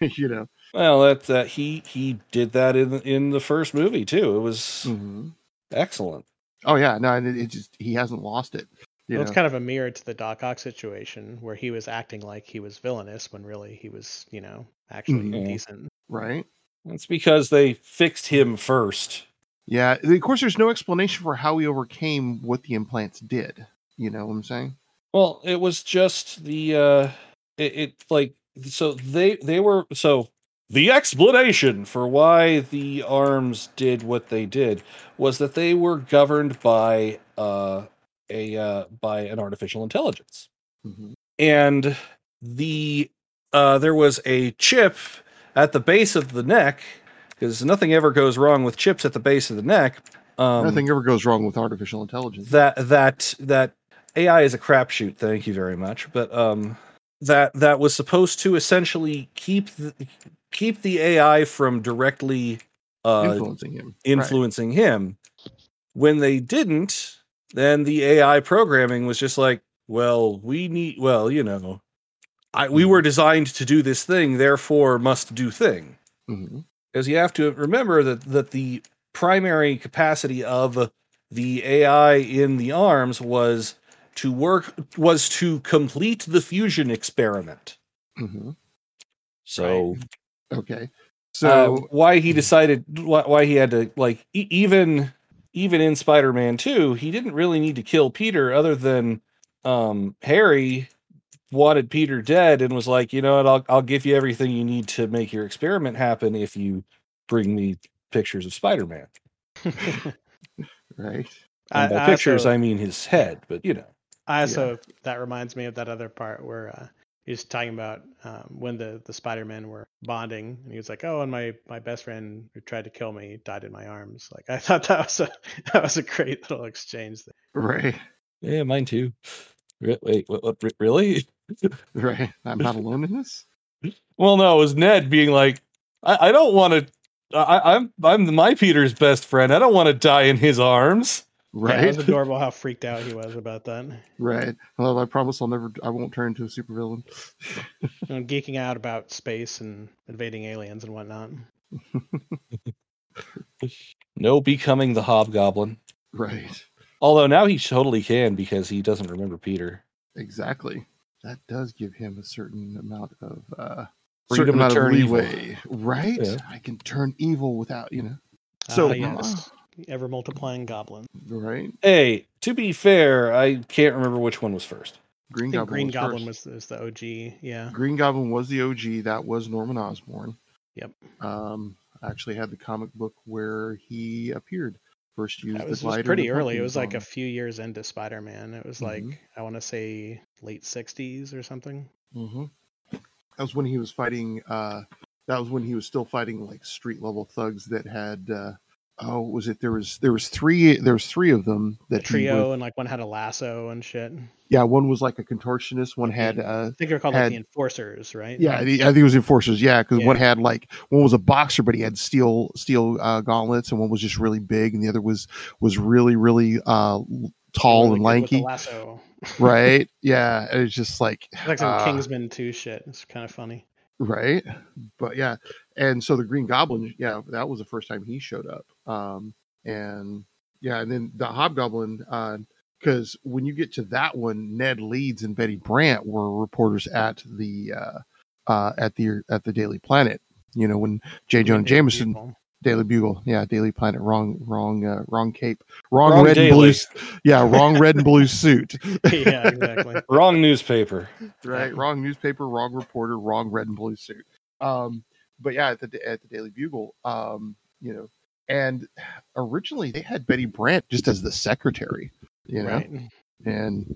Speaker 2: you know
Speaker 1: Well, that's uh, he he did that in the, in the first movie too. It was
Speaker 2: Hmm.
Speaker 1: excellent.
Speaker 2: oh yeah no and it, it just he hasn't lost it you
Speaker 3: Well, it's
Speaker 2: know?
Speaker 3: kind of a mirror to the Doc Ock situation, where he was acting like he was villainous when really he was, you know, actually
Speaker 1: Mhm. Yeah.
Speaker 3: decent.
Speaker 2: right
Speaker 1: That's because they fixed him first.
Speaker 2: yeah of course there's no explanation for how he overcame what the implants did you know what I'm saying
Speaker 1: Well, it was just the uh it, it like so they they were so the explanation for why the arms did what they did was that they were governed by uh a uh by an artificial intelligence. Mm-hmm. and the uh, there was a chip at the base of the neck because nothing ever goes wrong with chips at the base of the neck. Um,
Speaker 2: nothing ever goes wrong with artificial intelligence
Speaker 1: that that that AI is a crapshoot. Thank you very much. But um, that that was supposed to essentially keep the, keep the AI from directly uh,
Speaker 2: influencing him
Speaker 1: influencing him. When they didn't, then the AI programming was just like, well, we need, well, you know, I, we were designed to do this thing, therefore must do thing.
Speaker 2: Mhm.
Speaker 1: because you have to remember that that the primary capacity of the AI in the arms was to work was to complete the fusion experiment.
Speaker 2: hmm
Speaker 1: So
Speaker 2: Okay.
Speaker 1: so
Speaker 2: So
Speaker 1: why he decided why, why he had to like e- even even in spider-man 2 he didn't really need to kill peter other than um harry wanted peter dead and was like you know what i'll, I'll give you everything you need to make your experiment happen if you bring me pictures of spider-man
Speaker 3: Um,
Speaker 2: right.
Speaker 1: and by pictures
Speaker 3: also-
Speaker 1: i mean his head but you know
Speaker 3: I also that reminds me of that other part where uh, he was talking about um, when the the Spider Men were bonding, and he was like, "Oh, and my my best friend who tried to kill me died in my arms." Like I thought that was a that was a great little exchange. There.
Speaker 2: Right.
Speaker 1: yeah mine too Re- wait what, what, re- really
Speaker 2: Right. I'm not alone in this.
Speaker 1: Well, no, it was Ned being like, I, I don't want to. I, I'm I'm my Peter's best friend. I don't want to die in his arms.
Speaker 3: Yeah, it
Speaker 2: Right.
Speaker 3: was adorable how freaked out he was about that.
Speaker 2: right. Well, I promise I'll never. I won't turn into a supervillain.
Speaker 3: And geeking out about space and invading aliens and whatnot.
Speaker 1: No becoming the hobgoblin.
Speaker 2: Right.
Speaker 1: Although now he totally can because he doesn't remember Peter.
Speaker 2: Exactly. That does give him a certain amount of uh,
Speaker 1: Freedom to
Speaker 2: certain amount of
Speaker 1: turn evil.
Speaker 2: leeway. Right.
Speaker 1: Yeah.
Speaker 2: I can turn evil without you know.
Speaker 6: So-
Speaker 3: ah, yes, ever multiplying goblin.
Speaker 2: Right.
Speaker 1: Hey, to be fair, I can't remember which one was first.
Speaker 2: Green
Speaker 3: I think
Speaker 2: Goblin.
Speaker 3: Green
Speaker 2: was
Speaker 3: Goblin
Speaker 2: first.
Speaker 3: was, was the OG. Yeah,
Speaker 2: Green Goblin was the OG. That was Norman Osborn.
Speaker 3: Yep.
Speaker 2: Um, I actually had the comic book where he appeared. First used
Speaker 3: That
Speaker 2: the
Speaker 3: was, was
Speaker 2: glider and
Speaker 3: pretty
Speaker 2: the Mm-hmm.
Speaker 3: early. It
Speaker 2: pumpkin
Speaker 3: was like a
Speaker 2: bomb.
Speaker 3: few years into Spider Man. It was like, I want to say late 60s or something.
Speaker 2: hmm That was when he was fighting. Uh, that was when he was still fighting like street level thugs that had. Uh, oh, was it there was there was three there was three of them
Speaker 3: The
Speaker 2: that he
Speaker 3: trio,
Speaker 2: would-
Speaker 3: and like one had a lasso and shit. I
Speaker 2: yeah, one was like a contortionist. One had. Uh,
Speaker 3: think they're called like
Speaker 2: Had-
Speaker 3: the Enforcers, right?
Speaker 2: yeah, I thi- I think it was enforcers. Yeah, because one
Speaker 3: Yeah.
Speaker 2: had like one was a boxer, but he had steel steel uh, gauntlets, and one was just really big, and the other was was really really uh, tall and
Speaker 3: Really good with the
Speaker 2: lanky,
Speaker 3: lasso.
Speaker 2: right? Yeah, it was just like
Speaker 3: It's like some
Speaker 2: Ah.
Speaker 3: Kingsman 2 shit. It's kind of funny.
Speaker 2: right but yeah and so the green goblin yeah that was the first time he showed up um and yeah and then the hobgoblin uh because when you get to that one ned leeds and betty brant were reporters at the uh uh at the at the daily planet you know when j jonah
Speaker 3: Different
Speaker 2: jameson
Speaker 3: people.
Speaker 2: daily bugle yeah daily planet wrong wrong uh, wrong cape wrong,
Speaker 1: Wrong
Speaker 2: red and
Speaker 1: Daily.
Speaker 2: blue s- yeah wrong red and blue suit
Speaker 3: yeah, exactly.
Speaker 1: Wrong newspaper.
Speaker 2: right? Wrong newspaper, wrong reporter, wrong red and blue suit. Um, but yeah, at the at the Daily Bugle, um, you know, and originally they had Betty Brant just as the secretary, you know,
Speaker 3: Right.
Speaker 2: and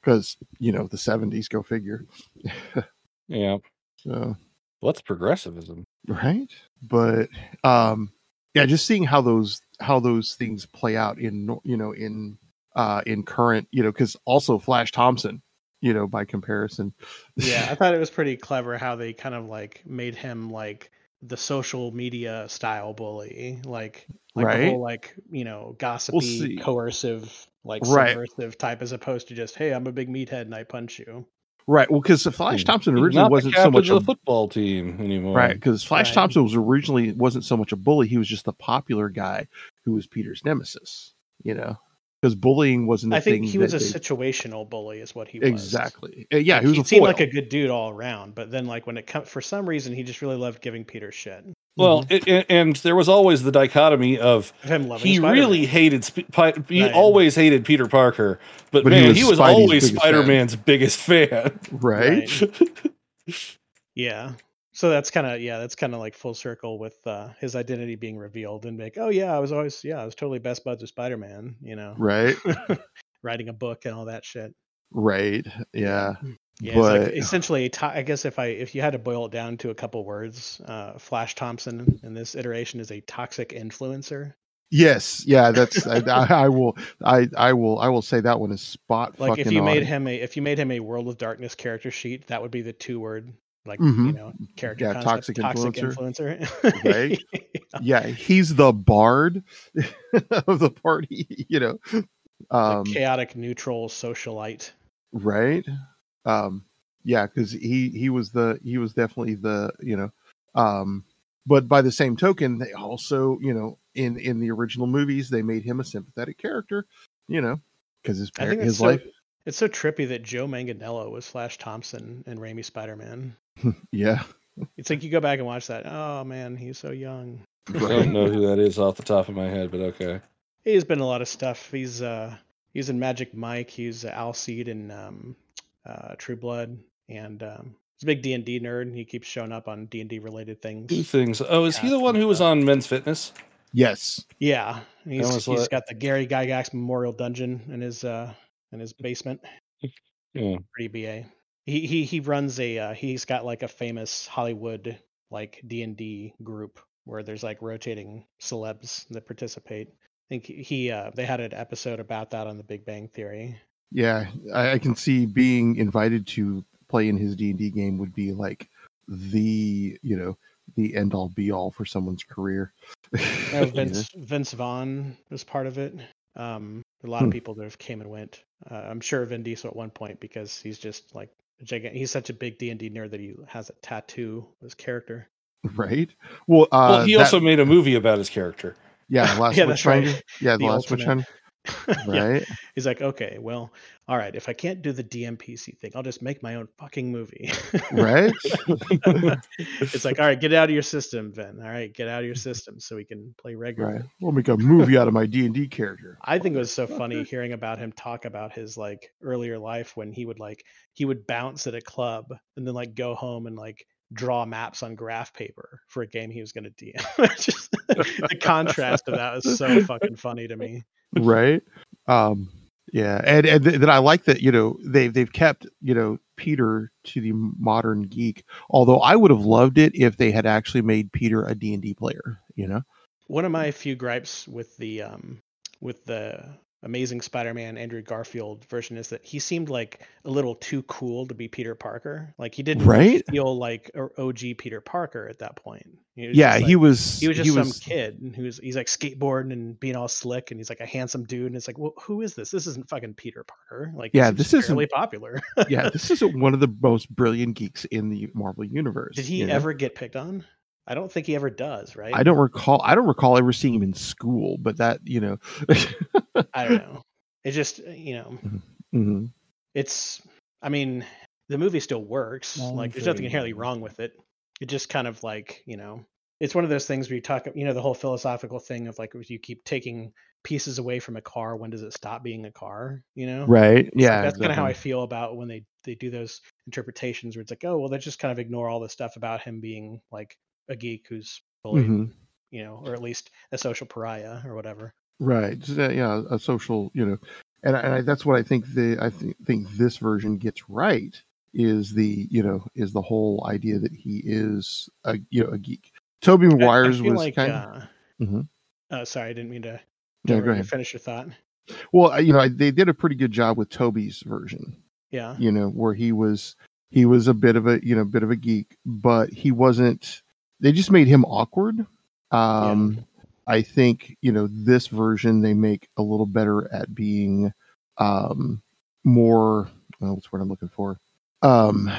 Speaker 2: because you know the seventies, go figure.
Speaker 1: Yeah.
Speaker 2: So
Speaker 1: What's progressivism?
Speaker 2: right, but um, yeah, just seeing how those how those things play out in nor- you know in uh in current you know because also Flash Thompson, you know, by comparison,
Speaker 3: yeah i thought it was pretty clever how they kind of like made him like the social media style bully like like the
Speaker 2: Right.
Speaker 3: whole, like you know gossipy
Speaker 2: see.
Speaker 3: coercive like
Speaker 2: Right.
Speaker 3: subversive type as opposed to just hey i'm a big meathead and i punch you
Speaker 2: right? Well, because Flash Thompson
Speaker 1: He's
Speaker 2: originally
Speaker 1: not the
Speaker 2: wasn't so
Speaker 1: captain
Speaker 2: much
Speaker 1: of
Speaker 2: a
Speaker 1: the football team anymore.
Speaker 2: right because flash
Speaker 3: Right.
Speaker 2: thompson was originally wasn't so much a bully he was just the popular guy who was peter's nemesis you know because bullying wasn't a
Speaker 3: i
Speaker 2: thing
Speaker 3: think he was a
Speaker 2: that they-
Speaker 3: situational bully is what he was
Speaker 2: exactly Uh, yeah he was
Speaker 3: he
Speaker 2: a
Speaker 3: seemed
Speaker 2: foil.
Speaker 3: like a good dude all around but then like when it comes for some reason he just really loved giving peter shit
Speaker 1: Well, it,
Speaker 2: Mm-hmm.
Speaker 1: it- and there was always the dichotomy of
Speaker 3: Of him loving
Speaker 1: he
Speaker 3: Spider-Man.
Speaker 1: really hated Sp- Pi- he
Speaker 3: Right.
Speaker 1: always hated Peter Parker, but,
Speaker 2: But he
Speaker 1: man, he was,
Speaker 2: was Spidey's
Speaker 1: always
Speaker 2: biggest fan.
Speaker 1: Spider-Man's biggest fan.
Speaker 2: right,
Speaker 3: Yeah. So that's kind of yeah, that's kind of like full circle with uh, his identity being revealed and like, oh yeah, I was always yeah, I was totally best buds with Spider Man, you know,
Speaker 2: right
Speaker 3: writing a book and all that shit.
Speaker 2: right yeah
Speaker 3: Yeah, it's like
Speaker 2: But-
Speaker 3: essentially, a ti- I guess if I if you had to boil it down to a couple words, uh, Flash Thompson in this iteration is a toxic influencer.
Speaker 2: yes yeah that's I, I, I will i i will i will say that one is spot
Speaker 3: Like
Speaker 2: fucking
Speaker 3: if you made
Speaker 2: on.
Speaker 3: him a if you made him a World of Darkness character sheet, that would be the two word like you
Speaker 2: Mhm.
Speaker 3: know character
Speaker 2: Yeah, toxic
Speaker 3: concept, toxic
Speaker 2: influencer.
Speaker 3: influencer. right.
Speaker 2: yeah he's the bard of the party you know um
Speaker 3: chaotic neutral socialite.
Speaker 2: right um yeah because he he was the he was definitely the you know um But by the same token, they also, you know, in in the original movies, they made him a sympathetic character, you know, because his
Speaker 3: I
Speaker 2: parent,
Speaker 3: think that's
Speaker 2: his
Speaker 3: so-
Speaker 2: life.
Speaker 3: It's so trippy that Joe Manganiello was Flash Thompson and Raimi Spider Man.
Speaker 2: Yeah,
Speaker 3: It's like you go back and watch that. Oh man, he's so young.
Speaker 1: I don't know who that is off the top of my head, but okay.
Speaker 3: He's been in a lot of stuff. He's uh he's in Magic Mike. He's uh, Alcide in um, uh, True Blood, and um, he's a big D and D nerd. and He keeps showing up on D and D related
Speaker 1: Two
Speaker 3: things.
Speaker 1: things. Oh, is he the one who was on Men's Fitness?
Speaker 2: Yes.
Speaker 3: Yeah, and he's,
Speaker 1: was
Speaker 3: he's
Speaker 1: what-
Speaker 3: got the Gary Gygax Memorial Dungeon in his uh in his basement.
Speaker 1: Yeah.
Speaker 3: pretty ba he he he runs a uh, he's got like a famous hollywood like d&d group where there's like rotating celebs that participate i think he uh they had an episode about that on the big bang theory
Speaker 2: Yeah, I, I can see being invited to play in his D and D game would be like the you know the end all be all for someone's career.
Speaker 3: Now vince vince vaughn was part of it um a lot
Speaker 2: Hmm.
Speaker 3: of people that have came and went uh, i'm sure vin diesel at one point because he's just like a gigant he's such a big d&d nerd that he has a tattoo of his character
Speaker 2: right? Well, uh,
Speaker 1: Well, he
Speaker 2: that-
Speaker 1: also made a movie about his character.
Speaker 2: yeah, the last
Speaker 3: Yeah,
Speaker 2: witch
Speaker 3: that's right.
Speaker 2: hunter. Yeah, the,
Speaker 3: The
Speaker 2: last witch
Speaker 3: ultimate.
Speaker 2: hunter. Right?
Speaker 3: He's like, okay, well, all right. If I can't do the DMPC thing, I'll just make my own fucking movie.
Speaker 2: Right?
Speaker 3: it's like, all right, get out of your system, Ben. All right, get out of your system so we can play regularly.
Speaker 2: right. We'll make a movie out of my D and D character.
Speaker 3: I think it was so funny hearing about him talk about his like earlier life when he would like he would bounce at a club and then like go home and like draw maps on graph paper for a game he was going to DM. It's Just the contrast of that was so fucking funny to me.
Speaker 2: right um yeah and and th- then i like that you know they've they've kept you know peter to the modern geek although i would have loved it if they had actually made peter a d&d player you know
Speaker 3: One of my few gripes with the um with the Amazing Spider-Man Andrew Garfield version is that he seemed like a little too cool to be Peter Parker. Like he didn't
Speaker 2: right
Speaker 3: feel like a OG Peter Parker at that point. He was
Speaker 2: yeah
Speaker 3: just
Speaker 2: he
Speaker 3: like-
Speaker 2: was
Speaker 3: he was just some kid who's he's like skateboarding and being all slick and he's like a handsome dude and it's like, well, who is this? This isn't fucking Peter Parker. Like
Speaker 2: Yeah,
Speaker 3: seems
Speaker 2: this isn't-
Speaker 3: fairly popular.
Speaker 2: yeah this is one of the most brilliant geeks in the marvel universe
Speaker 3: Did he
Speaker 2: you know?
Speaker 3: ever get picked on? I don't think he ever does, right?
Speaker 2: i don't recall i don't recall ever seeing him in school but that you know
Speaker 3: I don't know. It just you know
Speaker 2: mhm.
Speaker 3: it's i mean the movie still works
Speaker 1: Long
Speaker 3: like there's nothing
Speaker 1: fade.
Speaker 3: inherently wrong with it it just kind of like you know it's one of those things where you talk you know the whole philosophical thing of like if you keep taking pieces away from a car when does it stop being a car you know
Speaker 2: right
Speaker 3: It's like,
Speaker 2: yeah
Speaker 3: that's kind of how i
Speaker 2: exactly.
Speaker 3: feel about when they they do those interpretations where it's like oh well they just kind of ignore all the stuff about him being like a geek who's bullied
Speaker 2: Mhm.
Speaker 3: you know or at least a social pariah or whatever
Speaker 2: right just, uh, yeah a social you know and, I, and I, that's what i think the i th- think this version gets right is the you know is the whole idea that he is a you know a geek toby
Speaker 3: I- I
Speaker 2: mcguire's
Speaker 3: feel
Speaker 2: was
Speaker 3: like,
Speaker 2: kind
Speaker 3: uh,
Speaker 2: Mhm.
Speaker 3: uh, sorry i didn't mean to
Speaker 2: Yeah,
Speaker 3: don't
Speaker 2: go
Speaker 3: really
Speaker 2: ahead.
Speaker 3: finish your thought
Speaker 2: well I- you know I, they did a pretty good job with toby's version
Speaker 3: yeah
Speaker 2: you know where he was he was a bit of a you know bit of a geek but he wasn't they just made him awkward um I think you know this version they make a little better at being um, more. Oh, what's the word I'm looking for? Um,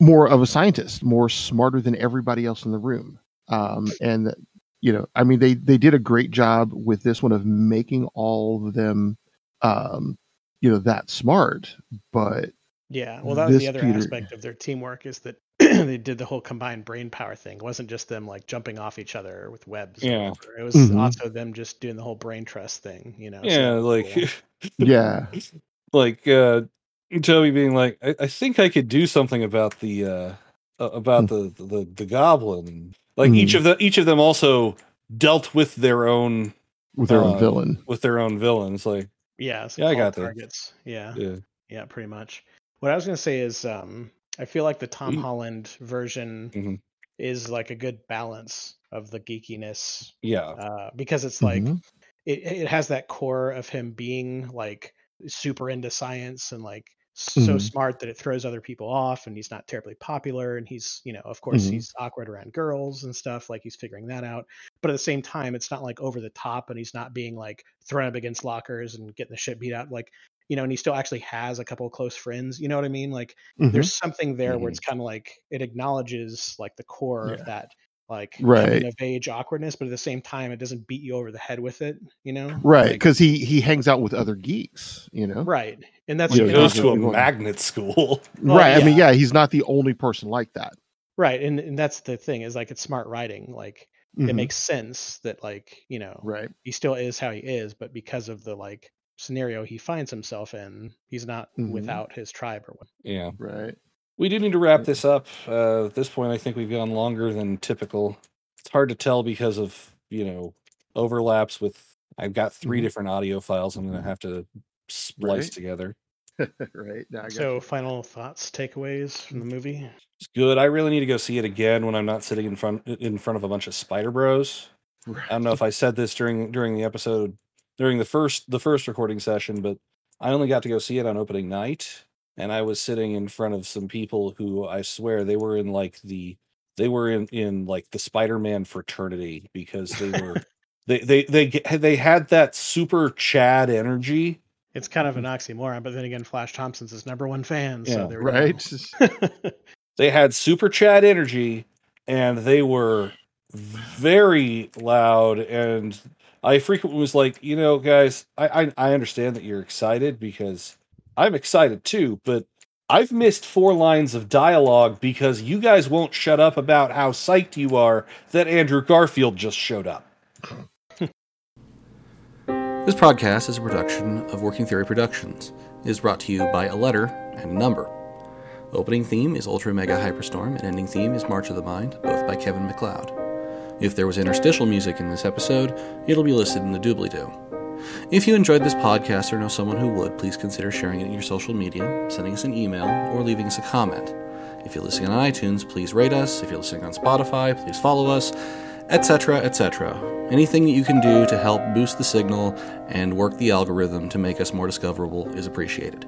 Speaker 2: more of a scientist, more smarter than everybody else in the room. Um, and you know, I mean, they they did a great job with this one of making all of them, um, you know, that smart. But
Speaker 3: Yeah, well, that was
Speaker 2: This
Speaker 3: the other
Speaker 2: Peter-
Speaker 3: aspect of their teamwork is that they did the whole combined brain power thing. It wasn't just them like jumping off each other with webs. or
Speaker 1: Yeah.
Speaker 3: whatever. it was
Speaker 2: Mhm.
Speaker 3: also them just doing the whole brain trust thing. You know. so
Speaker 1: Yeah,
Speaker 3: that was
Speaker 1: like
Speaker 3: cool.
Speaker 2: yeah,
Speaker 1: like uh Toby being like, I, I think I could do something about the uh a- about the the, the goblin. Like each
Speaker 2: Hmm.
Speaker 1: of the each of them also dealt with their own
Speaker 2: with their
Speaker 1: Uh,
Speaker 2: own villain.
Speaker 1: with their own villains. Like uh,
Speaker 3: yeah, so
Speaker 1: Yeah, I
Speaker 3: all
Speaker 1: got this.
Speaker 3: targets. Yeah,
Speaker 1: yeah.
Speaker 3: yeah, pretty much. What I was gonna say is, um, I feel like the Tom
Speaker 1: Mm.
Speaker 3: Holland version
Speaker 1: Mhm.
Speaker 3: is like a good balance of the geekiness
Speaker 1: Yeah.
Speaker 3: uh, because it's like
Speaker 2: Mhm.
Speaker 3: it, it has that core of him being like super into science and like so
Speaker 2: Mhm.
Speaker 3: smart that it throws other people off and he's not terribly popular and he's you know of course
Speaker 2: Mhm.
Speaker 3: he's awkward around girls and stuff like he's figuring that out but at the same time it's not like over the top and he's not being like thrown up against lockers and getting the shit beat out like you know and he still actually has a couple of close friends you know what i mean like
Speaker 2: Mhm. Mm-hmm.
Speaker 3: there's something there where it's kind of like it acknowledges like the core of that like
Speaker 2: Right.
Speaker 3: coming of age awkwardness, but at the same time, it doesn't beat you over the head with it, you know?
Speaker 2: right?
Speaker 3: Like-
Speaker 2: Because he he hangs out with other geeks, you know.
Speaker 3: right. And that's
Speaker 2: Yeah,
Speaker 1: He
Speaker 3: and
Speaker 2: it
Speaker 1: goes
Speaker 2: also-
Speaker 1: to a magnet school.
Speaker 3: Well,
Speaker 2: right. I mean,
Speaker 3: yeah.
Speaker 2: yeah, he's not the only person like that.
Speaker 3: Right. And, and that's the thing is like it's smart writing. Like
Speaker 2: Mhm.
Speaker 3: it makes sense that like, you know,
Speaker 2: right.
Speaker 3: he still is how he is, but because of the like scenario he finds himself in, he's not
Speaker 2: Mhm.
Speaker 3: without his tribe or what.
Speaker 1: Yeah.
Speaker 2: Right.
Speaker 1: We do need to wrap this up. Uh, at this point, I think we've gone longer than typical. It's hard to tell because of you know overlaps with. I've got 3
Speaker 2: Mhm.
Speaker 1: different audio files. I'm going to have to splice
Speaker 2: Right.
Speaker 1: together.
Speaker 2: right. Now I got
Speaker 3: So, final thoughts, takeaways from the movie?
Speaker 1: It's good. I really need to go see it again when I'm not sitting in front in front of a bunch of Spider Bros.
Speaker 2: you.
Speaker 1: I don't know if I said this during during the episode during the first the first recording session, but I only got to go see it on opening night, and I was sitting in front of some people who I swear they were in like the they were in in like the Spider Man fraternity because they were they they they g- they had that super Chad energy.
Speaker 3: It's kind of an oxymoron, but then again, Flash Thompson's his number one fan,
Speaker 1: Yeah,
Speaker 3: so there we go.
Speaker 2: Mm-hmm. right.
Speaker 1: They had super Chad energy, and they were very loud and i frequently was like you know guys I, I i understand that you're excited because i'm excited too but i've missed four lines of dialogue because you guys won't shut up about how psyched you are that andrew garfield just showed up
Speaker 7: This podcast is a production of Working Theory Productions. It is brought to you by a letter and a number. Opening theme is Ultra Mega Hyperstorm, and ending theme is March of the Mind, both by Kevin McLeod. If there was interstitial music in this episode, it'll be listed in the doobly doo. If you enjoyed this podcast or know someone who would, please consider sharing it in your social media, sending us an email, or leaving us a comment. If you're listening on iTunes, please rate us. If you're listening on Spotify, please follow us, etc., etc. Anything that you can do to help boost the signal and work the algorithm to make us more discoverable is appreciated.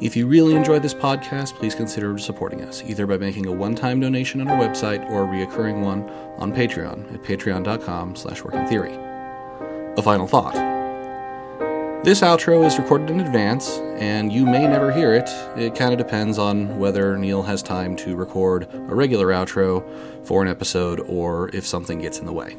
Speaker 7: If you really enjoyed this podcast, please consider supporting us, either by making a one-time donation on our website or a reoccurring one on Patreon at patreon.com slash working theory. A final thought. This outro is recorded in advance, and you may never hear it. It kind of depends on whether Neil has time to record a regular outro for an episode or if something gets in the way.